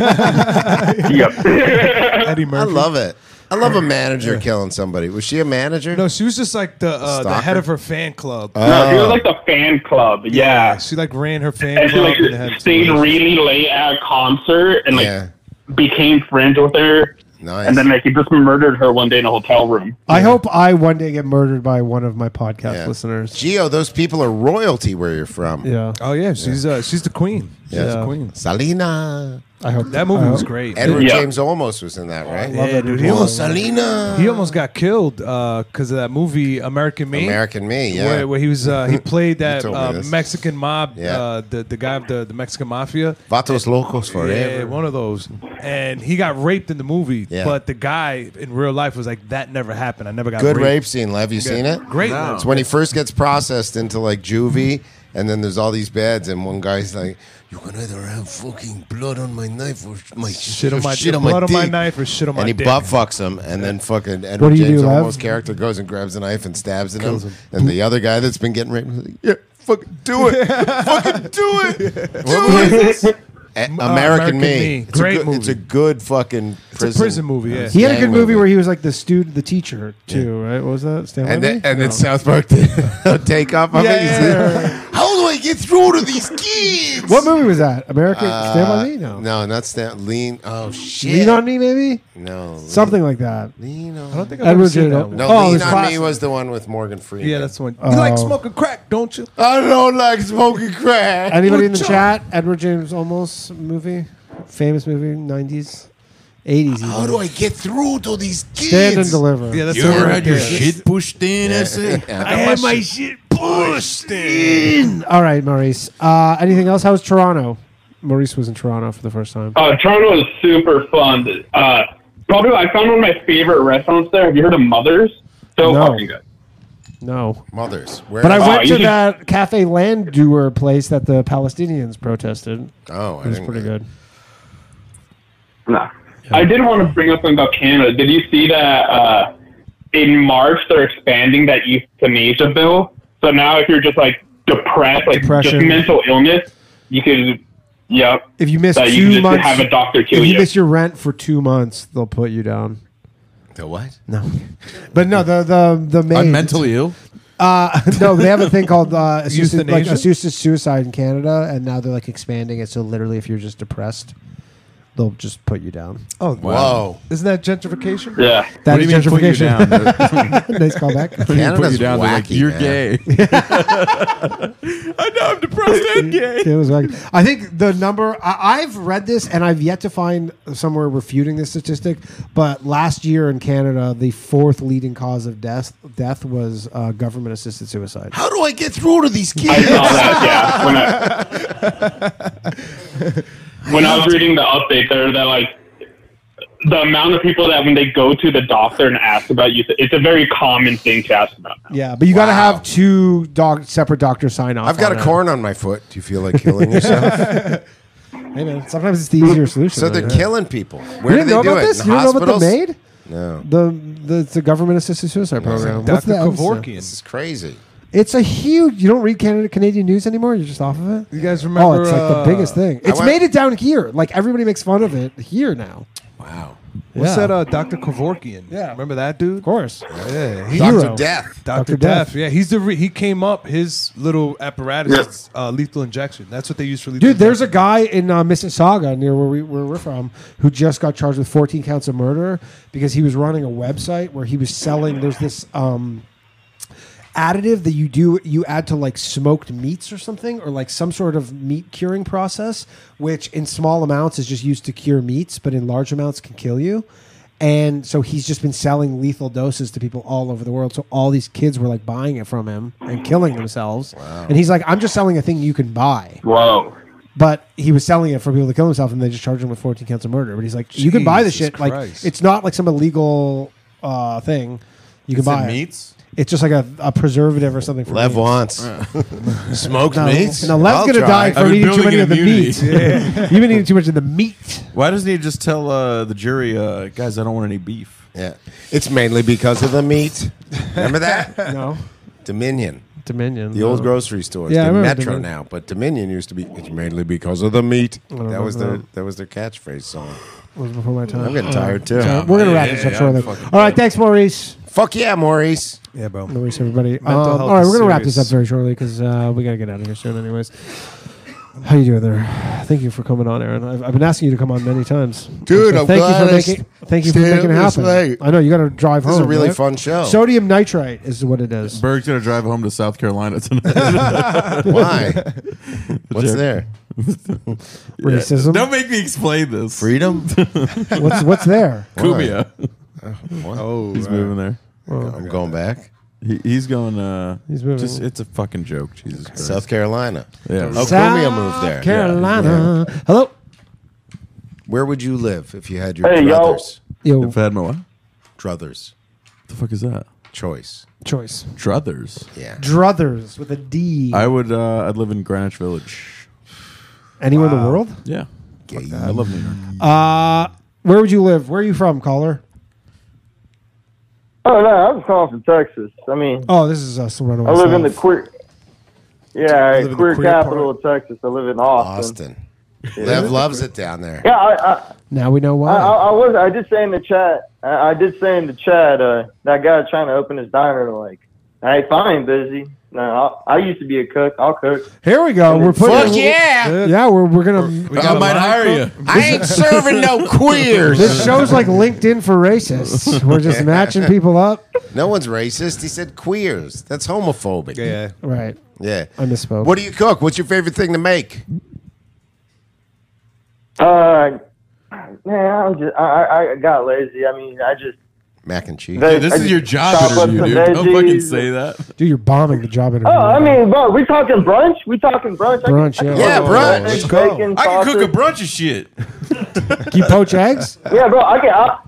[SPEAKER 16] yep.
[SPEAKER 6] Eddie Murphy. I love it. I love a manager killing somebody. Was she a manager?
[SPEAKER 4] No, she was just like the uh, the
[SPEAKER 6] Stalker?
[SPEAKER 4] head of her fan club.
[SPEAKER 16] No, she was like the fan club. Yeah.
[SPEAKER 4] she like ran her fan
[SPEAKER 16] And she
[SPEAKER 4] club
[SPEAKER 16] like
[SPEAKER 4] and had
[SPEAKER 16] stayed really late at a concert and like
[SPEAKER 6] Yeah.
[SPEAKER 16] became friends with her.
[SPEAKER 6] Nice.
[SPEAKER 16] And then like he just murdered her one day in a hotel room.
[SPEAKER 1] I hope I one day get murdered by one of my podcast listeners.
[SPEAKER 6] Geo, those people are royalty where you're from.
[SPEAKER 1] Yeah.
[SPEAKER 4] Oh yeah, she's uh, she's the queen.
[SPEAKER 6] Yeah.
[SPEAKER 4] She's the queen.
[SPEAKER 6] Salina.
[SPEAKER 1] I hope
[SPEAKER 4] that movie was great.
[SPEAKER 6] Edward James almost was in that, right?
[SPEAKER 4] He
[SPEAKER 6] Oh,
[SPEAKER 4] almost,
[SPEAKER 6] Salina.
[SPEAKER 4] He almost got killed because of that movie American Me.
[SPEAKER 6] American Me, yeah.
[SPEAKER 4] Where, where he was uh, he played that
[SPEAKER 6] told me
[SPEAKER 4] uh,
[SPEAKER 6] this.
[SPEAKER 4] Mexican mob,
[SPEAKER 6] Yeah.
[SPEAKER 4] uh, the the guy of the, the Mexican mafia.
[SPEAKER 6] Vatos locos
[SPEAKER 4] Yeah,
[SPEAKER 6] forever.
[SPEAKER 4] one of those. And he got raped in the movie,
[SPEAKER 6] Yeah.
[SPEAKER 4] but the guy in real life was like, "That never happened. I never got
[SPEAKER 6] Good
[SPEAKER 4] raped."
[SPEAKER 6] rape scene, Lev. You
[SPEAKER 4] Good.
[SPEAKER 6] seen it?
[SPEAKER 4] Great. No.
[SPEAKER 6] It's when he first gets processed into like juvie, And then there's all these beds, and one guy's like, "You can either have fucking blood on my knife or my
[SPEAKER 4] Shit on
[SPEAKER 6] or
[SPEAKER 4] my-
[SPEAKER 6] shit on
[SPEAKER 4] blood on my
[SPEAKER 6] dick."
[SPEAKER 4] knife or shit on my
[SPEAKER 6] And he
[SPEAKER 4] dick.
[SPEAKER 6] butt fucks him, and then fucking Edward
[SPEAKER 4] do you
[SPEAKER 6] James
[SPEAKER 4] do, Lev?
[SPEAKER 6] Olmos character goes and grabs a knife and stabs at him.
[SPEAKER 4] Kills him.
[SPEAKER 6] And the other guy that's been getting raped, was like, yeah, fucking do it, fucking do it. Do
[SPEAKER 4] What was
[SPEAKER 6] it.
[SPEAKER 4] it?
[SPEAKER 6] A- American,
[SPEAKER 4] M- uh, American
[SPEAKER 6] Me,
[SPEAKER 4] Me.
[SPEAKER 6] It's
[SPEAKER 4] Great
[SPEAKER 6] a good, It's a good fucking prison, Uh,
[SPEAKER 4] prison movie, yeah.
[SPEAKER 1] He had a
[SPEAKER 6] gang
[SPEAKER 1] good movie where he was like the student, the teacher too, right? What was that? Stan
[SPEAKER 6] And
[SPEAKER 1] Lee?
[SPEAKER 6] then, and then South Park did a takeoff of
[SPEAKER 1] Yeah,
[SPEAKER 6] it. You
[SPEAKER 1] yeah,
[SPEAKER 6] see?
[SPEAKER 1] yeah,
[SPEAKER 6] How do I get through to these kids?
[SPEAKER 1] What movie was that? American
[SPEAKER 6] Uh,
[SPEAKER 1] Stand by Me? No.
[SPEAKER 6] No, not Stan. Lean. Oh shit.
[SPEAKER 1] Lean on Me, maybe.
[SPEAKER 6] No.
[SPEAKER 1] Something like that.
[SPEAKER 6] Lean on.
[SPEAKER 1] I don't think I've Edward ever seen James- that one.
[SPEAKER 6] No,
[SPEAKER 1] Oh, it
[SPEAKER 6] Lean
[SPEAKER 1] was
[SPEAKER 6] on Me
[SPEAKER 1] classic.
[SPEAKER 6] was the one with Morgan Freeman.
[SPEAKER 4] Yeah, that's the one.
[SPEAKER 1] Oh.
[SPEAKER 4] You like smoking crack, don't you?
[SPEAKER 6] I don't like smoking crack.
[SPEAKER 1] Anybody in the chat? Edward James Olmos movie, famous movie, nineties, eighties.
[SPEAKER 6] How do I get through to these kids?
[SPEAKER 1] Stand and deliver. Yeah, that's the one right there.
[SPEAKER 6] pushed in?
[SPEAKER 1] Yeah. Yeah. I had my
[SPEAKER 6] shit pushed in.
[SPEAKER 1] All right, Maurice. Uh, anything else? How was Toronto? Maurice was in Toronto for the first time.
[SPEAKER 16] Uh, Toronto is super fun. Uh, probably I found one of my favorite restaurants there. Have you heard of Mother's? So
[SPEAKER 1] No.
[SPEAKER 16] fucking good.
[SPEAKER 1] No.
[SPEAKER 6] Mothers. Where?
[SPEAKER 1] But I
[SPEAKER 16] Oh,
[SPEAKER 1] went
[SPEAKER 16] you
[SPEAKER 1] to
[SPEAKER 16] should-
[SPEAKER 1] that Cafe Landauer place that the Palestinians protested.
[SPEAKER 6] Oh,
[SPEAKER 1] it was pretty good.
[SPEAKER 16] Nah. I did want to bring up about Canada. Did you see that uh, in March they're expanding that euthanasia bill? So now if you're just like depressed, like
[SPEAKER 1] Depression.
[SPEAKER 16] just mental illness, you could, yep.
[SPEAKER 1] If you miss
[SPEAKER 16] that
[SPEAKER 1] two
[SPEAKER 16] you could just
[SPEAKER 1] months,
[SPEAKER 16] have a doctor kill
[SPEAKER 1] if you,
[SPEAKER 16] you.
[SPEAKER 1] miss your rent for two months, they'll put you down.
[SPEAKER 6] The what?
[SPEAKER 1] No, but no, the the the maid.
[SPEAKER 2] I'm mentally ill.
[SPEAKER 1] Uh, no, they have a thing called uh, assisted, like
[SPEAKER 2] Euthanasia?
[SPEAKER 1] assisted suicide in Canada, and now they're like expanding it. So literally, if you're just depressed, they'll just put you down.
[SPEAKER 4] Oh,
[SPEAKER 6] Whoa.
[SPEAKER 4] Isn't that gentrification?
[SPEAKER 1] Yeah. That
[SPEAKER 4] That
[SPEAKER 1] is
[SPEAKER 4] is
[SPEAKER 1] gentrification. Nice callback. Put you down, they're like, "You're gay."
[SPEAKER 2] I know I'm depressed and gay.
[SPEAKER 1] It was like- I think the number I, I've read this and I've yet to find somewhere refuting this statistic, but last year in Canada, the fourth leading cause of death death was uh, government assisted suicide.
[SPEAKER 6] How do I get through to these kids?
[SPEAKER 16] yeah. When I, when I was reading the update there, that like the amount of people that when they go to the doctor and ask about you, it's a very common thing to ask about.
[SPEAKER 1] Yeah, but you got to have two dog separate doctors sign off.
[SPEAKER 6] I've got
[SPEAKER 1] on
[SPEAKER 6] a
[SPEAKER 1] it.
[SPEAKER 6] corn on my foot. Do you feel like killing yourself?
[SPEAKER 1] Hey man, sometimes it's the easier solution.
[SPEAKER 6] So
[SPEAKER 1] though,
[SPEAKER 6] they're
[SPEAKER 1] yeah.
[SPEAKER 6] killing people.
[SPEAKER 1] You
[SPEAKER 6] Where do
[SPEAKER 1] didn't
[SPEAKER 6] they
[SPEAKER 1] know
[SPEAKER 6] do
[SPEAKER 1] about
[SPEAKER 6] it?
[SPEAKER 1] this?
[SPEAKER 6] In
[SPEAKER 1] You didn't know about the
[SPEAKER 6] hospitals?
[SPEAKER 1] maid?
[SPEAKER 6] No.
[SPEAKER 1] The the it's a government assisted suicide program. What's the other stuff?
[SPEAKER 6] This is crazy.
[SPEAKER 1] It's a huge. You don't read Canada Canadian news anymore. You're just off of it. You
[SPEAKER 4] guys remember,
[SPEAKER 1] Oh, it's like
[SPEAKER 4] uh,
[SPEAKER 1] the biggest thing.
[SPEAKER 4] I
[SPEAKER 1] It's
[SPEAKER 4] went-
[SPEAKER 1] made it down here. Like everybody makes fun of it here now.
[SPEAKER 6] Wow.
[SPEAKER 4] What's
[SPEAKER 1] Yeah.
[SPEAKER 4] that, uh, Dr. Kevorkian? Yeah. Remember that dude? Of
[SPEAKER 1] course.
[SPEAKER 4] Yeah.
[SPEAKER 1] Hero. Dr. Death.
[SPEAKER 4] Dr.
[SPEAKER 1] Dr. Death.
[SPEAKER 4] Death. Yeah, he's the re- he came up, his little apparatus is, uh, lethal injection. That's what they use for lethal
[SPEAKER 1] Dude, there's a guy in uh, Mississauga near where we where we're from who just got charged with 14 counts of murder because he was running a website where he was selling. There's this um, additive that you do you add to like smoked meats or something or like some sort of meat curing process, which in small amounts is just used to cure meats, but in large amounts can kill you. And so he's just been selling lethal doses to people all over the world. So all these kids were like buying it from him and killing themselves. And he's like, I'm just selling a thing you can buy.
[SPEAKER 16] Whoa.
[SPEAKER 1] But he was selling it for people to kill themselves, and they just charged him with 14 counts of murder. But he's like, you can buy this
[SPEAKER 4] Jesus
[SPEAKER 1] shit. Like,
[SPEAKER 4] Christ.
[SPEAKER 1] it's not like some illegal uh, thing. You can
[SPEAKER 4] It's in
[SPEAKER 1] buy it.
[SPEAKER 4] meats?
[SPEAKER 1] It's just like a, a preservative or something. For
[SPEAKER 6] Lev
[SPEAKER 1] meats.
[SPEAKER 6] wants smoked
[SPEAKER 1] no,
[SPEAKER 6] meats.
[SPEAKER 1] No, Lev's
[SPEAKER 6] I'll
[SPEAKER 1] gonna
[SPEAKER 6] try.
[SPEAKER 1] die
[SPEAKER 2] I've
[SPEAKER 1] from
[SPEAKER 2] been
[SPEAKER 1] eating too
[SPEAKER 2] building
[SPEAKER 1] many of the
[SPEAKER 2] immunity.
[SPEAKER 1] meat.
[SPEAKER 2] Yeah.
[SPEAKER 1] You've been eating too much of the meat.
[SPEAKER 2] Why doesn't he just tell uh, the jury, uh, guys, I don't want any beef?
[SPEAKER 6] Yeah. It's mainly because of the meat. Remember that?
[SPEAKER 1] no.
[SPEAKER 6] Dominion.
[SPEAKER 1] Dominion.
[SPEAKER 6] The old grocery stores.
[SPEAKER 1] Yeah, I
[SPEAKER 6] Yeah,
[SPEAKER 1] remember
[SPEAKER 6] Metro
[SPEAKER 1] Dominion.
[SPEAKER 6] now, but Dominion used to be. It's mainly because of the meat.
[SPEAKER 1] I don't
[SPEAKER 6] That was their
[SPEAKER 1] remember
[SPEAKER 6] that. was their catchphrase song.
[SPEAKER 1] Was before my time.
[SPEAKER 6] I'm getting tired too.
[SPEAKER 1] All right, we're gonna wrap this up shortly. All right, thanks, Maurice.
[SPEAKER 6] Fuck yeah, Maurice.
[SPEAKER 4] Yeah, bro.
[SPEAKER 1] Maurice, everybody. Um,
[SPEAKER 4] Mental health
[SPEAKER 1] all right,
[SPEAKER 4] is
[SPEAKER 1] we're gonna wrap this up
[SPEAKER 4] serious.
[SPEAKER 1] very shortly because uh, we gotta get out of here soon, anyways. How you doing there? Thank you for coming on, Aaron. I've, I've been asking you to come on many times,
[SPEAKER 6] Dude,
[SPEAKER 1] So
[SPEAKER 6] I'm
[SPEAKER 1] thank you
[SPEAKER 6] glad
[SPEAKER 1] for
[SPEAKER 6] I
[SPEAKER 1] making.
[SPEAKER 6] s-
[SPEAKER 1] Thank you for
[SPEAKER 6] stayed
[SPEAKER 1] making it
[SPEAKER 6] up this
[SPEAKER 1] happen.
[SPEAKER 6] late.
[SPEAKER 1] I know you got to drive
[SPEAKER 6] This
[SPEAKER 1] home.
[SPEAKER 6] is a really
[SPEAKER 1] right?
[SPEAKER 6] fun show.
[SPEAKER 1] Sodium nitrite is what it is.
[SPEAKER 2] Berg's gonna drive home to South Carolina tonight.
[SPEAKER 6] Why? What's there?
[SPEAKER 1] Racism?
[SPEAKER 2] Don't make me explain this.
[SPEAKER 6] Freedom.
[SPEAKER 1] What's what's there?
[SPEAKER 2] Cubia.
[SPEAKER 6] Oh,
[SPEAKER 2] he's moving there.
[SPEAKER 6] I'm going back.
[SPEAKER 2] He, he's going. Uh,
[SPEAKER 1] he's moving.
[SPEAKER 2] Just, it's a fucking joke. Jesus Christ.
[SPEAKER 6] South Carolina.
[SPEAKER 2] Yeah.
[SPEAKER 6] Oh, Cumia moved there.
[SPEAKER 1] Carolina. Hello.
[SPEAKER 6] Where would you live if you had your
[SPEAKER 1] Hey, yo.
[SPEAKER 6] druthers?
[SPEAKER 1] Yo.
[SPEAKER 2] If I had my what?
[SPEAKER 6] Druthers.
[SPEAKER 2] The fuck is that?
[SPEAKER 6] Choice.
[SPEAKER 1] Choice.
[SPEAKER 2] Druthers.
[SPEAKER 6] Yeah.
[SPEAKER 1] Druthers with a D.
[SPEAKER 2] I would. Uh, I'd live in Greenwich Village.
[SPEAKER 1] Anywhere in the world?
[SPEAKER 2] Yeah. Fuck that. I love New York.
[SPEAKER 1] Uh, where would you live? Where are you from, caller?
[SPEAKER 8] Oh no, I was calling from Texas. I mean,
[SPEAKER 1] Oh, this is us. Right
[SPEAKER 8] I live in the queer. Yeah,
[SPEAKER 6] live in the
[SPEAKER 8] queer,
[SPEAKER 6] queer
[SPEAKER 8] capital of Texas. I live in Austin.
[SPEAKER 6] Austin. Lev loves it down there.
[SPEAKER 8] Yeah, I, I,
[SPEAKER 1] Now
[SPEAKER 6] Oh,
[SPEAKER 1] we know
[SPEAKER 8] I,
[SPEAKER 1] why.
[SPEAKER 8] I, I was. I did say in the chat. I, I did say in the chat uh, that guy trying to open his diner. Like, hey, fine, busy. No, I, I used to be a cook. I'll cook.
[SPEAKER 1] Here we go. We're putting.
[SPEAKER 8] Fuck yeah!
[SPEAKER 1] Yeah, we're we're gonna.
[SPEAKER 8] I might hire you. I ain't serving no queers.
[SPEAKER 1] This show's like LinkedIn for racists. We're just matching people up.
[SPEAKER 6] No one's racist. He said queers. That's homophobic. Yeah.
[SPEAKER 1] Right.
[SPEAKER 6] Yeah.
[SPEAKER 1] I misspoke.
[SPEAKER 6] What do you cook? What's your favorite thing to make?
[SPEAKER 8] Uh, man, I'm just. I, I I got lazy. I mean, I just.
[SPEAKER 6] Mac and cheese.
[SPEAKER 8] They- This is I- your job chop up interview, some dude. Don't fucking veggies. say
[SPEAKER 2] that.
[SPEAKER 1] Dude, you're bombing the job interview.
[SPEAKER 8] Oh, I mean, bro, we talking brunch? We talking brunch?
[SPEAKER 1] Mm-hmm. Brunch,
[SPEAKER 8] I can, I can
[SPEAKER 1] yeah. Yeah,
[SPEAKER 8] cook
[SPEAKER 1] brunch.
[SPEAKER 8] eggs,
[SPEAKER 1] Let's go.
[SPEAKER 8] bacon,
[SPEAKER 2] I can cook a
[SPEAKER 8] sausage.
[SPEAKER 2] brunch of shit.
[SPEAKER 1] Can you poach eggs?
[SPEAKER 8] Yeah, bro, I can. I,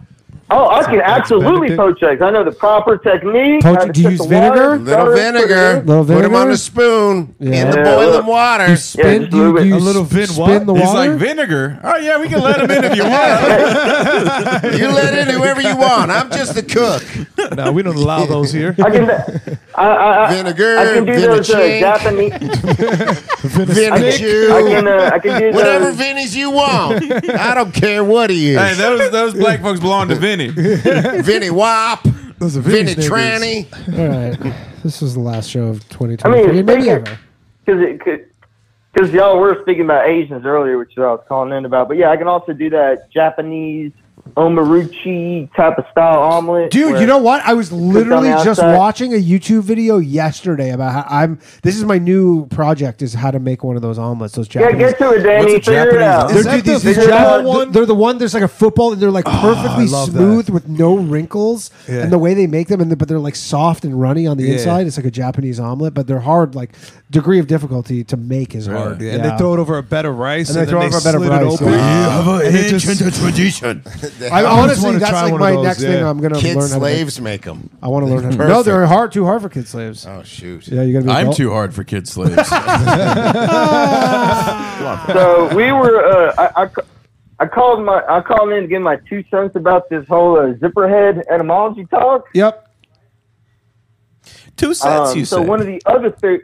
[SPEAKER 8] oh, I can
[SPEAKER 1] That's
[SPEAKER 8] absolutely
[SPEAKER 1] Benedict.
[SPEAKER 8] poach eggs. I know the proper technique. how to
[SPEAKER 1] Poach, do you
[SPEAKER 8] set
[SPEAKER 1] use
[SPEAKER 8] the water,
[SPEAKER 1] vinegar?
[SPEAKER 8] butter, put it in.
[SPEAKER 1] Little vinegar.
[SPEAKER 6] on a spoon
[SPEAKER 1] Yeah.
[SPEAKER 6] in the
[SPEAKER 1] Yeah,
[SPEAKER 6] boiling
[SPEAKER 1] look.
[SPEAKER 6] water.
[SPEAKER 1] You spin, you- you spin the
[SPEAKER 2] He's like
[SPEAKER 1] water.
[SPEAKER 2] vinegar. Oh yeah, we can let him in if you want.
[SPEAKER 6] you let in whoever you want. I'm just a cook.
[SPEAKER 4] No, we don't allow those here.
[SPEAKER 8] I can, I, I, I,
[SPEAKER 6] Vinegar,
[SPEAKER 8] I can do those uh,
[SPEAKER 6] vinaigrette.
[SPEAKER 8] Japanese.
[SPEAKER 6] Vinny
[SPEAKER 8] I can-
[SPEAKER 6] Jew.
[SPEAKER 8] I can, uh, I can do
[SPEAKER 6] Whatever
[SPEAKER 8] those-
[SPEAKER 6] Vinny's you want. I don't care what he is.
[SPEAKER 2] Hey, those those black folks belong to Vinny.
[SPEAKER 6] Vinny Wop. Vinny
[SPEAKER 1] Vinny's
[SPEAKER 6] Tranny.
[SPEAKER 1] All right. This was the last show of
[SPEAKER 8] I
[SPEAKER 1] 2023.
[SPEAKER 8] mean,
[SPEAKER 1] Maybe ever.
[SPEAKER 8] because because y'all were speaking about Asians earlier, which I was calling in about. But yeah, I can also do that Japanese omaruchi type of style omelet.
[SPEAKER 1] Dude,
[SPEAKER 8] where-
[SPEAKER 1] you know what? I was literally
[SPEAKER 8] on the
[SPEAKER 1] just
[SPEAKER 8] outside.
[SPEAKER 1] watching a YouTube video yesterday about how I'm. This is my new project: is how to make one of those omelets. Those
[SPEAKER 8] Yeah,
[SPEAKER 1] Japanese.
[SPEAKER 8] get to it, Danny. What's a Figure it Japanese out. omelet?
[SPEAKER 1] They're,
[SPEAKER 8] Is
[SPEAKER 1] dude,
[SPEAKER 8] that the
[SPEAKER 1] these- these
[SPEAKER 8] football
[SPEAKER 1] Japanese-
[SPEAKER 8] one?
[SPEAKER 1] they're the one. There's like a football, and they're like perfectly
[SPEAKER 4] love that.
[SPEAKER 1] smooth with no wrinkles.
[SPEAKER 4] Yeah.
[SPEAKER 1] And the way they make them, and the, but they're like soft and runny on the
[SPEAKER 4] Yeah.
[SPEAKER 1] inside. It's like a Japanese omelet, but they're hard. Like degree of difficulty to make is hard.
[SPEAKER 4] Yeah, And they throw it over a bed of rice,
[SPEAKER 1] And
[SPEAKER 4] and,
[SPEAKER 1] they throw
[SPEAKER 4] then
[SPEAKER 1] it over a bed of
[SPEAKER 4] slit it
[SPEAKER 1] rice,
[SPEAKER 4] open.
[SPEAKER 1] yeah.
[SPEAKER 4] And it just-
[SPEAKER 1] I
[SPEAKER 4] just
[SPEAKER 1] honestly,
[SPEAKER 4] wanna
[SPEAKER 1] that's
[SPEAKER 4] try
[SPEAKER 1] like
[SPEAKER 4] one of
[SPEAKER 1] my
[SPEAKER 4] those,
[SPEAKER 1] next
[SPEAKER 4] yeah.
[SPEAKER 1] thing I'm gonna
[SPEAKER 6] Kid
[SPEAKER 1] learn. how to
[SPEAKER 6] slaves make 'em.
[SPEAKER 1] I want to learn how to. No,
[SPEAKER 6] Perfect.
[SPEAKER 1] they're hard. Too hard for kid slaves.
[SPEAKER 6] Oh shoot!
[SPEAKER 1] Yeah, you gotta be.
[SPEAKER 2] I'm
[SPEAKER 1] adult.
[SPEAKER 2] too hard for kid slaves.
[SPEAKER 8] so we were. Uh, I, I, ca- I called my. I called in to give my two cents about this whole uh, zipperhead etymology talk.
[SPEAKER 1] Yep.
[SPEAKER 2] Two
[SPEAKER 8] Um, so one of the other the-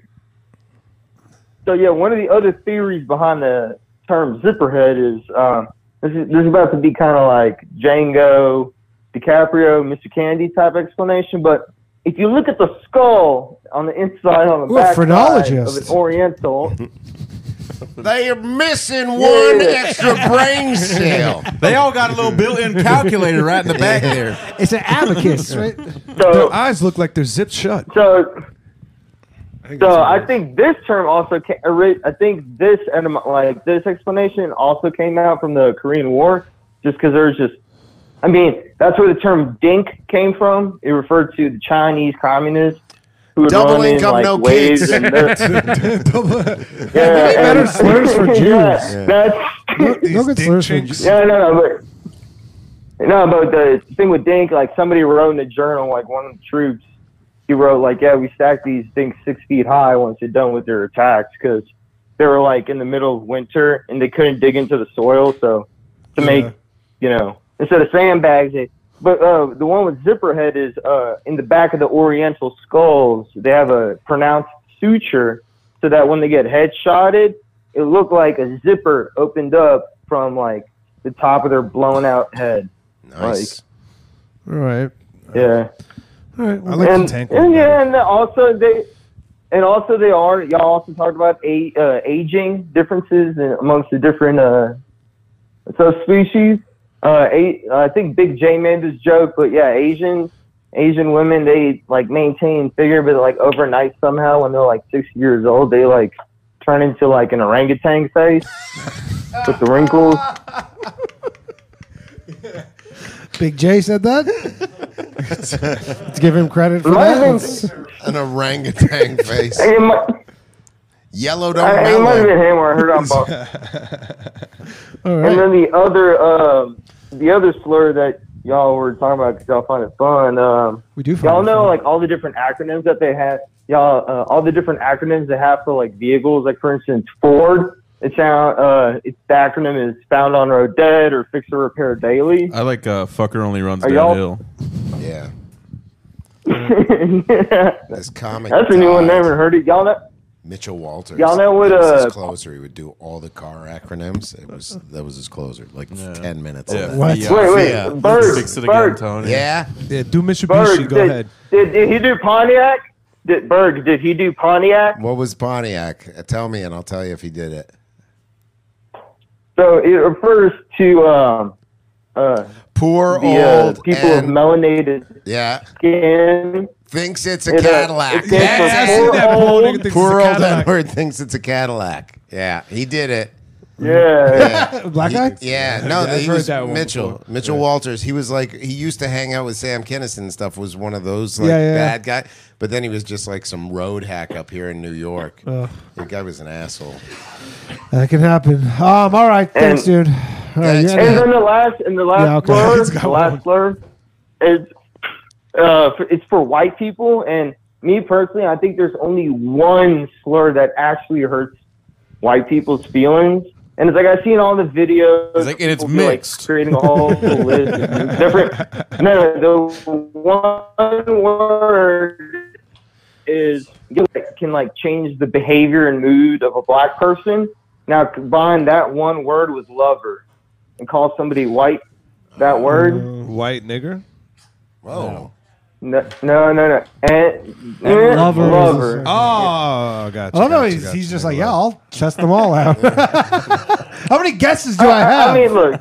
[SPEAKER 8] so yeah, one of the other theories behind the term zipperhead is um, this is this is about to be kind of like Django, DiCaprio, Mr. Candy type explanation. But if you look at the skull on the inside on the
[SPEAKER 1] Ooh, a
[SPEAKER 8] back of
[SPEAKER 1] phrenologist.
[SPEAKER 8] an Oriental,
[SPEAKER 6] They are missing one extra brain cell.
[SPEAKER 2] they all got a little built-in calculator right in the back there.
[SPEAKER 1] It's an abacus, right?
[SPEAKER 4] Their eyes look like they're zipped shut.
[SPEAKER 8] So, so I think this term also ca ori- I think this etym- like this explanation also came out from the Korean War, just because there's just, I mean, that's where the term "dink" came from. It referred to the Chinese communists who would
[SPEAKER 6] Double
[SPEAKER 8] run in,
[SPEAKER 6] income,
[SPEAKER 8] like,
[SPEAKER 6] no
[SPEAKER 8] waves
[SPEAKER 6] kids.
[SPEAKER 8] and their-
[SPEAKER 6] Any better
[SPEAKER 8] and-
[SPEAKER 6] slurs for Jews?
[SPEAKER 8] Yeah, that's
[SPEAKER 1] no good slurs for Jews.
[SPEAKER 8] yeah, no, no, but no, but the thing with Dink, like somebody wrote in the journal, like one of the troops, he wrote like, yeah, we stacked these things six feet high once they're done with their attacks because they were like in the middle of winter and they couldn't dig into the soil, so to make you know instead of sandbags, they. But uh, the one with zipper head is uh, in the back of the Oriental skulls. They have a pronounced suture, so that when they get headshotted, it looked like a zipper opened up from like the top of their blown out head.
[SPEAKER 6] Nice.
[SPEAKER 1] All right.
[SPEAKER 8] Like, yeah.
[SPEAKER 1] All right.
[SPEAKER 4] I like
[SPEAKER 8] and,
[SPEAKER 4] the tank.
[SPEAKER 8] and yeah, and also they, and also they are. Y'all also talked about a, uh, aging differences in- amongst the different uh, subspecies. Uh, a, I think Big J made this joke, but yeah, Asian Asian women they like maintain figure, but like overnight somehow when they're like six years old, they like turn into like an orangutan face with the wrinkles.
[SPEAKER 1] Big J said that. Let's give him credit for
[SPEAKER 8] Might
[SPEAKER 1] that.
[SPEAKER 8] have been-
[SPEAKER 1] Let's-
[SPEAKER 6] An orangutan face.
[SPEAKER 8] It might,
[SPEAKER 6] Yellow don't
[SPEAKER 8] I, it might have been
[SPEAKER 6] melon.
[SPEAKER 8] him or I heard on Boston.
[SPEAKER 1] All
[SPEAKER 8] And then the other um, the other slur that y'all were talking about because y'all find it fun. Um,
[SPEAKER 1] we do. Find
[SPEAKER 8] y'all
[SPEAKER 1] it
[SPEAKER 8] know
[SPEAKER 1] fun.
[SPEAKER 8] like all the different acronyms that they have. Y'all, uh, all the different acronyms they have for like vehicles. Like for instance, Ford. It's found. Uh, it's the acronym is found on road dead or fix or repair daily.
[SPEAKER 2] I like uh, fucker only runs
[SPEAKER 8] Are y'all-
[SPEAKER 2] downhill.
[SPEAKER 6] Yeah. This comic.
[SPEAKER 8] That's a new one.
[SPEAKER 6] died.
[SPEAKER 8] Never heard it. Y'all know.
[SPEAKER 6] Mitchell Walters.
[SPEAKER 8] Y'all know what,
[SPEAKER 6] That was
[SPEAKER 8] uh,
[SPEAKER 6] his closer. He would do all the car acronyms. It was that was his closer. Like ten minutes.
[SPEAKER 2] Yeah.
[SPEAKER 6] of that.
[SPEAKER 2] What? Wait, wait, Bird, Fix it again, Bird. Tony.
[SPEAKER 6] Yeah.
[SPEAKER 4] Yeah, do Mitsubishi.
[SPEAKER 8] Berg,
[SPEAKER 4] go
[SPEAKER 8] did,
[SPEAKER 4] ahead.
[SPEAKER 8] Did, did he do Pontiac? Did Berg? Did he do Pontiac?
[SPEAKER 6] What was Pontiac? Uh, Tell me, and I'll tell you if he did it.
[SPEAKER 8] So it refers to um, uh,
[SPEAKER 6] poor
[SPEAKER 8] the,
[SPEAKER 6] old
[SPEAKER 8] uh, people
[SPEAKER 6] and-
[SPEAKER 8] of melanated
[SPEAKER 6] Yeah.
[SPEAKER 8] skin.
[SPEAKER 6] Thinks it's a
[SPEAKER 8] uh,
[SPEAKER 6] Cadillac.
[SPEAKER 8] Yes, poor old.
[SPEAKER 6] Poor old Edward thinks it's a Cadillac. Yeah, he did it.
[SPEAKER 8] Yeah.
[SPEAKER 1] Black
[SPEAKER 6] guy? Yeah, no,
[SPEAKER 4] I've
[SPEAKER 6] he
[SPEAKER 4] heard
[SPEAKER 6] was
[SPEAKER 4] that one
[SPEAKER 6] Mitchell.
[SPEAKER 4] before.
[SPEAKER 6] Mitchell
[SPEAKER 4] Yeah.
[SPEAKER 6] Walters. He was like he used to hang out with Sam Kinison and stuff. Was one of those like
[SPEAKER 1] Yeah, yeah, yeah.
[SPEAKER 6] bad guy. But then he was just like some road hack up here in New York.
[SPEAKER 1] Ugh.
[SPEAKER 6] The guy was an asshole.
[SPEAKER 1] That can happen. Um, all right, thanks,
[SPEAKER 6] And-
[SPEAKER 1] dude. All right,
[SPEAKER 6] Thanks,
[SPEAKER 1] yeah,
[SPEAKER 8] And
[SPEAKER 1] yeah.
[SPEAKER 8] then the last and the last
[SPEAKER 1] Yeah, okay.
[SPEAKER 8] slur,
[SPEAKER 1] He's got
[SPEAKER 8] the last slur, is uh, for, it's for white people. And me personally, I think there's only one slur that actually hurts white people's feelings. And it's like I've seen all the videos.
[SPEAKER 2] It's like- and it's
[SPEAKER 8] people be, like,
[SPEAKER 2] mixed.
[SPEAKER 8] creating a whole list of different. No, no, the one word is can like change the behavior and mood of a black person. Now combine that one word with lover and call somebody white that word.
[SPEAKER 4] White nigger.
[SPEAKER 6] Whoa.
[SPEAKER 8] No, no, no, no. And, eh, lover.
[SPEAKER 4] Oh, gotcha.
[SPEAKER 1] Oh no,
[SPEAKER 4] gotcha,
[SPEAKER 1] he's,
[SPEAKER 4] gotcha.
[SPEAKER 1] he's just like, yeah, I'll chest them all out. How many guesses do I
[SPEAKER 6] I- I
[SPEAKER 1] have?
[SPEAKER 6] mean,
[SPEAKER 8] look,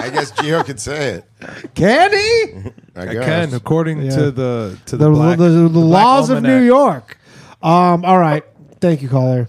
[SPEAKER 6] I guess Gio could say it.
[SPEAKER 1] can he?
[SPEAKER 6] I,
[SPEAKER 4] I
[SPEAKER 6] guess.
[SPEAKER 4] can, according to the to the
[SPEAKER 1] the,
[SPEAKER 4] black,
[SPEAKER 1] the- the
[SPEAKER 4] black
[SPEAKER 1] laws of
[SPEAKER 4] almanac.
[SPEAKER 1] New York. Um, all right, thank you, caller.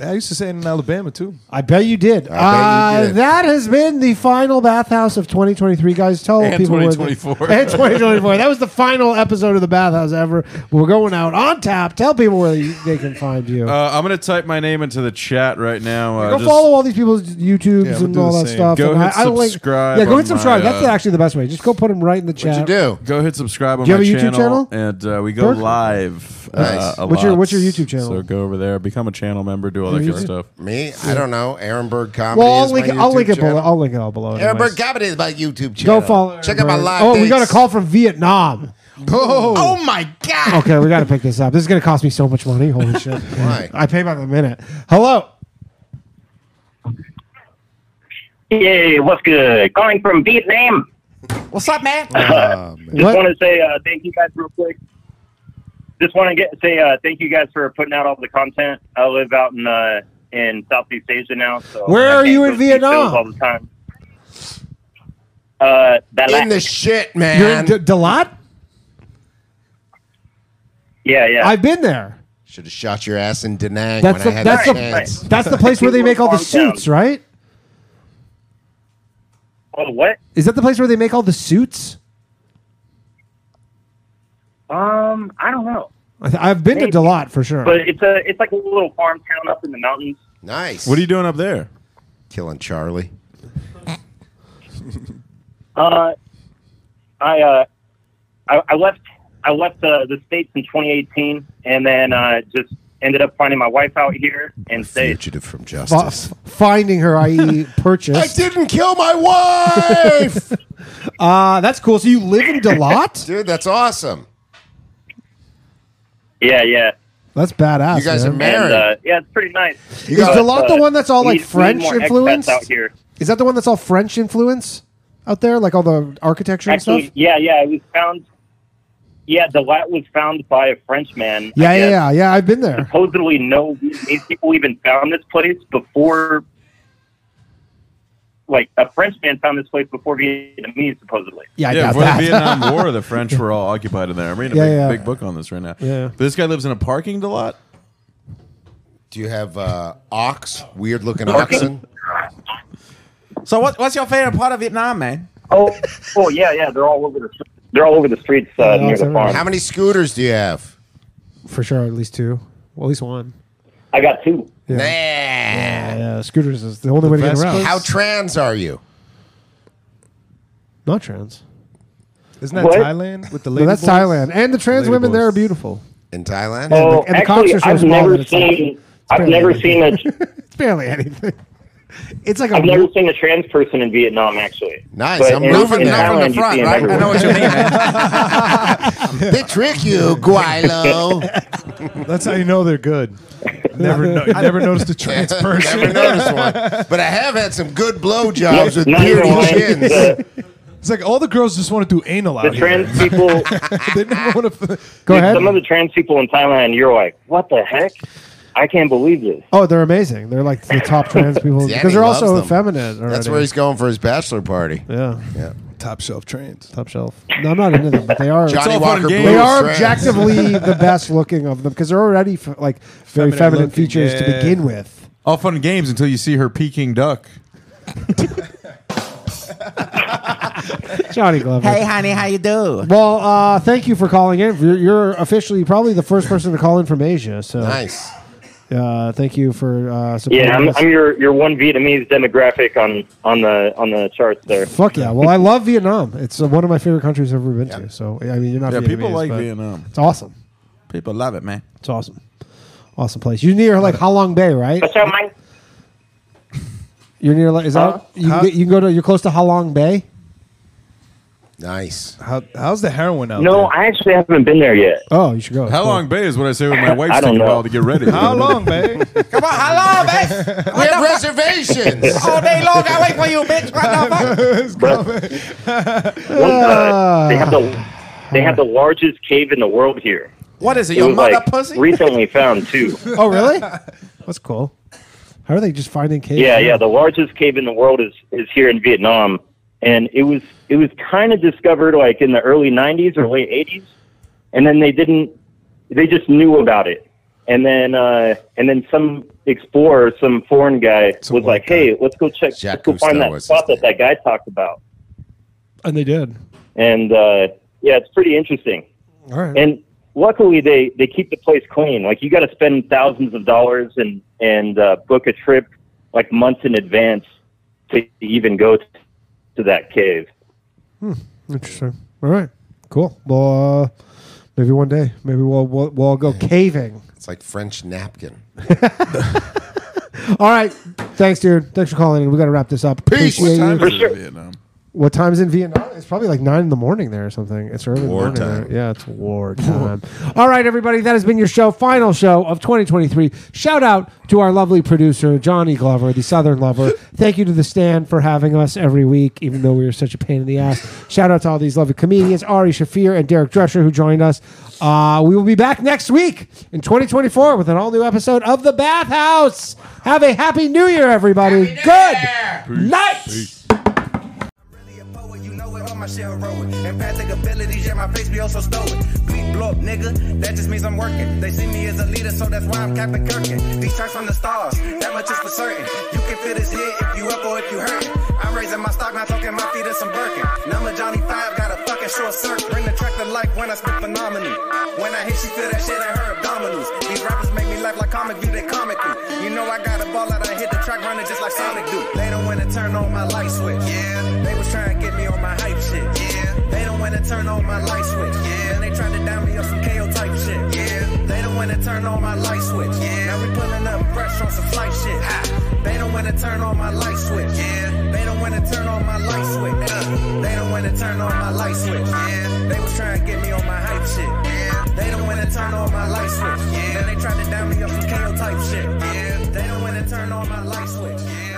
[SPEAKER 4] I used to say it in Alabama too.
[SPEAKER 1] I bet you did.
[SPEAKER 4] I bet you
[SPEAKER 1] Uh,
[SPEAKER 4] did.
[SPEAKER 1] That has been the final bathhouse of 2023, guys. Tell
[SPEAKER 4] And
[SPEAKER 1] people where they-
[SPEAKER 4] 2024.
[SPEAKER 1] and 2024. That was the final episode of the bathhouse ever. We're going out on tap. Tell people where you- they can find you.
[SPEAKER 2] Uh, I'm gonna type my name into the chat right now. Uh,
[SPEAKER 1] go
[SPEAKER 2] just-
[SPEAKER 1] follow all these people's YouTubes
[SPEAKER 2] Yeah, I'm
[SPEAKER 1] and
[SPEAKER 2] gonna
[SPEAKER 1] all
[SPEAKER 2] do the
[SPEAKER 1] that
[SPEAKER 2] same.
[SPEAKER 1] stuff.
[SPEAKER 2] Go
[SPEAKER 1] and
[SPEAKER 2] hit
[SPEAKER 1] like-
[SPEAKER 2] subscribe
[SPEAKER 1] yeah, go
[SPEAKER 2] on
[SPEAKER 1] hit subscribe.
[SPEAKER 2] my,
[SPEAKER 1] That's
[SPEAKER 2] uh,
[SPEAKER 1] actually the best way. Just go put them right in the chat.
[SPEAKER 2] Go hit subscribe on
[SPEAKER 1] Do you
[SPEAKER 2] my
[SPEAKER 1] have a YouTube channel?
[SPEAKER 2] and uh, we go
[SPEAKER 1] Perfect.
[SPEAKER 2] live.
[SPEAKER 1] Nice.
[SPEAKER 2] Uh, a
[SPEAKER 1] What's your-
[SPEAKER 2] lot.
[SPEAKER 1] what's your YouTube channel?
[SPEAKER 2] So go over there, become a channel member, do all that
[SPEAKER 6] Your
[SPEAKER 2] good
[SPEAKER 6] YouTube-
[SPEAKER 2] stuff.
[SPEAKER 6] Me? I don't know. Aaron Berg comedy.
[SPEAKER 1] Well, I'll
[SPEAKER 6] is
[SPEAKER 1] link,
[SPEAKER 6] my
[SPEAKER 1] I'll link
[SPEAKER 6] YouTube
[SPEAKER 1] it below.
[SPEAKER 6] channel.
[SPEAKER 1] I'll link it all below.
[SPEAKER 6] Aaron
[SPEAKER 1] anyways.
[SPEAKER 6] Berg comedy is my YouTube channel.
[SPEAKER 1] Go follow.
[SPEAKER 6] Check
[SPEAKER 1] Aaron
[SPEAKER 6] out my
[SPEAKER 1] Berg.
[SPEAKER 6] live.
[SPEAKER 1] Oh, we
[SPEAKER 6] dates.
[SPEAKER 1] got a call from Vietnam.
[SPEAKER 6] Oh, my god.
[SPEAKER 1] okay, we got to pick this up. This is going to cost me so much money. Holy shit!
[SPEAKER 6] Why?
[SPEAKER 1] I pay by the minute. Hello.
[SPEAKER 17] Hey, what's good? Calling from Vietnam.
[SPEAKER 1] What's up, man?
[SPEAKER 17] Just want to say uh, thank you guys real quick. Just want to get say uh, thank you guys for putting out all the content. I live out in uh, in Southeast Asia now. So
[SPEAKER 1] Where
[SPEAKER 17] I
[SPEAKER 1] are
[SPEAKER 17] can't
[SPEAKER 1] you
[SPEAKER 17] go
[SPEAKER 1] in
[SPEAKER 17] see shows
[SPEAKER 1] Vietnam?
[SPEAKER 17] All the time. Uh, Dalat.
[SPEAKER 6] In the shit,
[SPEAKER 1] You're in
[SPEAKER 6] man.
[SPEAKER 1] D- Dalat.
[SPEAKER 17] yeah, yeah.
[SPEAKER 1] I've been there.
[SPEAKER 6] Should have shot your ass in Da Nang when
[SPEAKER 1] That's the,
[SPEAKER 6] I had
[SPEAKER 1] that's
[SPEAKER 6] the
[SPEAKER 1] the,
[SPEAKER 6] chance.
[SPEAKER 1] that's the place where they make all the suits, right?
[SPEAKER 17] Oh, what?
[SPEAKER 1] Is that the place where they make all the suits?
[SPEAKER 17] Um, I don't know.
[SPEAKER 1] I th- I've been
[SPEAKER 17] Maybe.
[SPEAKER 1] to Dalat for sure.
[SPEAKER 17] But it's a it's like a little farm town up in the mountains.
[SPEAKER 6] Nice.
[SPEAKER 2] What are you doing up there?
[SPEAKER 6] Killing Charlie.
[SPEAKER 17] Uh, I, uh, I I left I left the the states in 2018, and then uh, just ended up finding my wife out here and stayed.
[SPEAKER 6] Fugitive from
[SPEAKER 1] F- finding her, i.e., purchase. I
[SPEAKER 6] didn't kill my wife.
[SPEAKER 1] uh, that's cool. So you live in Dalat?
[SPEAKER 6] Dude, that's awesome.
[SPEAKER 17] Yeah, yeah.
[SPEAKER 1] That's badass. man.
[SPEAKER 17] And, uh, yeah, it's pretty nice. Uh,
[SPEAKER 1] Is Dalat the one that's all, like,
[SPEAKER 17] we- we need
[SPEAKER 1] French
[SPEAKER 17] more expats
[SPEAKER 1] influenced?
[SPEAKER 17] out here?
[SPEAKER 1] Is that the one that's all French influence out there, like all the architecture and
[SPEAKER 17] Actually,
[SPEAKER 1] stuff?
[SPEAKER 17] yeah, yeah. It was found. Yeah, Dalat was found by a Frenchman.
[SPEAKER 1] Yeah, yeah, yeah, yeah. I've been there.
[SPEAKER 17] Supposedly, no these people even found this place before. Like a Frenchman found this place before Vietnamese, supposedly.
[SPEAKER 1] Yeah, I
[SPEAKER 2] yeah,
[SPEAKER 1] doubt
[SPEAKER 2] before
[SPEAKER 1] that.
[SPEAKER 2] the Vietnam War, the French were all occupied in there. I'm reading a
[SPEAKER 1] Yeah,
[SPEAKER 2] big,
[SPEAKER 1] yeah.
[SPEAKER 2] big book on this right now.
[SPEAKER 1] Yeah.
[SPEAKER 2] But this guy lives in a parking lot.
[SPEAKER 6] Do you have uh, ox? Weird looking
[SPEAKER 2] Parking?
[SPEAKER 6] oxen.
[SPEAKER 18] So what, what's your favorite part of Vietnam, man?
[SPEAKER 17] Oh, oh yeah, yeah. They're all over the they're all over the streets
[SPEAKER 1] Oh,
[SPEAKER 17] uh, near the farm.
[SPEAKER 6] How many scooters do you have?
[SPEAKER 1] For sure, at least two. Well, at least one.
[SPEAKER 17] I got two.
[SPEAKER 1] Yeah. Yeah, yeah, scooters is the only way to get around.
[SPEAKER 6] How trans are you?
[SPEAKER 1] Not trans.
[SPEAKER 4] Isn't that
[SPEAKER 1] What?
[SPEAKER 4] Thailand with the
[SPEAKER 1] No,
[SPEAKER 4] lady?
[SPEAKER 1] that's
[SPEAKER 4] boys?
[SPEAKER 1] Thailand, and the trans
[SPEAKER 4] Lady
[SPEAKER 1] women
[SPEAKER 4] boys.
[SPEAKER 1] there are beautiful.
[SPEAKER 6] in Thailand.
[SPEAKER 1] Yeah,
[SPEAKER 4] Oh,
[SPEAKER 1] and the
[SPEAKER 4] actually,
[SPEAKER 1] cocks are so
[SPEAKER 4] I've
[SPEAKER 1] small
[SPEAKER 4] never
[SPEAKER 1] that it's like-
[SPEAKER 17] seen-
[SPEAKER 1] it's
[SPEAKER 17] I've
[SPEAKER 1] barely
[SPEAKER 17] never
[SPEAKER 1] anything.
[SPEAKER 17] seen a.
[SPEAKER 1] It's barely anything. It's like a
[SPEAKER 17] I've never seen a trans person in Vietnam actually.
[SPEAKER 6] Nice.
[SPEAKER 17] But
[SPEAKER 6] I'm
[SPEAKER 17] in-
[SPEAKER 6] not from,
[SPEAKER 17] in
[SPEAKER 6] not from
[SPEAKER 17] Thailand,
[SPEAKER 6] the
[SPEAKER 17] you
[SPEAKER 6] front,
[SPEAKER 17] see 'em
[SPEAKER 6] right? I know
[SPEAKER 17] everywhere.
[SPEAKER 6] what you mean. they trick you, Guilo.
[SPEAKER 4] That's how you know they're good. Never, know, you never noticed a trans person.
[SPEAKER 6] Never noticed one. But I have had some good blowjobs
[SPEAKER 4] Nope,
[SPEAKER 6] with
[SPEAKER 4] not
[SPEAKER 6] beardy
[SPEAKER 4] even one.
[SPEAKER 6] chins.
[SPEAKER 4] The- It's like all the girls just want to do anal out
[SPEAKER 17] The trans people.
[SPEAKER 4] they never want to.
[SPEAKER 17] Dude, Some of the trans people in Thailand, you're like, what the heck? I can't believe this.
[SPEAKER 1] Oh, they're amazing. They're like the top trans people
[SPEAKER 6] Danny
[SPEAKER 1] because they're also
[SPEAKER 6] loves them.
[SPEAKER 1] effeminate. Already.
[SPEAKER 6] That's where he's going for his bachelor party.
[SPEAKER 1] Yeah.
[SPEAKER 6] Yeah.
[SPEAKER 4] Top shelf trans.
[SPEAKER 1] Top shelf. No, I'm not into them, but they are.
[SPEAKER 6] Johnny It's all fun Walker and games.
[SPEAKER 1] They are
[SPEAKER 6] Blues, right?
[SPEAKER 1] objectively the best looking of them because they're already f- like very feminine,
[SPEAKER 2] looking,
[SPEAKER 1] features to
[SPEAKER 2] yeah.
[SPEAKER 1] begin with.
[SPEAKER 2] All fun and games until you see her peking duck.
[SPEAKER 1] Johnny Glover.
[SPEAKER 18] Hey, honey, how you do?
[SPEAKER 1] Well, uh, thank you for calling in. You're, you're officially probably the first person to call in from Asia. So
[SPEAKER 6] nice.
[SPEAKER 1] Uh, thank you for uh, supporting
[SPEAKER 17] Yeah, I'm,
[SPEAKER 1] us.
[SPEAKER 17] I'm your, your one Vietnamese demographic on, on the on the charts there.
[SPEAKER 1] Fuck yeah! Well, I love Vietnam. It's uh, one of my favorite countries I've ever been to. So I mean, you're not.
[SPEAKER 2] Yeah, people
[SPEAKER 1] Vietnamese,
[SPEAKER 2] like
[SPEAKER 1] but
[SPEAKER 2] Vietnam.
[SPEAKER 1] It's awesome.
[SPEAKER 2] People love it, man.
[SPEAKER 1] It's awesome. Awesome place. You're near like Halong Bay, right?
[SPEAKER 17] What's up, man?
[SPEAKER 1] You're near like is that
[SPEAKER 4] Huh?
[SPEAKER 1] you, can get, you can go to you're close to Halong Bay.
[SPEAKER 6] Nice.
[SPEAKER 4] How, how's the heroin out
[SPEAKER 17] No,
[SPEAKER 4] there?
[SPEAKER 17] I actually haven't been there yet.
[SPEAKER 1] Oh, you should go.
[SPEAKER 2] How long bay is what I say when my wife's
[SPEAKER 17] I don't
[SPEAKER 2] taking a
[SPEAKER 17] know.
[SPEAKER 2] while to get ready.
[SPEAKER 17] How
[SPEAKER 4] long, babe?
[SPEAKER 18] Come on, how long, babe?
[SPEAKER 6] We have reservations.
[SPEAKER 18] All day long, I wait for you, bitch. What the
[SPEAKER 17] But one, uh, they have the they have the largest cave in the world here.
[SPEAKER 18] What
[SPEAKER 1] is it,
[SPEAKER 17] It
[SPEAKER 1] your
[SPEAKER 17] was,
[SPEAKER 1] mother
[SPEAKER 17] like,
[SPEAKER 1] pussy?
[SPEAKER 17] Recently found too.
[SPEAKER 1] Oh, really? That's cool. How are they just finding caves?
[SPEAKER 17] Yeah, yeah. The largest cave in the world is is here in Vietnam, and it was it was kind of discovered like in the early '90s or late '80s, and then they didn't. They just knew about it, and then uh, and then some explorer, some foreign guy, was like, "Hey, let's go check, let's go
[SPEAKER 6] Cousteau
[SPEAKER 17] find that
[SPEAKER 6] was
[SPEAKER 17] spot that that guy talked about."
[SPEAKER 1] and they did.
[SPEAKER 17] And uh, yeah, it's pretty interesting.
[SPEAKER 1] All right.
[SPEAKER 17] And luckily, they they keep the place clean. Like you got to spend thousands of dollars and and uh, book a trip like months in advance to even go t- to that cave.
[SPEAKER 1] Hmm, Interesting. All right. Cool. Well, uh, maybe one day, maybe we'll we'll, we'll all go caving.
[SPEAKER 6] It's like French napkin.
[SPEAKER 1] All right. Thanks, dude. Thanks for calling in. We got to wrap this up.
[SPEAKER 6] Peace.
[SPEAKER 1] Appreciate
[SPEAKER 6] What time
[SPEAKER 1] you.
[SPEAKER 6] is it in For sure. Vietnam?
[SPEAKER 1] What time's in Vietnam? It's probably like nine in the morning there or something. It's early in the
[SPEAKER 6] War
[SPEAKER 1] morning
[SPEAKER 6] time.
[SPEAKER 1] there. Yeah, it's war time. Um, All right, everybody. That has been your show, final show of 2023. Shout out to our lovely producer, Johnny Glover, the Southern Lover. Thank you to The Stand for having us every week, even though we were such a pain in the ass. Shout out to all these lovely comedians, Ari Shafir and Derek Drescher, who joined us. Uh, we will be back next week in 2024 with an all new episode of The Bathhouse. Have a happy new year, everybody. Good night.
[SPEAKER 19] all my shit heroic. Empathic abilities, yeah, my face be also stoic. Bleep, blow up, nigga, that just means I'm working. They see me as a leader, so that's why I'm Captain Kirkin. These tracks from the stars, that much is for certain. You can feel this hit if you up or if you hurt. I'm raising my stock, not talking my feet to some Birkin. Number Johnny 5, got a fucking short circuit. Bring the track to life when I spit phenomenon. When I hit, she feel that shit in her abdominals. These rappers make me laugh like comic view, they comic through. You know I got a ball out, I hit the track running just like Sonic do. They don't wanna turn on my light switch. Yeah. They was trying to get me on my hype shit. Yeah. They don't wanna turn on my light switch. Yeah. And they tried to down me on some KO type shit. Yeah. They don't wanna turn on my light switch. Yeah. Now we pulling up fresh on some flight shit. Ha. They don't wanna turn on my light switch. Yeah. They don't wanna turn on my light switch. Uh. They don't wanna turn on my light switch. Yeah. They was trying to get me on my hype shit. Yeah. They don't wanna turn on my light switch. Yeah. Then they tried to down me on some KO type shit. Yeah. They don't wanna turn on my light switch. Yeah.